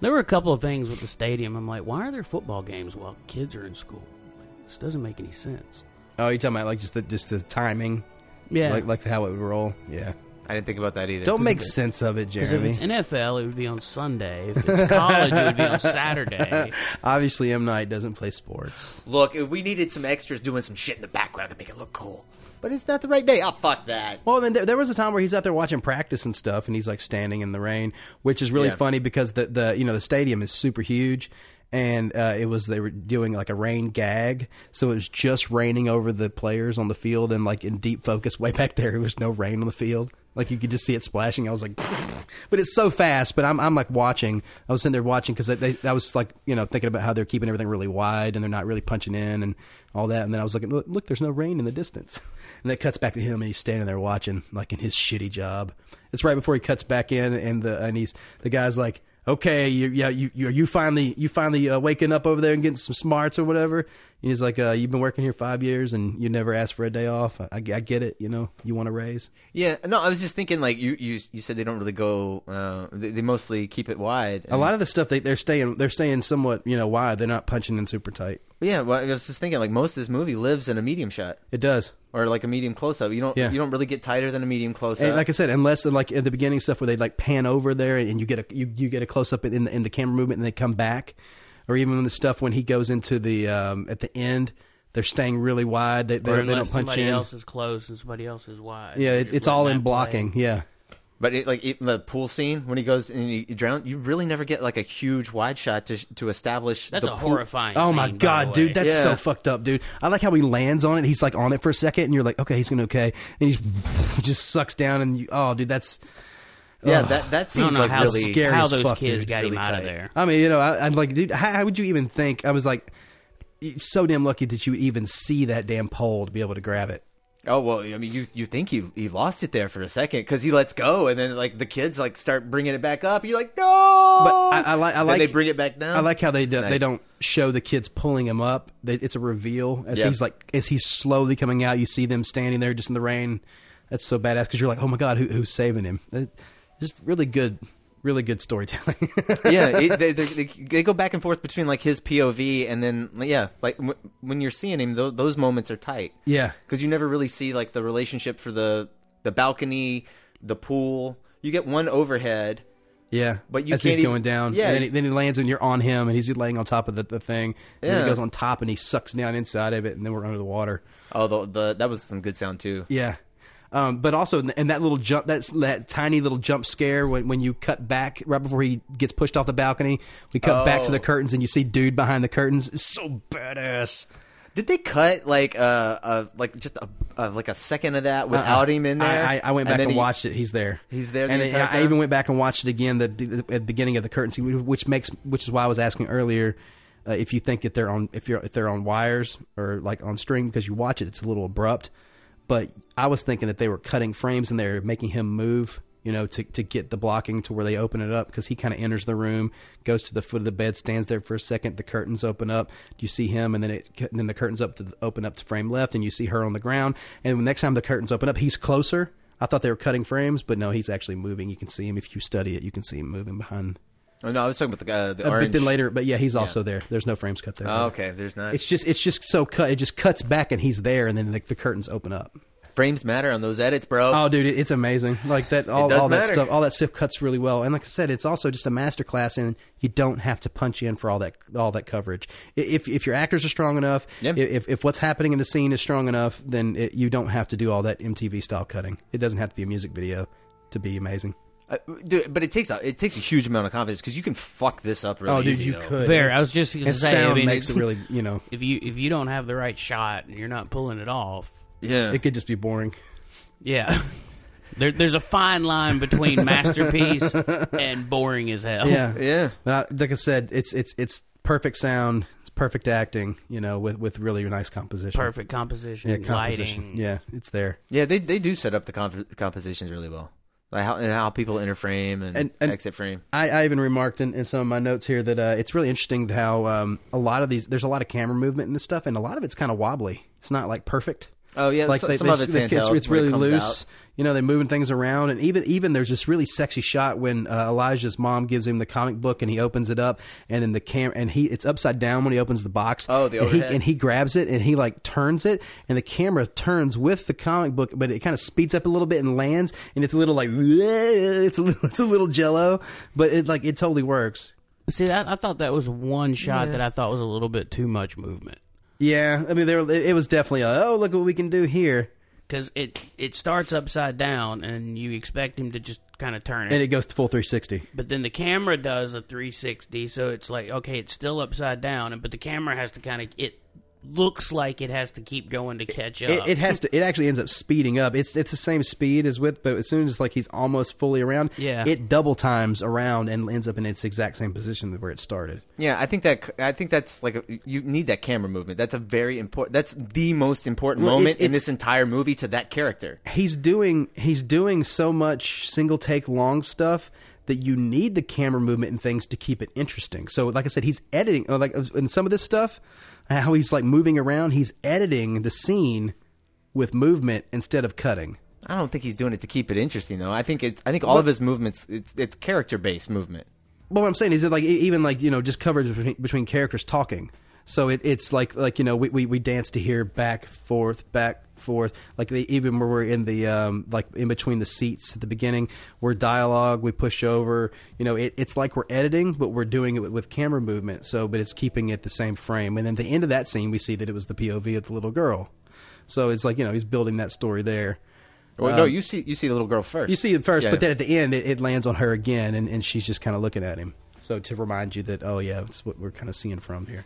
[SPEAKER 9] There were a couple of things with the stadium. I'm like, why are there football games while kids are in school? Like, this doesn't make any sense.
[SPEAKER 1] Oh, you talking about like just the just the timing?
[SPEAKER 9] Yeah,
[SPEAKER 1] like like how it would roll. Yeah,
[SPEAKER 10] I didn't think about that either.
[SPEAKER 1] Don't make sense of it,
[SPEAKER 9] Because if
[SPEAKER 1] Jeremy.
[SPEAKER 9] it's NFL, it would be on Sunday. If it's college, it would be
[SPEAKER 1] <laughs>
[SPEAKER 9] on Saturday.
[SPEAKER 1] Obviously, M Night doesn't play sports.
[SPEAKER 10] Look, we needed some extras doing some shit in the background to make it look cool. But it's not the right day. Oh, fuck that.
[SPEAKER 1] Well, then there, there was a time where he's out there watching practice and stuff, and he's like standing in the rain, which is really
[SPEAKER 10] Yeah.
[SPEAKER 1] funny because the the you know the stadium is super huge, and uh, it was they were doing like a rain gag, so it was just raining over the players on the field, and like in deep focus way back there, there was no rain on the field. Like you could just see it splashing. I was like, <laughs> but it's so fast. But I'm, I'm like watching. I was sitting there watching because they, I was like, you know, thinking about how they're keeping everything really wide and they're not really punching in and all that. And then I was like, look, look there's no rain in the distance. <laughs> And it cuts back to him and he's standing there watching, like in his shitty job. It's right before he cuts back in and the and he's the guy's like, okay, you, yeah, you you you finally you finally uh, waking up over there and getting some smarts or whatever. And he's like, uh, you've been working here five years and you never asked for a day off. I, I get it, you know, you want a raise.
[SPEAKER 10] Yeah, no, I was just thinking like you you you said they don't really go. Uh, they, they mostly keep it wide.
[SPEAKER 1] A lot of the stuff they, they're staying they're staying somewhat you know wide. They're not punching in super tight.
[SPEAKER 10] Yeah, well, I was just thinking like most of this movie lives in a medium shot.
[SPEAKER 1] It does,
[SPEAKER 10] or like a medium close up. You don't
[SPEAKER 1] Yeah.
[SPEAKER 10] you don't really get tighter than a medium close
[SPEAKER 1] And
[SPEAKER 10] up.
[SPEAKER 1] like I said, unless like at the beginning stuff where they like pan over there and you get a you, you get a close up in the, in the camera movement and they come back, or even when the stuff when he goes into the um, at the end, they're staying really wide. They, they,
[SPEAKER 9] or
[SPEAKER 1] don't- they don't
[SPEAKER 9] unless
[SPEAKER 1] punch
[SPEAKER 9] somebody
[SPEAKER 1] in.
[SPEAKER 9] else is close and somebody else is wide.
[SPEAKER 1] yeah,
[SPEAKER 9] They're
[SPEAKER 1] it's,
[SPEAKER 9] just
[SPEAKER 1] it's all
[SPEAKER 9] letting
[SPEAKER 1] in
[SPEAKER 9] that play.
[SPEAKER 1] blocking. Yeah,
[SPEAKER 10] But it, like it, the pool scene when he goes and he drown, you really never get like a huge wide shot to to establish.
[SPEAKER 9] That's
[SPEAKER 10] the
[SPEAKER 9] a
[SPEAKER 10] pool-
[SPEAKER 9] horrifying
[SPEAKER 1] Oh my god, dude, that's so fucked up, dude. I like how he lands on it. He's like on it for a second, and you're like, okay, he's gonna okay, and he's just <laughs> sucks down, and you, oh, dude, that's
[SPEAKER 10] Yeah,
[SPEAKER 1] ugh.
[SPEAKER 10] that- that I don't seems know like how- really-
[SPEAKER 1] scary
[SPEAKER 10] how
[SPEAKER 1] as
[SPEAKER 10] those
[SPEAKER 1] fuck,
[SPEAKER 10] kids
[SPEAKER 1] dude.
[SPEAKER 10] got him Really outta tight. there.
[SPEAKER 1] I mean, you know, I, I'm like, dude, how, how would you even think? I was like, it's so damn lucky that you would even see that damn pole to be able to grab it.
[SPEAKER 10] Oh well, I mean, you you think he he lost it there for a second because he lets go, and then like the kids like start bringing it back up. You're like, no.
[SPEAKER 1] But I, I like, I
[SPEAKER 10] Oh. Then
[SPEAKER 1] like
[SPEAKER 10] they bring it back down.
[SPEAKER 1] I like how they
[SPEAKER 10] It's
[SPEAKER 1] do, they
[SPEAKER 10] nice.
[SPEAKER 1] don't show the kids pulling him up. They, it's a reveal as
[SPEAKER 10] Yeah.
[SPEAKER 1] he's like as he's slowly coming out. You see them standing there just in the rain. That's so badass because you're like, oh my god, who, who's saving him? It- just really good, really good storytelling.
[SPEAKER 10] <laughs>
[SPEAKER 1] <laughs>
[SPEAKER 10] yeah, it, they, they, they, they go back and forth between like his POV and then yeah, like w- when you're seeing him, tho- those moments are tight.
[SPEAKER 1] Yeah.
[SPEAKER 10] because you never really see like the relationship for the the balcony, the pool. You get one overhead.
[SPEAKER 1] Yeah,
[SPEAKER 10] But you
[SPEAKER 1] as he's
[SPEAKER 10] can't even-
[SPEAKER 1] going down,
[SPEAKER 10] Yeah.
[SPEAKER 1] and then, he, then he lands and you're on him, and he's laying on top of the, the thing. And then
[SPEAKER 10] Yeah.
[SPEAKER 1] he goes on top and he sucks down inside of it, and then we're under the water.
[SPEAKER 10] Oh, the, the that was some good sound too.
[SPEAKER 1] Yeah. Um, but also, and that little jump, that's that tiny little jump scare when, when you cut back right before he gets pushed off the balcony, we cut back to
[SPEAKER 10] Oh.
[SPEAKER 1] the curtains and you see dude behind the curtains. It's so badass.
[SPEAKER 10] Did they cut like uh, uh like just a, uh, like a second of that without
[SPEAKER 1] Uh-uh.
[SPEAKER 10] him in there?
[SPEAKER 1] I, I, I went
[SPEAKER 10] And
[SPEAKER 1] back
[SPEAKER 10] then
[SPEAKER 1] and
[SPEAKER 10] he-
[SPEAKER 1] watched it. He's there.
[SPEAKER 10] He's there the
[SPEAKER 1] and
[SPEAKER 10] entire
[SPEAKER 1] I- I
[SPEAKER 10] time?
[SPEAKER 1] even went back and watched it again the, the, at the beginning of the curtain scene, which makes which is why I was asking earlier uh, if you think that they're on if you're if they're on wires or like on string because you watch it, it's a little abrupt. But I was thinking that they were cutting frames and they're making him move. You know, to, to get the blocking to where they open it up because he kind of enters the room, goes to the foot of the bed, stands there for a second. The curtains open up. You see him, and then it and then the curtains up to the, open up to frame left, and you see her on the ground. And the next time the curtains open up, he's closer, I thought they were cutting frames, but no, he's actually moving. You can see him if you study it. You can see him moving behind.
[SPEAKER 10] Oh no, I was talking about the uh, the
[SPEAKER 1] Uh,
[SPEAKER 10] orange.
[SPEAKER 1] but then later, but yeah, he's also there. There's no frames cut there.
[SPEAKER 10] Oh, okay, there's not.
[SPEAKER 1] It's just it's just so cut. It just cuts back and he's there, and then the, the curtains open up.
[SPEAKER 10] Frames matter on those edits, bro.
[SPEAKER 1] Oh, dude, it, it's amazing. Like that, all,
[SPEAKER 10] does
[SPEAKER 1] all that
[SPEAKER 10] matter.
[SPEAKER 1] stuff, all that stuff cuts really well. And like I said, it's also just a masterclass, and you don't have to punch in for all that all that coverage. I- If if your actors are strong enough, if if what's happening in the scene is strong enough, then it, you don't have to do all that MTV style cutting. It doesn't have to be a music video to be amazing.
[SPEAKER 10] Uh, dude, but it takes a, it takes a huge amount of confidence because you can fuck this up really
[SPEAKER 1] Oh, dude,
[SPEAKER 10] easy,
[SPEAKER 1] you
[SPEAKER 10] though.
[SPEAKER 1] could.
[SPEAKER 9] Fair. I was just going to
[SPEAKER 1] And
[SPEAKER 9] say, I
[SPEAKER 1] sound
[SPEAKER 9] mean,
[SPEAKER 1] makes
[SPEAKER 9] it's-
[SPEAKER 1] it really, you know.
[SPEAKER 9] if you if you don't have the right shot and you're not pulling it off,
[SPEAKER 10] Yeah.
[SPEAKER 1] It could just be boring.
[SPEAKER 9] yeah. <laughs> There, there's a fine line
[SPEAKER 1] <laughs>
[SPEAKER 9] between masterpiece and boring as hell.
[SPEAKER 1] Yeah, yeah. But I, like I said, it's it's it's perfect sound, it's perfect acting. You know, with with really nice composition,
[SPEAKER 9] Perfect composition, lighting.
[SPEAKER 1] Yeah, it's there.
[SPEAKER 10] Yeah, they they do set up the comp- compositions really well, like how and how people enter frame and,
[SPEAKER 1] And- and-
[SPEAKER 10] exit frame.
[SPEAKER 1] I, I even remarked in, in some of my notes here that uh, it's really interesting how um, a lot of these there's a lot of camera movement and this stuff, and a lot of it's kind of wobbly. It's not like perfect.
[SPEAKER 10] Oh, yeah,
[SPEAKER 1] like
[SPEAKER 10] so-
[SPEAKER 1] they,
[SPEAKER 10] some
[SPEAKER 1] they-
[SPEAKER 10] of it's
[SPEAKER 1] they- it's,
[SPEAKER 10] handheld
[SPEAKER 1] it's
[SPEAKER 10] when it
[SPEAKER 1] really
[SPEAKER 10] comes
[SPEAKER 1] loose.
[SPEAKER 10] out.
[SPEAKER 1] You know, they're moving things around, and even even there's this really sexy shot when uh, Elijah's mom gives him the comic book, and he opens it up, and then the cam and he it's upside down when he opens the box. Oh,
[SPEAKER 10] the
[SPEAKER 1] and he,
[SPEAKER 10] overhead.
[SPEAKER 1] and he grabs it and he like turns it, and the camera turns with the comic book, but it kind of speeds up a little bit and lands, and it's a little like <laughs> it's a little, it's a little jello, but it like it totally works.
[SPEAKER 9] See that? I thought that was one shot
[SPEAKER 1] Yeah.
[SPEAKER 9] that I thought was a little bit too much movement
[SPEAKER 1] Yeah, I mean, there it it was definitely a, oh look what we can do here,
[SPEAKER 9] because it it starts upside down and you expect him to just kind of turn it,
[SPEAKER 1] and it goes to full 360.
[SPEAKER 9] But then the camera does a 360, so it's like okay, it's still upside down, and but the camera has to kind of it looks like it has to keep going to catch up.
[SPEAKER 1] It, it has to. It actually ends up speeding up. It's it's the same speed as with, but as soon as like he's almost fully around,
[SPEAKER 9] Yeah.
[SPEAKER 1] it double times around and ends up in its exact same position where it started.
[SPEAKER 10] Yeah, I think that I think that's like a, you need that camera movement. That's a very important. That's the most important
[SPEAKER 1] Well,
[SPEAKER 10] moment
[SPEAKER 1] it's-
[SPEAKER 10] in
[SPEAKER 1] it's-
[SPEAKER 10] this entire movie to that character.
[SPEAKER 1] He's doing he's doing so much single take long stuff that you need the camera movement and things to keep it interesting. So like I said, he's editing or like in some of this stuff, how he's like moving around, he's editing the scene with movement instead of cutting.
[SPEAKER 10] I don't think he's doing it to keep it interesting though. I think it's I think all of his movements it's it's character based movement.
[SPEAKER 1] Well, what I'm saying is that like e- even like you know just coverage between, between characters talking. So it, it's like like you know we, we, we dance to here back forth back forth like they, even where we're in the um, like in between the seats at the beginning we're dialogue we push over you know it, it's like we're editing but we're doing it with, with camera movement so but it's keeping it the same frame and then at the end of that scene we see that it was the POV of the little girl so it's like you know he's building that story there.
[SPEAKER 10] Well, no,
[SPEAKER 1] Um,
[SPEAKER 10] you see you see the little girl first.
[SPEAKER 1] you see it first,
[SPEAKER 10] Yeah.
[SPEAKER 1] but then at the end, it, it lands on her again, and, and she's just kind of looking at him. So to remind you that, oh yeah, it's what we're kind of seeing from here.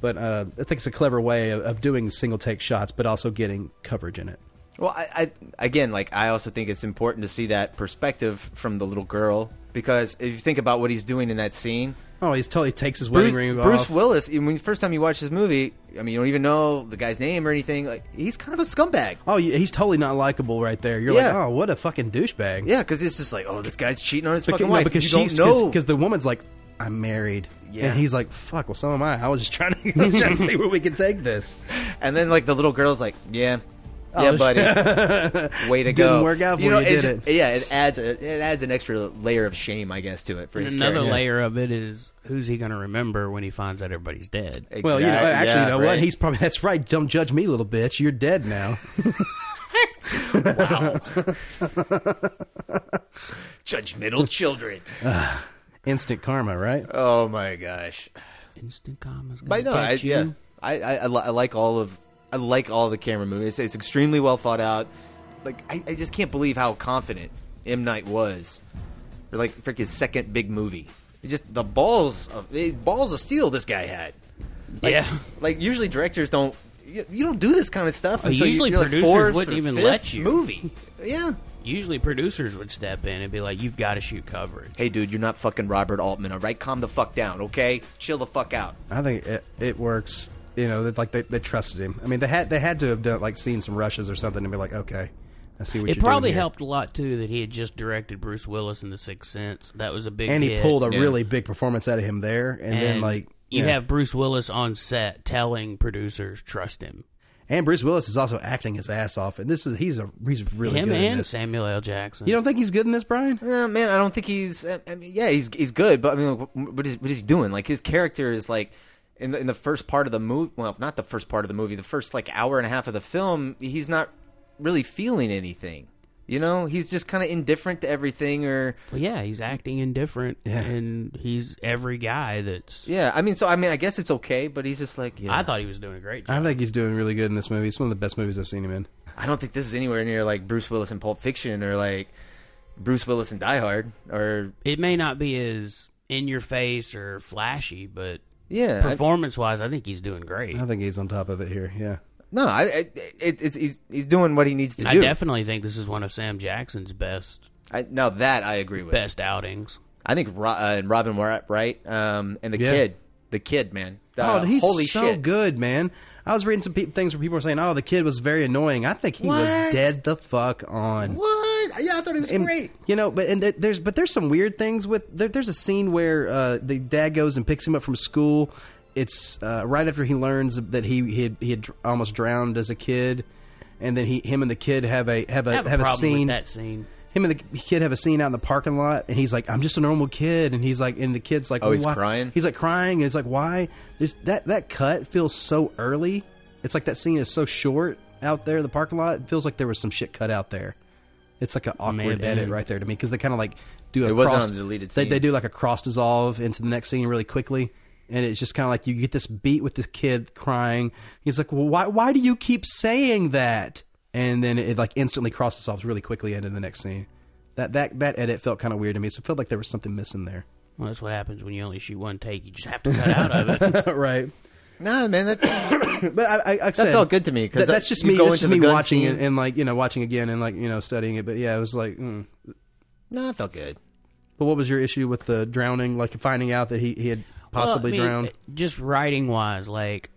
[SPEAKER 1] But uh, I think it's a clever way of, of doing single take shots, but also getting coverage in it.
[SPEAKER 10] Well, I, I again, like I also think it's important to see that perspective from the little girl because if you think about what he's doing in that scene,
[SPEAKER 1] Oh, he's totally takes his
[SPEAKER 10] Bruce,
[SPEAKER 1] wedding ring
[SPEAKER 10] Bruce
[SPEAKER 1] off.
[SPEAKER 10] Willis. When the first time you watch this movie, I mean, you don't even know the guy's name or anything. Like he's kind of a scumbag.
[SPEAKER 1] Oh, yeah, he's totally not likable right there. You're like,
[SPEAKER 10] Yeah.
[SPEAKER 1] oh, what a fucking douchebag.
[SPEAKER 10] Yeah, because it's just like, oh, this guy's cheating on his
[SPEAKER 1] Beca-
[SPEAKER 10] fucking
[SPEAKER 1] no,
[SPEAKER 10] wife.
[SPEAKER 1] because
[SPEAKER 10] you
[SPEAKER 1] she's
[SPEAKER 10] don't know.
[SPEAKER 1] because
[SPEAKER 10] <laughs>
[SPEAKER 1] the woman's like, I'm married.
[SPEAKER 10] Yeah.
[SPEAKER 1] And he's like, fuck. Well, so am I. I was just trying to, <laughs> I was trying to see where we could take this.
[SPEAKER 10] And then like the little girl's like, yeah,
[SPEAKER 1] Oh,
[SPEAKER 10] yeah,
[SPEAKER 1] sh-
[SPEAKER 10] <laughs> buddy, <laughs> way to
[SPEAKER 1] Didn't
[SPEAKER 10] go.
[SPEAKER 1] work out
[SPEAKER 10] you
[SPEAKER 1] for
[SPEAKER 10] know,
[SPEAKER 1] you,
[SPEAKER 10] it's
[SPEAKER 1] did
[SPEAKER 10] just- Yeah, it adds a, it adds an extra layer of shame, I guess, to it for
[SPEAKER 9] And
[SPEAKER 10] his
[SPEAKER 9] another
[SPEAKER 10] character.
[SPEAKER 9] layer of it is who's he going to remember when he finds out everybody's dead?
[SPEAKER 1] <laughs> Well, you know, actually, you know what?
[SPEAKER 9] He's
[SPEAKER 1] He's probably that's right. Don't judge me, little bitch. You're dead now.
[SPEAKER 10] wow, judgmental children.
[SPEAKER 1] Ah, instant karma, right?
[SPEAKER 10] <laughs> Oh my gosh.
[SPEAKER 9] Instant karma's
[SPEAKER 10] But no, I, yeah, I, I, I, li- I like all of I like all the camera movements. It's, it's extremely well thought out. Like I, I just can't believe how confident M Night was for like for his second big movie. It just the balls of eh, balls of steel this guy had. Like,
[SPEAKER 9] Yeah. <laughs>
[SPEAKER 10] like usually directors don't you, you don't do this kind of stuff.
[SPEAKER 9] Oh,
[SPEAKER 10] until
[SPEAKER 9] usually
[SPEAKER 10] you, you're, like,
[SPEAKER 9] producers
[SPEAKER 10] fourth
[SPEAKER 9] wouldn't
[SPEAKER 10] or
[SPEAKER 9] even
[SPEAKER 10] fifth
[SPEAKER 9] let you.
[SPEAKER 10] movie. Yeah.
[SPEAKER 9] Usually producers would step in and be like, "You've got to shoot coverage."
[SPEAKER 10] Hey, dude, you're not fucking Robert Altman. All right, calm the fuck down. Okay, chill the fuck out.
[SPEAKER 1] I think it, it works. You know, that like they, they trusted him. I mean, they had they had to have done like seen some rushes or something and be like, okay, I see what
[SPEAKER 9] It
[SPEAKER 1] you're
[SPEAKER 9] probably
[SPEAKER 1] doing here.
[SPEAKER 9] helped a lot too that he had just directed Bruce Willis in The Sixth Sense. That was a big
[SPEAKER 1] And he
[SPEAKER 9] hit.
[SPEAKER 1] pulled a really big performance out of him there, and, then like
[SPEAKER 9] you
[SPEAKER 1] yeah.
[SPEAKER 9] have Bruce Willis on set telling producers trust him.
[SPEAKER 1] and Bruce Willis is also acting his ass off, and this is he's a he's really
[SPEAKER 9] him
[SPEAKER 1] good in
[SPEAKER 9] and
[SPEAKER 1] this.
[SPEAKER 9] Samuel L. Jackson.
[SPEAKER 1] You don't think he's good in this, Brian?
[SPEAKER 10] Yeah, man, I don't think he's. I I mean, yeah, he's he's good, but I mean, like, wh- what is what is he doing? Like his character is like in the in the first part of the movie. Well, not the first part of the movie. The first like hour and a half of the film, he's not really feeling anything. You know, he's just kind of indifferent to everything. Or
[SPEAKER 9] Well, yeah, he's acting indifferent, and he's every guy that's.
[SPEAKER 10] yeah, I mean, so I mean, I guess it's okay, but he's just like. Yeah.
[SPEAKER 9] I thought he was doing a great
[SPEAKER 1] I
[SPEAKER 9] job.
[SPEAKER 1] think he's doing really good in this movie. It's one of the best movies I've seen him in.
[SPEAKER 10] I don't think this is anywhere near like Bruce Willis in Pulp Fiction or like Bruce Willis in Die Hard or
[SPEAKER 9] It may not be as in your face or flashy, but
[SPEAKER 10] Yeah, I-
[SPEAKER 9] performance wise, I think he's doing great.
[SPEAKER 1] I think he's on top of it here. Yeah.
[SPEAKER 10] no. I, I it, it's he's he's doing what he needs to
[SPEAKER 9] I
[SPEAKER 10] do.
[SPEAKER 9] definitely think this is one of Sam Jackson's best
[SPEAKER 10] I, now that I agree with
[SPEAKER 9] best outings.
[SPEAKER 10] I think Ro- uh, and Robin Wright, right? Um, and the
[SPEAKER 1] Yeah.
[SPEAKER 10] kid, the kid, man.
[SPEAKER 1] Oh,
[SPEAKER 10] Uh,
[SPEAKER 1] he's
[SPEAKER 10] holy
[SPEAKER 1] so
[SPEAKER 10] shit!
[SPEAKER 1] good, man. I was reading some pe- things where people were saying, "Oh, the kid was very annoying." I think he
[SPEAKER 10] What?
[SPEAKER 1] was dead the fuck on.
[SPEAKER 10] What? Yeah, I thought it was
[SPEAKER 1] And,
[SPEAKER 10] great.
[SPEAKER 1] You know, but and th- there's but there's some weird things with there, there's a scene where uh, the dad goes and picks him up from school. It's uh, right after he learns that he he had, he had dr- almost drowned as a kid, and then he, him and the kid have a have a
[SPEAKER 9] I have a
[SPEAKER 1] a
[SPEAKER 9] problem with
[SPEAKER 1] scene.
[SPEAKER 9] that scene.
[SPEAKER 1] Him and the kid have a scene out in the parking lot, and he's like, "I'm just a normal kid," and he's like, and the kid's like,
[SPEAKER 10] Oh, he's
[SPEAKER 1] "Why?"
[SPEAKER 10] crying?
[SPEAKER 1] He's like crying, and it's like, "Why?" There's that that cut feels so early. It's like that scene is so short out there in the parking lot. It feels like there was some shit cut out there. It's like an
[SPEAKER 10] May have
[SPEAKER 1] awkward
[SPEAKER 10] been.
[SPEAKER 1] edit right there to me because they kind of like do a
[SPEAKER 10] It wasn't
[SPEAKER 1] cross,
[SPEAKER 10] on the deleted
[SPEAKER 1] They, they
[SPEAKER 10] scenes.
[SPEAKER 1] do like a cross dissolve into the next scene really quickly. And it's just kind of like you get this beat with this kid crying. He's like, well, why, why do you keep saying that? And then it like instantly cross dissolves really quickly into the next scene. That that that edit felt kind of weird to me. So it felt like there was something missing there. <laughs>
[SPEAKER 9] Well, that's what happens when you only shoot one take. You just have to cut out of <laughs> it.
[SPEAKER 1] right.
[SPEAKER 10] Nah, man, that <coughs>
[SPEAKER 1] but I, I, like I
[SPEAKER 10] that
[SPEAKER 1] said,
[SPEAKER 10] felt good to me because
[SPEAKER 1] that- that's just me.
[SPEAKER 10] Going
[SPEAKER 1] That's
[SPEAKER 10] to
[SPEAKER 1] just me
[SPEAKER 10] the gun
[SPEAKER 1] watching
[SPEAKER 10] scene,
[SPEAKER 1] it and like you know watching again and like you know studying it. But yeah, it was like. Mm.
[SPEAKER 10] No, it felt good.
[SPEAKER 1] But what was your issue with the drowning? Like finding out that he, he had possibly
[SPEAKER 9] Well, I mean,
[SPEAKER 1] drowned.
[SPEAKER 9] Just writing wise, like,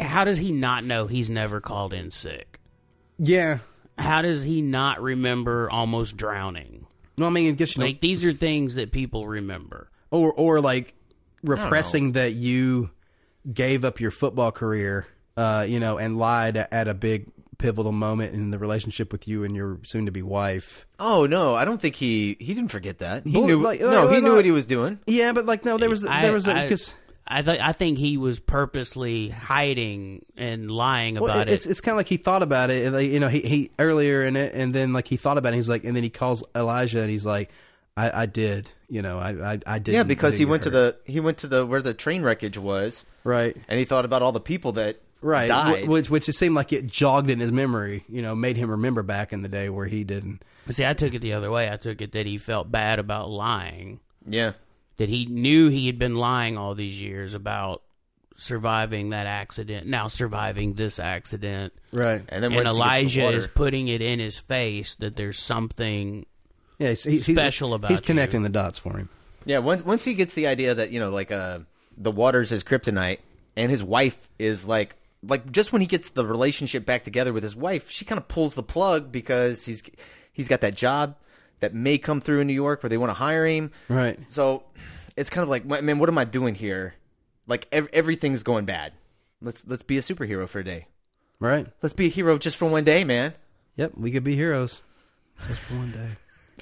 [SPEAKER 9] how does he not know he's never called in sick?
[SPEAKER 1] Yeah.
[SPEAKER 9] How does he not remember almost drowning?
[SPEAKER 1] No, I mean, I guess you know-
[SPEAKER 9] like these are things that people remember.
[SPEAKER 1] or or like repressing that you gave up your football career, uh, you know, and lied at a big pivotal moment in the relationship with you and your soon-to-be wife.
[SPEAKER 10] Oh no, I don't think he he didn't forget that. He
[SPEAKER 1] Bull-
[SPEAKER 10] knew
[SPEAKER 1] like,
[SPEAKER 10] no,
[SPEAKER 1] like,
[SPEAKER 10] he
[SPEAKER 1] like,
[SPEAKER 10] knew
[SPEAKER 1] like-
[SPEAKER 10] what he was doing.
[SPEAKER 1] Yeah, but like no, there was
[SPEAKER 9] I-
[SPEAKER 1] there was
[SPEAKER 9] I-
[SPEAKER 1] because
[SPEAKER 9] I, th- I think he was purposely hiding and lying about
[SPEAKER 1] Well, it-
[SPEAKER 9] it.
[SPEAKER 1] It's it's kind of like he thought about it, and like, you know, he, he earlier in it, and then like he thought about it. He's like, and then he calls Elijah, and he's like, I, I did, you know, I I, I did.
[SPEAKER 10] yeah, because he went to the he went to the where the train wreckage was.
[SPEAKER 1] Right.
[SPEAKER 10] And he thought about all the people that
[SPEAKER 1] right, wh-
[SPEAKER 10] died.
[SPEAKER 1] which which it seemed like it jogged in his memory, you know, made him remember back in the day where he didn't.
[SPEAKER 9] See, I took it the other way. I took it that he felt bad about lying.
[SPEAKER 10] Yeah.
[SPEAKER 9] That he knew he had been lying all these years about surviving that accident, now surviving this accident.
[SPEAKER 1] Right.
[SPEAKER 10] And then once he
[SPEAKER 9] and
[SPEAKER 10] gets the
[SPEAKER 9] Elijah
[SPEAKER 10] water-
[SPEAKER 9] is putting it in his face that there's something
[SPEAKER 1] Yeah, he's, he's, he's-
[SPEAKER 9] special about
[SPEAKER 1] He's
[SPEAKER 9] you.
[SPEAKER 1] connecting the dots for him.
[SPEAKER 10] Yeah, once once he gets the idea that you know, like uh, the water's his kryptonite, and his wife is like, like just when he gets the relationship back together with his wife, she kind of pulls the plug because he's he's got that job that may come through in New York where they want to hire him.
[SPEAKER 1] Right.
[SPEAKER 10] So it's kind of like, "Ma- man, what am I doing here? Like ev- everything's going bad. Let's let's be a superhero for a day.
[SPEAKER 1] Right.
[SPEAKER 10] Let's be a hero just for one day, man.
[SPEAKER 1] Yep, we could be heroes just for one day.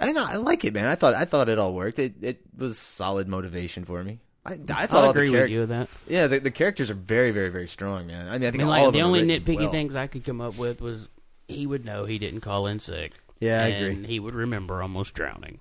[SPEAKER 10] I know, I like it, man. I thought I thought it all worked. It it was solid motivation for me. I, I thought
[SPEAKER 9] I'll
[SPEAKER 10] all the
[SPEAKER 9] agree with
[SPEAKER 10] characters,
[SPEAKER 9] you with that.
[SPEAKER 10] Yeah, the, the characters are very very very strong, man. I mean, I
[SPEAKER 9] I
[SPEAKER 10] think
[SPEAKER 9] mean,
[SPEAKER 10] all
[SPEAKER 9] like
[SPEAKER 10] of
[SPEAKER 9] the
[SPEAKER 10] them are
[SPEAKER 9] only
[SPEAKER 10] written
[SPEAKER 9] nitpicky
[SPEAKER 10] well.
[SPEAKER 9] things I could come up with was he would know he didn't call in sick.
[SPEAKER 1] Yeah, I
[SPEAKER 9] and He would remember almost drowning,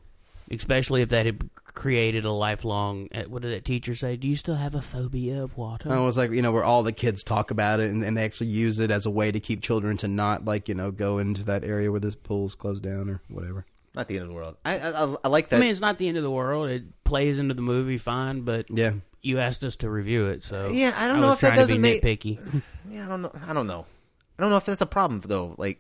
[SPEAKER 9] especially if that had created a lifelong. uh, What did that teacher say? Do you still have a phobia of water?
[SPEAKER 10] Oh,
[SPEAKER 1] And it was like, you know, where all the kids talk about it and, and they actually use it as a way to keep children to not, like, you know, go into that area where this pool's closed down or whatever.
[SPEAKER 10] Not the end of the world. I I, I like that.
[SPEAKER 9] I mean, it's not the end of the world. It plays into the movie fine, but
[SPEAKER 1] yeah,
[SPEAKER 9] you asked us to review it, so
[SPEAKER 10] yeah, I don't
[SPEAKER 9] was
[SPEAKER 10] know if that
[SPEAKER 9] trying to
[SPEAKER 10] doesn't
[SPEAKER 9] be
[SPEAKER 10] make
[SPEAKER 9] nitpicky.
[SPEAKER 10] Yeah, I don't know. I don't know. I don't know if that's a problem though. Like,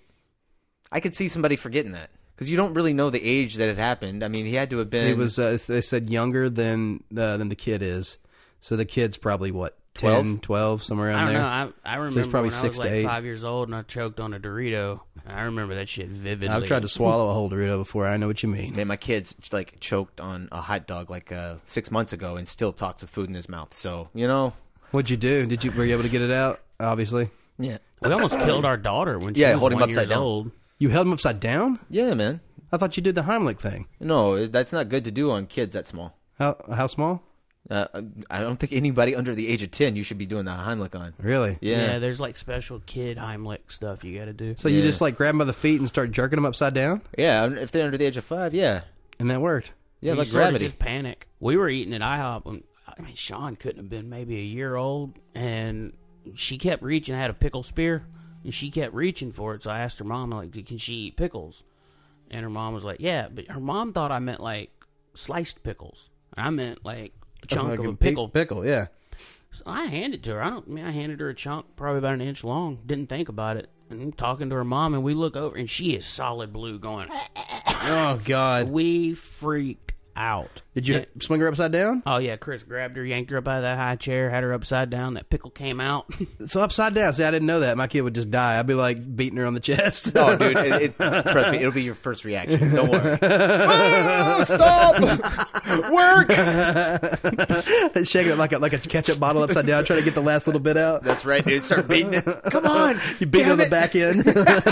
[SPEAKER 10] I could see somebody forgetting that because you don't really know the age that it happened. I mean, he had to have been.
[SPEAKER 1] He was, uh, they said, younger than uh, than the kid is. So the kid's probably, what, 10, 12, somewhere around
[SPEAKER 9] I don't
[SPEAKER 1] there?
[SPEAKER 9] know. I, I
[SPEAKER 1] So he's
[SPEAKER 9] remember
[SPEAKER 1] probably
[SPEAKER 9] when
[SPEAKER 1] six
[SPEAKER 9] I was
[SPEAKER 1] to
[SPEAKER 9] like
[SPEAKER 1] eight.
[SPEAKER 9] five years old and I choked on a Dorito. I remember that shit vividly.
[SPEAKER 1] I've tried to swallow a whole Dorito before. I know what you mean.
[SPEAKER 10] Man, my kids like choked on a hot dog like uh, six months ago and still talks with food in his mouth. So you know,
[SPEAKER 1] What'd you do? Did you Were you able to get it out? Obviously.
[SPEAKER 10] Yeah.
[SPEAKER 9] We almost killed our daughter when she
[SPEAKER 10] Yeah,
[SPEAKER 9] was
[SPEAKER 10] hold him
[SPEAKER 9] one
[SPEAKER 10] upside
[SPEAKER 9] years
[SPEAKER 10] down.
[SPEAKER 9] old.
[SPEAKER 1] You held him upside down?
[SPEAKER 10] Yeah, man.
[SPEAKER 1] I thought you did the Heimlich thing.
[SPEAKER 10] No, that's not good to do on kids that small.
[SPEAKER 1] How, how small?
[SPEAKER 10] Uh, I don't think anybody under the age of ten you should be doing the Heimlich on.
[SPEAKER 1] Really?
[SPEAKER 10] Yeah.
[SPEAKER 9] there's like special kid Heimlich stuff you got to do.
[SPEAKER 1] So you just like grab him by the feet and start jerking him upside down?
[SPEAKER 10] Yeah, if they're under the age of five, yeah.
[SPEAKER 1] And that worked.
[SPEAKER 10] Yeah,
[SPEAKER 9] You
[SPEAKER 10] like
[SPEAKER 9] sorta
[SPEAKER 10] gravity.
[SPEAKER 9] Just panic. We were eating at IHOP. When, I mean, Sean couldn't have been maybe a year old, and she kept reaching. I had a pickle spear, and she kept reaching for it. So I asked her mom, like, "Can she eat pickles?" And her mom was like, "Yeah," but her mom thought I meant like sliced pickles. I meant like a chunk of a
[SPEAKER 1] fucking
[SPEAKER 9] pickle.
[SPEAKER 1] pi- Pickle, yeah.
[SPEAKER 9] So I handed to her. I don't I mean I handed her a chunk, probably about an inch long. Didn't think about it. And I'm talking to her mom, and we look over, and she is solid blue, going.
[SPEAKER 1] Oh God!
[SPEAKER 9] We freaked out.
[SPEAKER 1] Did you swing her upside down?
[SPEAKER 9] Oh yeah, Chris grabbed her, yanked her up out of that high chair, had her upside down. That pickle came out. <laughs>
[SPEAKER 1] So upside down. See, I didn't know that. My kid would just die. I'd be like beating her on the chest.
[SPEAKER 10] Oh, dude, it, it, <laughs> trust me, it'll be your first reaction. Don't worry. Ah, stop! Work.
[SPEAKER 1] <laughs> Shaking it like a like a ketchup bottle upside down, trying to get the last little bit out.
[SPEAKER 10] That's right, dude. Start beating it. Come on.
[SPEAKER 1] You beat her on
[SPEAKER 10] Damn
[SPEAKER 1] the
[SPEAKER 10] it.
[SPEAKER 1] back end,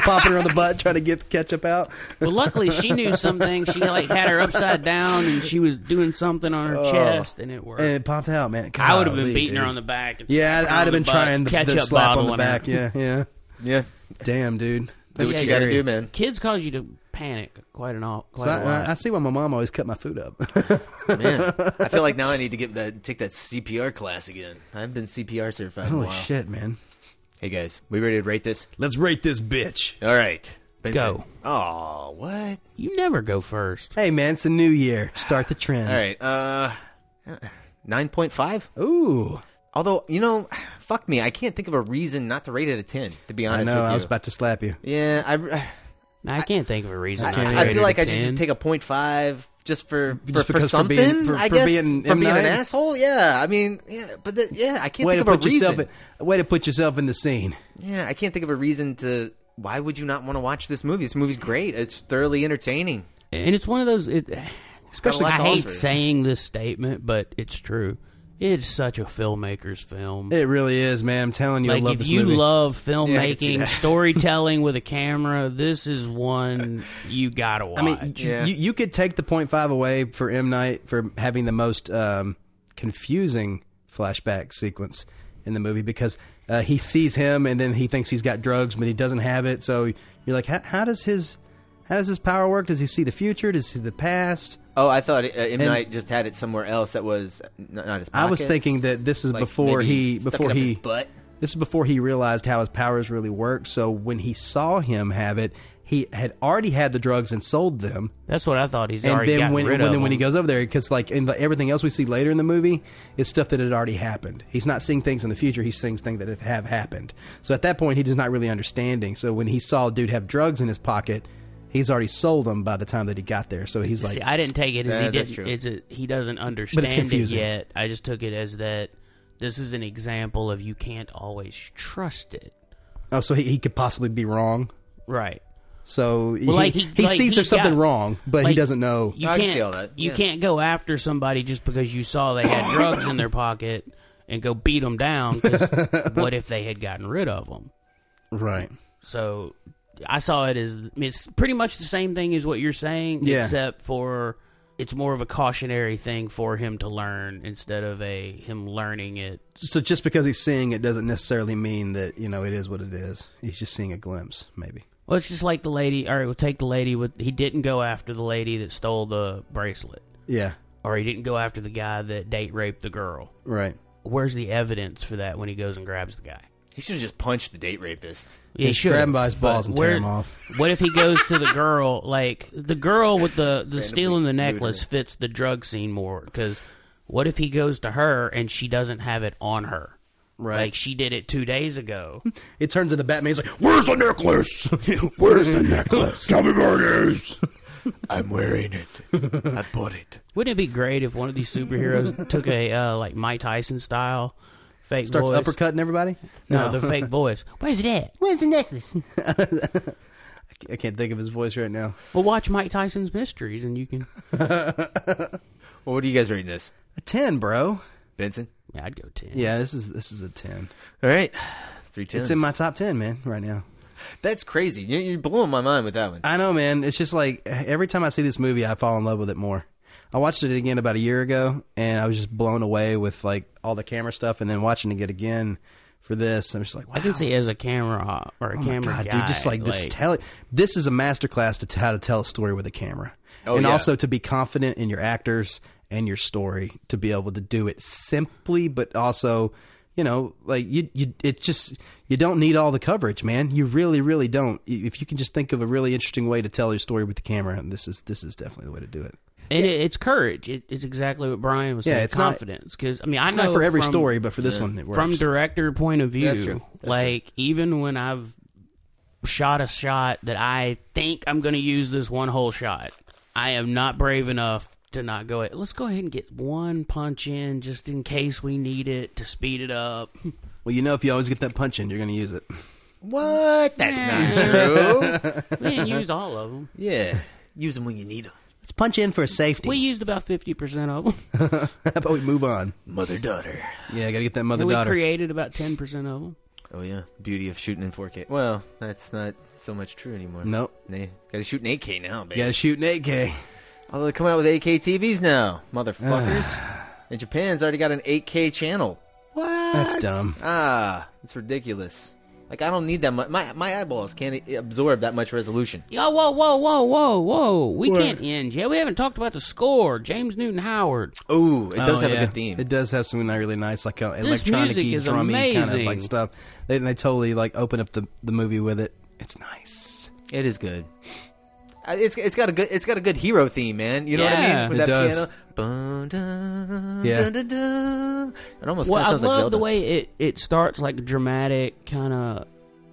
[SPEAKER 1] <laughs> popping her on the butt, trying to get the ketchup out.
[SPEAKER 9] well, luckily she knew something. She like had her upside down and she was doing something on her chest, and it worked.
[SPEAKER 1] Oh. And it popped out, man.
[SPEAKER 9] I would have been
[SPEAKER 1] Golly,
[SPEAKER 9] beating her
[SPEAKER 1] dude.
[SPEAKER 9] on the back. And
[SPEAKER 1] Yeah, I'd,
[SPEAKER 9] slapping her
[SPEAKER 1] I'd
[SPEAKER 9] on
[SPEAKER 1] have
[SPEAKER 9] the
[SPEAKER 1] been
[SPEAKER 9] butt,
[SPEAKER 1] trying the, the
[SPEAKER 9] ketchup
[SPEAKER 1] slap on
[SPEAKER 9] bottle
[SPEAKER 1] the
[SPEAKER 9] on her.
[SPEAKER 1] back. Yeah, yeah,
[SPEAKER 10] yeah.
[SPEAKER 1] Damn, dude.
[SPEAKER 10] Do what you gotta do, man.
[SPEAKER 9] Kids cause you to panic quite an all.
[SPEAKER 1] So
[SPEAKER 9] Quite a lot.
[SPEAKER 1] I, I see why my mom always cut my food up.
[SPEAKER 10] <laughs>
[SPEAKER 1] <laughs>
[SPEAKER 10] Man, I feel like now I need to get that take that CPR class again. I haven't been CPR certified. in a
[SPEAKER 1] Holy
[SPEAKER 10] while.
[SPEAKER 1] shit, man!
[SPEAKER 10] Hey guys, we ready to rate this?
[SPEAKER 1] Let's rate this bitch.
[SPEAKER 10] All right,
[SPEAKER 9] Go.
[SPEAKER 10] Oh, what?
[SPEAKER 9] You never go first.
[SPEAKER 1] Hey, man, it's a new year. Start the trend.
[SPEAKER 10] All right, uh, nine point five.
[SPEAKER 1] Ooh.
[SPEAKER 10] Although you know, fuck me, I can't think of a reason not to rate it a ten. To be
[SPEAKER 1] I
[SPEAKER 10] honest
[SPEAKER 1] know.
[SPEAKER 10] with you,
[SPEAKER 1] I was about to slap you.
[SPEAKER 10] yeah, I,
[SPEAKER 9] I can't think of a reason.
[SPEAKER 10] I,
[SPEAKER 9] not to
[SPEAKER 10] I
[SPEAKER 9] rate it
[SPEAKER 10] feel like
[SPEAKER 9] a
[SPEAKER 10] I should
[SPEAKER 9] 10.
[SPEAKER 10] just take a point five just for
[SPEAKER 1] Just
[SPEAKER 10] for, for
[SPEAKER 1] because for
[SPEAKER 10] something.
[SPEAKER 1] being- for-
[SPEAKER 10] I
[SPEAKER 1] for
[SPEAKER 10] guess
[SPEAKER 1] being
[SPEAKER 10] for being an
[SPEAKER 1] M9?
[SPEAKER 10] asshole. Yeah, I mean, yeah, but the, yeah, I can't
[SPEAKER 1] Way to
[SPEAKER 10] think of
[SPEAKER 1] put
[SPEAKER 10] a reason.
[SPEAKER 1] yourself. In, way to put yourself in the scene.
[SPEAKER 10] Yeah, I can't think of a reason to. Why would you not want to watch this movie? This movie's great. It's thoroughly entertaining.
[SPEAKER 9] and it's one of those. It,
[SPEAKER 10] Especially
[SPEAKER 9] I
[SPEAKER 10] to
[SPEAKER 9] hate
[SPEAKER 10] Oscar.
[SPEAKER 9] saying this statement, but it's true. It's such a filmmaker's film.
[SPEAKER 1] It really is, man. I'm telling you,
[SPEAKER 9] like
[SPEAKER 1] I love
[SPEAKER 9] if
[SPEAKER 1] this
[SPEAKER 9] you
[SPEAKER 1] movie.
[SPEAKER 9] love
[SPEAKER 10] Yeah, I can see
[SPEAKER 1] <laughs>
[SPEAKER 9] filmmaking,
[SPEAKER 10] that.
[SPEAKER 9] storytelling with a camera, this is
[SPEAKER 1] <laughs>
[SPEAKER 9] one you gotta watch.
[SPEAKER 1] I mean,
[SPEAKER 10] Yeah.
[SPEAKER 1] you, you could take the point five away for M Night for having the most um, confusing flashback sequence in the movie because uh, he sees him and then he thinks he's got drugs, but he doesn't have it. So you're like, how, how does his how does his power work? Does he see the future? Does he see the past?
[SPEAKER 10] Oh, I thought uh, M
[SPEAKER 1] And-
[SPEAKER 10] Night just had it somewhere else that was n- not his.
[SPEAKER 1] I was
[SPEAKER 10] pockets.
[SPEAKER 1] thinking that this is
[SPEAKER 10] Like,
[SPEAKER 1] before
[SPEAKER 10] maybe
[SPEAKER 1] he
[SPEAKER 10] stuck it
[SPEAKER 1] before
[SPEAKER 10] up
[SPEAKER 1] he
[SPEAKER 10] his butt.
[SPEAKER 1] This is before he realized how his powers really work. So when he saw him have it, he had already had the drugs and sold them.
[SPEAKER 9] that's what I thought. He's
[SPEAKER 1] and
[SPEAKER 9] already
[SPEAKER 1] then
[SPEAKER 9] gotten
[SPEAKER 1] when
[SPEAKER 9] rid
[SPEAKER 1] when,
[SPEAKER 9] of
[SPEAKER 1] then when he
[SPEAKER 9] them.
[SPEAKER 1] goes over there, because like in the, everything else we see later in the movie is stuff that had already happened. He's not seeing things in the future; he's seeing things that have- have happened. So at that point, he's just not really understanding. So when he saw a dude have drugs in his pocket, he's already sold them by the time that he got there. So he's like,
[SPEAKER 9] See, I didn't take it as
[SPEAKER 10] Yeah,
[SPEAKER 9] he
[SPEAKER 10] that's
[SPEAKER 9] didn't.
[SPEAKER 10] true.
[SPEAKER 9] It's a, he doesn't understand it
[SPEAKER 1] confusing.
[SPEAKER 9] yet. I just took it as that this is an example of you can't always trust it.
[SPEAKER 1] oh, so he, he could possibly be wrong.
[SPEAKER 9] Right.
[SPEAKER 1] So he,
[SPEAKER 9] Well, like
[SPEAKER 1] he,
[SPEAKER 9] he, like
[SPEAKER 1] sees
[SPEAKER 9] he
[SPEAKER 1] there's something
[SPEAKER 9] got-
[SPEAKER 1] wrong, but he
[SPEAKER 9] like,
[SPEAKER 1] doesn't know.
[SPEAKER 9] You
[SPEAKER 10] I
[SPEAKER 9] can't,
[SPEAKER 10] can see all that,
[SPEAKER 9] You
[SPEAKER 10] yeah.
[SPEAKER 9] can't go after somebody just because you saw
[SPEAKER 1] <laughs>
[SPEAKER 9] they had drugs in their pocket and go beat them down. 'cause what if they had gotten rid of them?
[SPEAKER 1] Right.
[SPEAKER 9] So I saw it as it's pretty much the same thing as what you're saying,
[SPEAKER 1] Yeah.
[SPEAKER 9] except for it's more of a cautionary thing for him to learn instead of a him learning it.
[SPEAKER 1] So just because he's seeing it doesn't necessarily mean that you know it is what it is. He's just seeing a glimpse, maybe.
[SPEAKER 9] Well, it's just like the lady. All right, we'll take the lady with. He didn't go after the lady that stole the bracelet,
[SPEAKER 1] Yeah.
[SPEAKER 9] or he didn't go after the guy that date raped the girl.
[SPEAKER 1] Right.
[SPEAKER 9] Where's the evidence for that when he goes and grabs the guy?
[SPEAKER 10] He should have just punched the date rapist.
[SPEAKER 9] Yeah,
[SPEAKER 1] Just grab him by his balls and tear him off.
[SPEAKER 9] What if he goes to the girl? Like the girl with the the stealing the
[SPEAKER 10] lewd her.
[SPEAKER 9] necklace fits the drug scene more because what if he goes to her and she doesn't have it on her?
[SPEAKER 1] Right.
[SPEAKER 9] Like she did it two days ago.
[SPEAKER 1] It turns into Batman. He's like, "Where's the <laughs> necklace? Where's the necklace? Tell me where it is."
[SPEAKER 10] I'm wearing it. I bought it.
[SPEAKER 9] Wouldn't it be great if one of these superheroes <laughs> took a uh, like Mike Tyson style fake
[SPEAKER 1] Starts
[SPEAKER 9] voice?
[SPEAKER 1] uppercutting everybody.
[SPEAKER 9] No, the
[SPEAKER 1] <laughs>
[SPEAKER 9] fake voice. Where's it at? Where's the necklace?
[SPEAKER 1] I can't think of his voice right now.
[SPEAKER 9] Well, watch Mike Tyson's Mysteries and you can.
[SPEAKER 10] Well, what are you guys rating this,
[SPEAKER 1] A ten, bro.
[SPEAKER 10] Benson?
[SPEAKER 9] Yeah, I'd go ten.
[SPEAKER 1] Yeah, this is this is a ten.
[SPEAKER 10] All right, three tens.
[SPEAKER 1] It's in my top ten, man, right now.
[SPEAKER 10] That's crazy. You- You're blowing my mind with that one.
[SPEAKER 1] I know, man. It's just like every time I see this movie, I fall in love with it more. I watched it again about a year ago, and I was just blown away with like all the camera stuff, and then watching it again for this, I'm just like, wow.
[SPEAKER 9] I can see as a camera op- or a
[SPEAKER 1] Oh my
[SPEAKER 9] camera
[SPEAKER 1] God,
[SPEAKER 9] guy,
[SPEAKER 1] dude, just like, this tell this is a masterclass to t- how to tell a story with a camera.
[SPEAKER 10] Oh,
[SPEAKER 1] and
[SPEAKER 10] yeah.
[SPEAKER 1] also to be confident in your actors and your story to be able to do it simply but also you know like you you it just you don't need all the coverage man you really really don't if you can just think of a really interesting way to tell your story with the camera this is this is definitely the way to do it
[SPEAKER 9] And it, it's courage. It, it's exactly what Brian was
[SPEAKER 1] Yeah,
[SPEAKER 9] saying.
[SPEAKER 1] it's not-
[SPEAKER 9] confidence. Because I mean, I
[SPEAKER 1] it's
[SPEAKER 9] know
[SPEAKER 1] not for every
[SPEAKER 9] from-
[SPEAKER 1] story but for this one it works
[SPEAKER 9] from director point of view,
[SPEAKER 10] That's true. That's
[SPEAKER 9] like even when I've shot a shot that I think I'm going to use this one whole shot, I am not brave enough to not go ahead. Let's go ahead and get one punch in just in case we need it to speed it up. <laughs>
[SPEAKER 1] Well, you know, if you always get that punch in, you're going to use it.
[SPEAKER 10] What? That's
[SPEAKER 9] not true. we didn't use all of them.
[SPEAKER 10] Yeah. Use them when you need them.
[SPEAKER 1] Let's punch in for safety.
[SPEAKER 9] We used about 50% of them.
[SPEAKER 1] <laughs> How about we move on?
[SPEAKER 10] Mother daughter.
[SPEAKER 1] Yeah, got to get that
[SPEAKER 9] And
[SPEAKER 1] mother
[SPEAKER 9] <laughs> we
[SPEAKER 1] daughter.
[SPEAKER 9] created about 10% of them.
[SPEAKER 10] Oh yeah, beauty of shooting in 4K. Well, that's not so much true anymore.
[SPEAKER 1] Nope.
[SPEAKER 10] Nah, gotta shoot in 8K now, baby.
[SPEAKER 1] got to shoot an 8K.
[SPEAKER 10] Although they're coming out with 8K TVs now, motherfuckers.
[SPEAKER 1] <sighs>
[SPEAKER 10] and Japan's already got an 8K channel. What?
[SPEAKER 1] That's dumb.
[SPEAKER 10] Ah, it's ridiculous. Like I don't need that much. My my eyeballs can't i- absorb that much resolution.
[SPEAKER 9] Yo, whoa, whoa, whoa, whoa, whoa. We can't end yet. We haven't talked about the score. James Newton Howard.
[SPEAKER 10] Ooh, it does
[SPEAKER 1] Oh,
[SPEAKER 10] have
[SPEAKER 1] yeah.
[SPEAKER 10] a good theme.
[SPEAKER 1] It does have some really nice, like uh,
[SPEAKER 9] This
[SPEAKER 1] electronic
[SPEAKER 9] music is
[SPEAKER 1] drummy kind of
[SPEAKER 9] amazing.
[SPEAKER 1] like stuff. They, they totally like open up the, the movie with it. It's nice.
[SPEAKER 10] It is good. Uh, It's it's got a good it's got a good hero theme, man. You know what I
[SPEAKER 9] Yeah.
[SPEAKER 10] mean? With
[SPEAKER 1] It
[SPEAKER 10] that
[SPEAKER 1] does.
[SPEAKER 10] piano. Bun, dun,
[SPEAKER 1] Yeah.
[SPEAKER 10] dun, dun, dun. It almost
[SPEAKER 9] Well, I
[SPEAKER 10] kinda
[SPEAKER 9] love
[SPEAKER 10] sounds like Zelda.
[SPEAKER 9] the way it, it starts like dramatic, kind of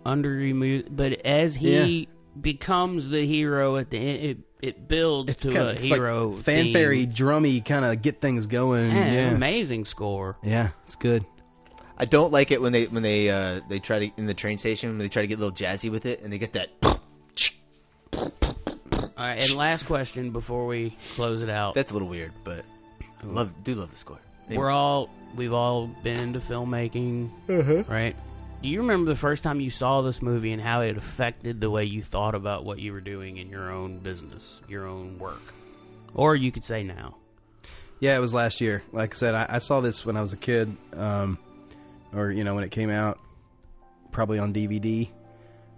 [SPEAKER 9] under music, but as he becomes the hero at the end, it, it builds to
[SPEAKER 1] Kinda
[SPEAKER 9] a
[SPEAKER 1] like
[SPEAKER 9] hero.
[SPEAKER 1] fanfare
[SPEAKER 9] theme.
[SPEAKER 1] drummy kind of get things going.
[SPEAKER 9] Man,
[SPEAKER 1] yeah.
[SPEAKER 9] Amazing score.
[SPEAKER 1] Yeah, it's good.
[SPEAKER 10] I don't like it when they when they uh, they try to in the train station when they try to get a little jazzy with it and they get that. <laughs>
[SPEAKER 9] All right, and last question before we close it out.
[SPEAKER 10] That's a little weird, but I love do love the score. Anyway,
[SPEAKER 9] We're all we've all been into filmmaking, right? Do you remember the first time you saw this movie and how it affected the way you thought about what you were doing in your own business, your own work, or you could say now?
[SPEAKER 1] Yeah, it was last year. Like I said, I, I saw this when I was a kid, um, or you know when it came out, probably on DVD,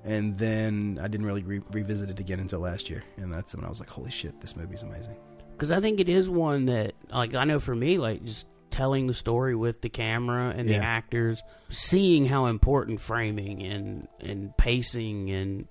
[SPEAKER 1] and then I didn't really re- revisit it again until last year, and that's when I was like, "Holy shit, this movie's amazing!"
[SPEAKER 9] Because I think it is one that, like, I know for me, like, just telling the story with the camera and
[SPEAKER 1] Yeah.
[SPEAKER 9] the actors, seeing how important framing and and pacing and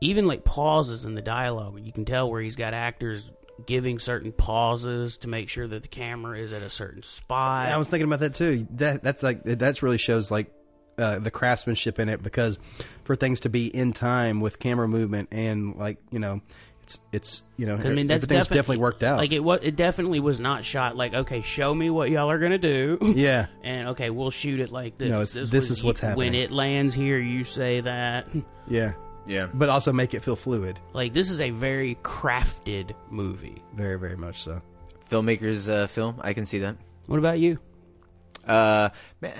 [SPEAKER 9] even like pauses in the dialogue, you can tell where he's got actors giving certain pauses to make sure that the camera is at a certain spot.
[SPEAKER 1] I was thinking about that too. That that's like that really shows like uh, the craftsmanship in it because for things to be in time with camera movement and like you know, it's it's you know,
[SPEAKER 9] I mean, that's
[SPEAKER 1] everything's definitely worked out.
[SPEAKER 9] Like it was, it definitely was not shot like, okay, show me what y'all are gonna do.
[SPEAKER 1] <laughs>
[SPEAKER 9] <laughs>
[SPEAKER 1] yeah,
[SPEAKER 9] And okay, we'll shoot it like this.
[SPEAKER 1] No, it's- this
[SPEAKER 9] was-
[SPEAKER 1] is what's
[SPEAKER 9] When
[SPEAKER 1] happening.
[SPEAKER 9] it lands here, you say that. <laughs>
[SPEAKER 1] yeah,
[SPEAKER 10] yeah,
[SPEAKER 1] but also make it feel fluid.
[SPEAKER 9] Like this is a very crafted movie.
[SPEAKER 1] Very very much so.
[SPEAKER 10] filmmakers uh, film. I can see that.
[SPEAKER 9] What about you?
[SPEAKER 10] Uh, man,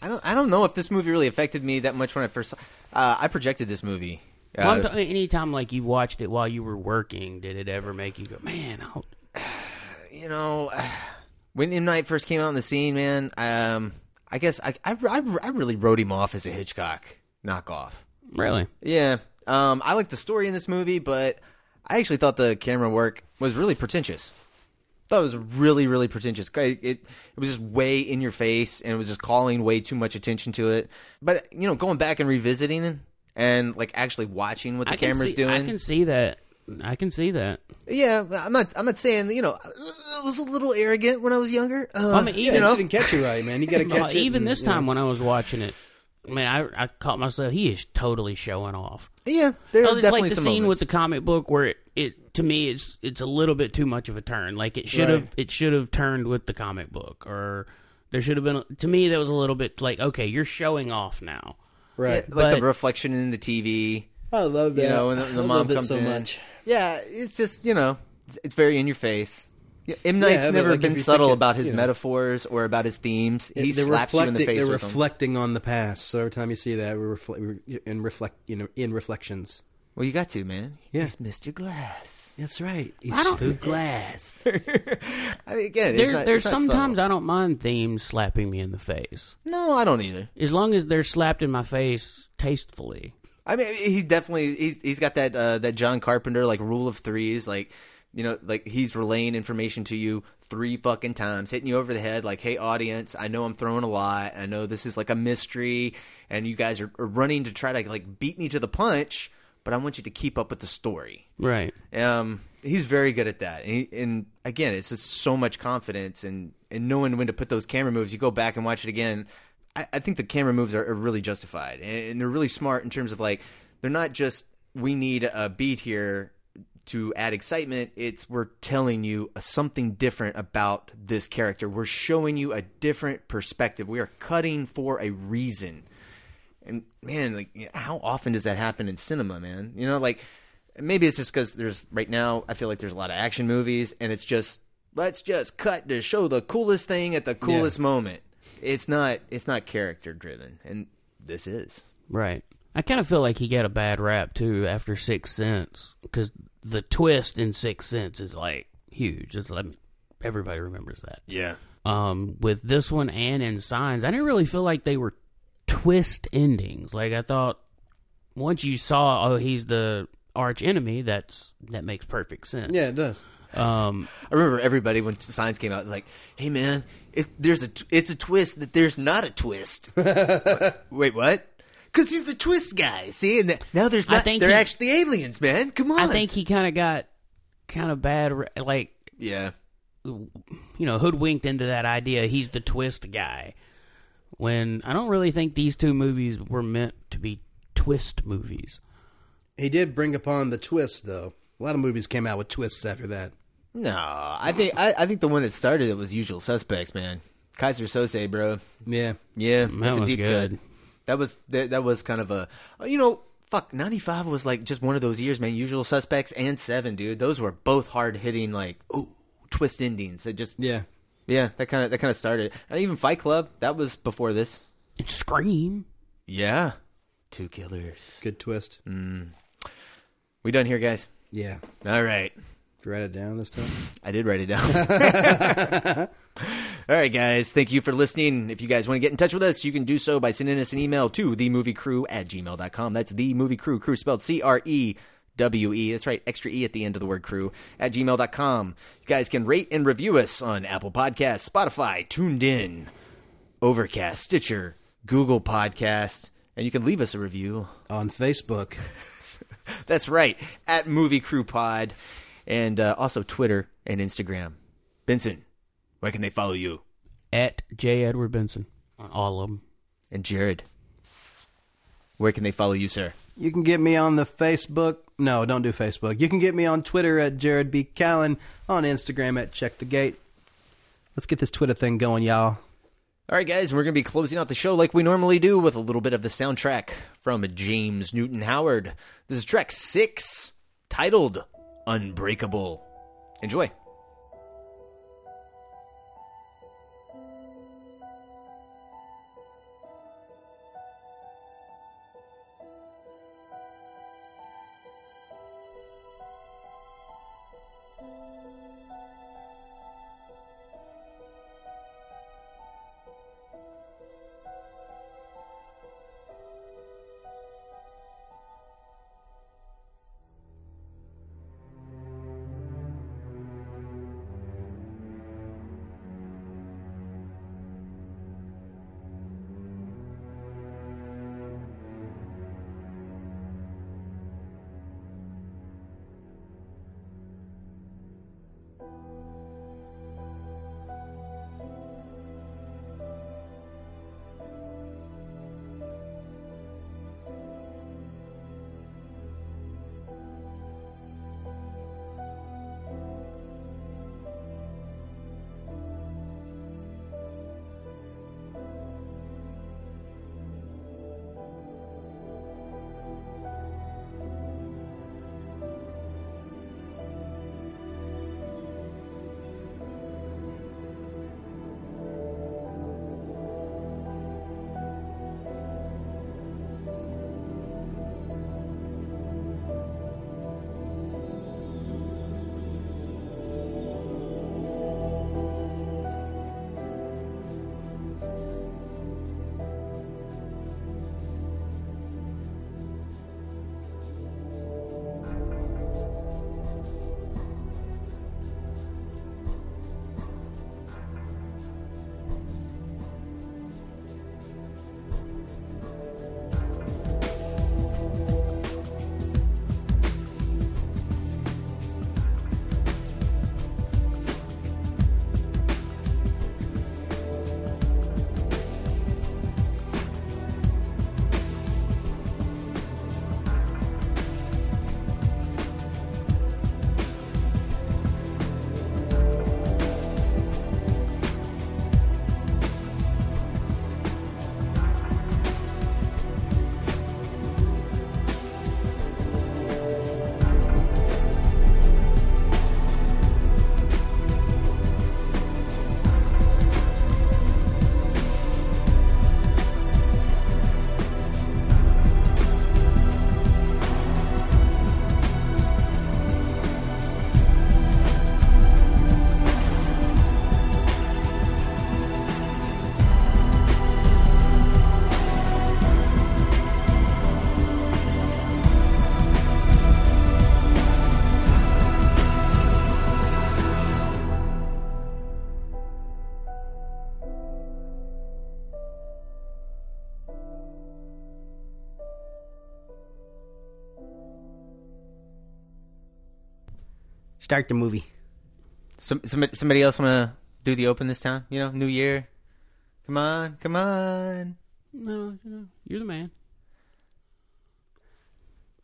[SPEAKER 10] I don't I don't know if this movie really affected me that much when I first. Saw, uh, I projected this movie.
[SPEAKER 9] Well, I'm
[SPEAKER 10] Uh,
[SPEAKER 9] ta- anytime like you watched it while you were working, did it ever make you go, man? I'll...
[SPEAKER 10] you know, <sighs> when M Night first came out in the scene, man, um, I guess I, I, I, I really wrote him off as a Hitchcock knockoff.
[SPEAKER 9] Really?
[SPEAKER 10] Yeah, um, I like the story in this movie, but I actually thought the camera work was really pretentious. Thought it was really, really pretentious. It, it it was just way in your face, and it was just calling way too much attention to it. But you know, going back and revisiting it, and like actually watching what the
[SPEAKER 9] I can
[SPEAKER 10] camera's
[SPEAKER 9] see,
[SPEAKER 10] doing, Uh,
[SPEAKER 9] I can see that. I can see that.
[SPEAKER 10] yeah, I'm not. I'm not saying you know. I was a little arrogant when I was younger. Uh,
[SPEAKER 9] I mean, even
[SPEAKER 10] you know,
[SPEAKER 1] didn't catch you right, man. You got
[SPEAKER 9] <laughs>
[SPEAKER 1] to
[SPEAKER 9] well, even this time when I was watching it, I mean, I I caught myself. He is totally showing off.
[SPEAKER 10] yeah, there
[SPEAKER 9] Oh,
[SPEAKER 10] are
[SPEAKER 9] it's
[SPEAKER 10] definitely
[SPEAKER 9] like the
[SPEAKER 10] some
[SPEAKER 9] scene with the comic book where it, it to me it's it's a little bit too much of a turn. Like it should have
[SPEAKER 1] Right.
[SPEAKER 9] it should have turned with the comic book, or there should have been a- to me that was a little bit like okay, you're showing off now.
[SPEAKER 1] right.
[SPEAKER 10] like
[SPEAKER 9] but-
[SPEAKER 10] the reflection in the TV.
[SPEAKER 1] I love
[SPEAKER 10] You know, and the, the mom comes in. Yeah, it's just you know, it's very in your face. Yeah, M Night's
[SPEAKER 1] Yeah, but,
[SPEAKER 10] never
[SPEAKER 1] like, if
[SPEAKER 10] been
[SPEAKER 1] you're
[SPEAKER 10] subtle
[SPEAKER 1] thinking,
[SPEAKER 10] about his
[SPEAKER 1] you know.
[SPEAKER 10] metaphors or about his themes. He
[SPEAKER 1] they're
[SPEAKER 10] slaps you in the
[SPEAKER 1] reflecting-
[SPEAKER 10] face
[SPEAKER 1] They're
[SPEAKER 10] with them.
[SPEAKER 1] reflecting on the past. So every time you see that, we're, refle- we're in reflect, you know, in reflections.
[SPEAKER 10] Well, you got to man.
[SPEAKER 1] Yeah.
[SPEAKER 10] He's Mr. Glass. <laughs>
[SPEAKER 1] That's right. He's
[SPEAKER 9] I don't-
[SPEAKER 1] glass.
[SPEAKER 10] I mean, again, it's
[SPEAKER 9] There,
[SPEAKER 10] not, it's
[SPEAKER 9] there's
[SPEAKER 10] not
[SPEAKER 9] sometimes
[SPEAKER 10] subtle.
[SPEAKER 9] I don't mind themes slapping me in the face
[SPEAKER 10] no, I don't either.
[SPEAKER 9] as long as they're slapped in my face tastefully.
[SPEAKER 10] I mean, he's definitely he's he's got that uh, that John Carpenter like rule of threes, like you know, like he's relaying information to you three fucking times, hitting you over the head, like, "Hey, audience, I know I'm throwing a lot. I know this is like a mystery, and you guys are, are running to try to like beat me to the punch, but I want you to keep up with the story."
[SPEAKER 9] Right.
[SPEAKER 10] Um, he's very good at that, and, he, and again, it's just so much confidence and and knowing when to put those camera moves. You go back and watch it again. I, I think the camera moves are, are really justified, and, and they're really smart in terms of like they're not just we need a beat here to add excitement, it's we're telling you something different about this character. We're showing you a different perspective. We are cutting for a reason. And man, like how often does that happen in cinema, man? You know, like maybe it's just because there's right now I feel like there's a lot of action movies and it's just let's just cut to show the coolest thing at the coolest moment. It's not it's not character driven, and this is.
[SPEAKER 9] Right. I kind of feel like he got a bad rap too after Sixth Sense because the twist in Sixth Sense is like huge. It's like everybody remembers that.
[SPEAKER 10] Yeah.
[SPEAKER 9] Um, with this one and in Signs, I didn't really feel like they were twist endings. Like I thought, once you saw, oh, he's the arch enemy. That's that makes perfect sense.
[SPEAKER 1] Yeah, it does.
[SPEAKER 9] Um,
[SPEAKER 10] I remember everybody when Signs came out, like, "Hey man, it, there's a t- it's a twist that there's not a <laughs> twist." Wait, what? Because he's the twist guy. See, and th- now there's
[SPEAKER 9] I
[SPEAKER 10] not.
[SPEAKER 9] think
[SPEAKER 10] they're
[SPEAKER 9] he-
[SPEAKER 10] actually aliens, man. Come on.
[SPEAKER 9] I think he kind of got kind of bad, ra- like
[SPEAKER 10] yeah,
[SPEAKER 9] you know, hoodwinked into that idea. He's the twist guy. When I don't really think these two movies were meant to be twist movies.
[SPEAKER 1] He did bring upon the twist, though. A lot of movies came out with twists after that.
[SPEAKER 10] No, I think I, I think the one that started it was Usual Suspects, man. Kaiser Sose, bro.
[SPEAKER 1] Yeah,
[SPEAKER 10] yeah,
[SPEAKER 9] That
[SPEAKER 10] that's a
[SPEAKER 9] one's
[SPEAKER 10] deep
[SPEAKER 9] good.
[SPEAKER 10] cut. That was that, that was kind of a oh, you know fuck ninety five was like just one of those years, man. Usual Suspects and Seven, dude. Those were both hard hitting like ooh twist endings that just
[SPEAKER 1] yeah
[SPEAKER 10] yeah that kind of that kind of started. And even Fight Club that was before this.
[SPEAKER 9] And Scream.
[SPEAKER 10] Yeah, two killers.
[SPEAKER 1] Good twist.
[SPEAKER 10] Mm. We done here, guys.
[SPEAKER 1] Yeah.
[SPEAKER 10] All right.
[SPEAKER 1] Did you write it down this time?
[SPEAKER 10] I did write it down. All right, guys. Thank you for listening. If you guys want to get in touch with us, you can do so by sending us an email to themoviecrew at gmail.com. That's the movie crew, crew spelled C R E W E. That's right, extra E at the end of the word crew at gmail.com. You guys can rate and review us on Apple Podcasts, Spotify, Tuned In, Overcast, Stitcher, Google Podcast, and you can leave us a review
[SPEAKER 1] on Facebook.
[SPEAKER 10] That's right, at Movie Crew Pod, and uh, also Twitter and Instagram. Benson, where can they follow you?
[SPEAKER 9] At J. Edward Benson on all of them.
[SPEAKER 10] And Jared, where can they follow you, sir?
[SPEAKER 1] You can get me on the Facebook. No, don't do Facebook. You can get me on Twitter at Jared B. Callen, on Instagram at Check the Gate. Let's get this Twitter thing going, y'all.
[SPEAKER 10] All right, guys, we're going to be closing out the show like we normally do with a little bit of the soundtrack from James Newton Howard. This is track six, titled Unbreakable. Enjoy.
[SPEAKER 1] Start the movie.
[SPEAKER 10] Some, somebody, somebody else want to do the open this time? You know, New Year. Come on, come on.
[SPEAKER 9] No, no, you're the man.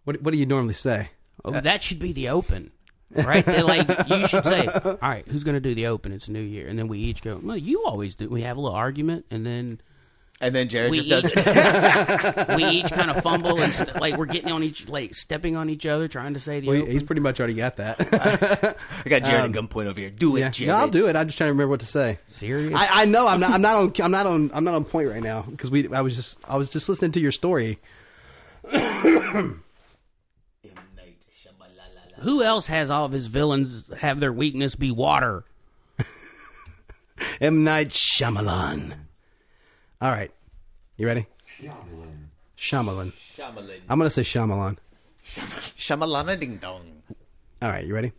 [SPEAKER 1] What What do you normally say?
[SPEAKER 9] Oh, that should be the open, right? They're like you should say,
[SPEAKER 1] <laughs>
[SPEAKER 9] "All right, who's going to do the open? It's a new year," and then we each go. Well, you always do. We have a little argument, and then
[SPEAKER 10] and then Jared
[SPEAKER 9] we
[SPEAKER 10] just does
[SPEAKER 9] each,
[SPEAKER 10] <laughs> it.
[SPEAKER 9] we each kind of fumble and st- like we're getting on each, like stepping on each other, trying to say the
[SPEAKER 1] Well, he-
[SPEAKER 9] open.
[SPEAKER 1] he's pretty much already got
[SPEAKER 9] <laughs>
[SPEAKER 1] that. I
[SPEAKER 10] got Jared at gunpoint over here. Do it, Jared.
[SPEAKER 1] Um, No, I'll do it. I'm just trying to remember what to say.
[SPEAKER 9] Serious?
[SPEAKER 1] I, I know. I'm not. I'm not on. I'm not on. I'm not on point right now because we. I was just. I was just listening to your story.
[SPEAKER 9] Who else has all of his villains have their weakness be water?
[SPEAKER 1] M Night Shyamalan. All right, you ready? Shyamalan.
[SPEAKER 10] Shyamalan.
[SPEAKER 1] I'm gonna say Shyamalan.
[SPEAKER 10] Shamalana ding dong.
[SPEAKER 1] All right, you ready?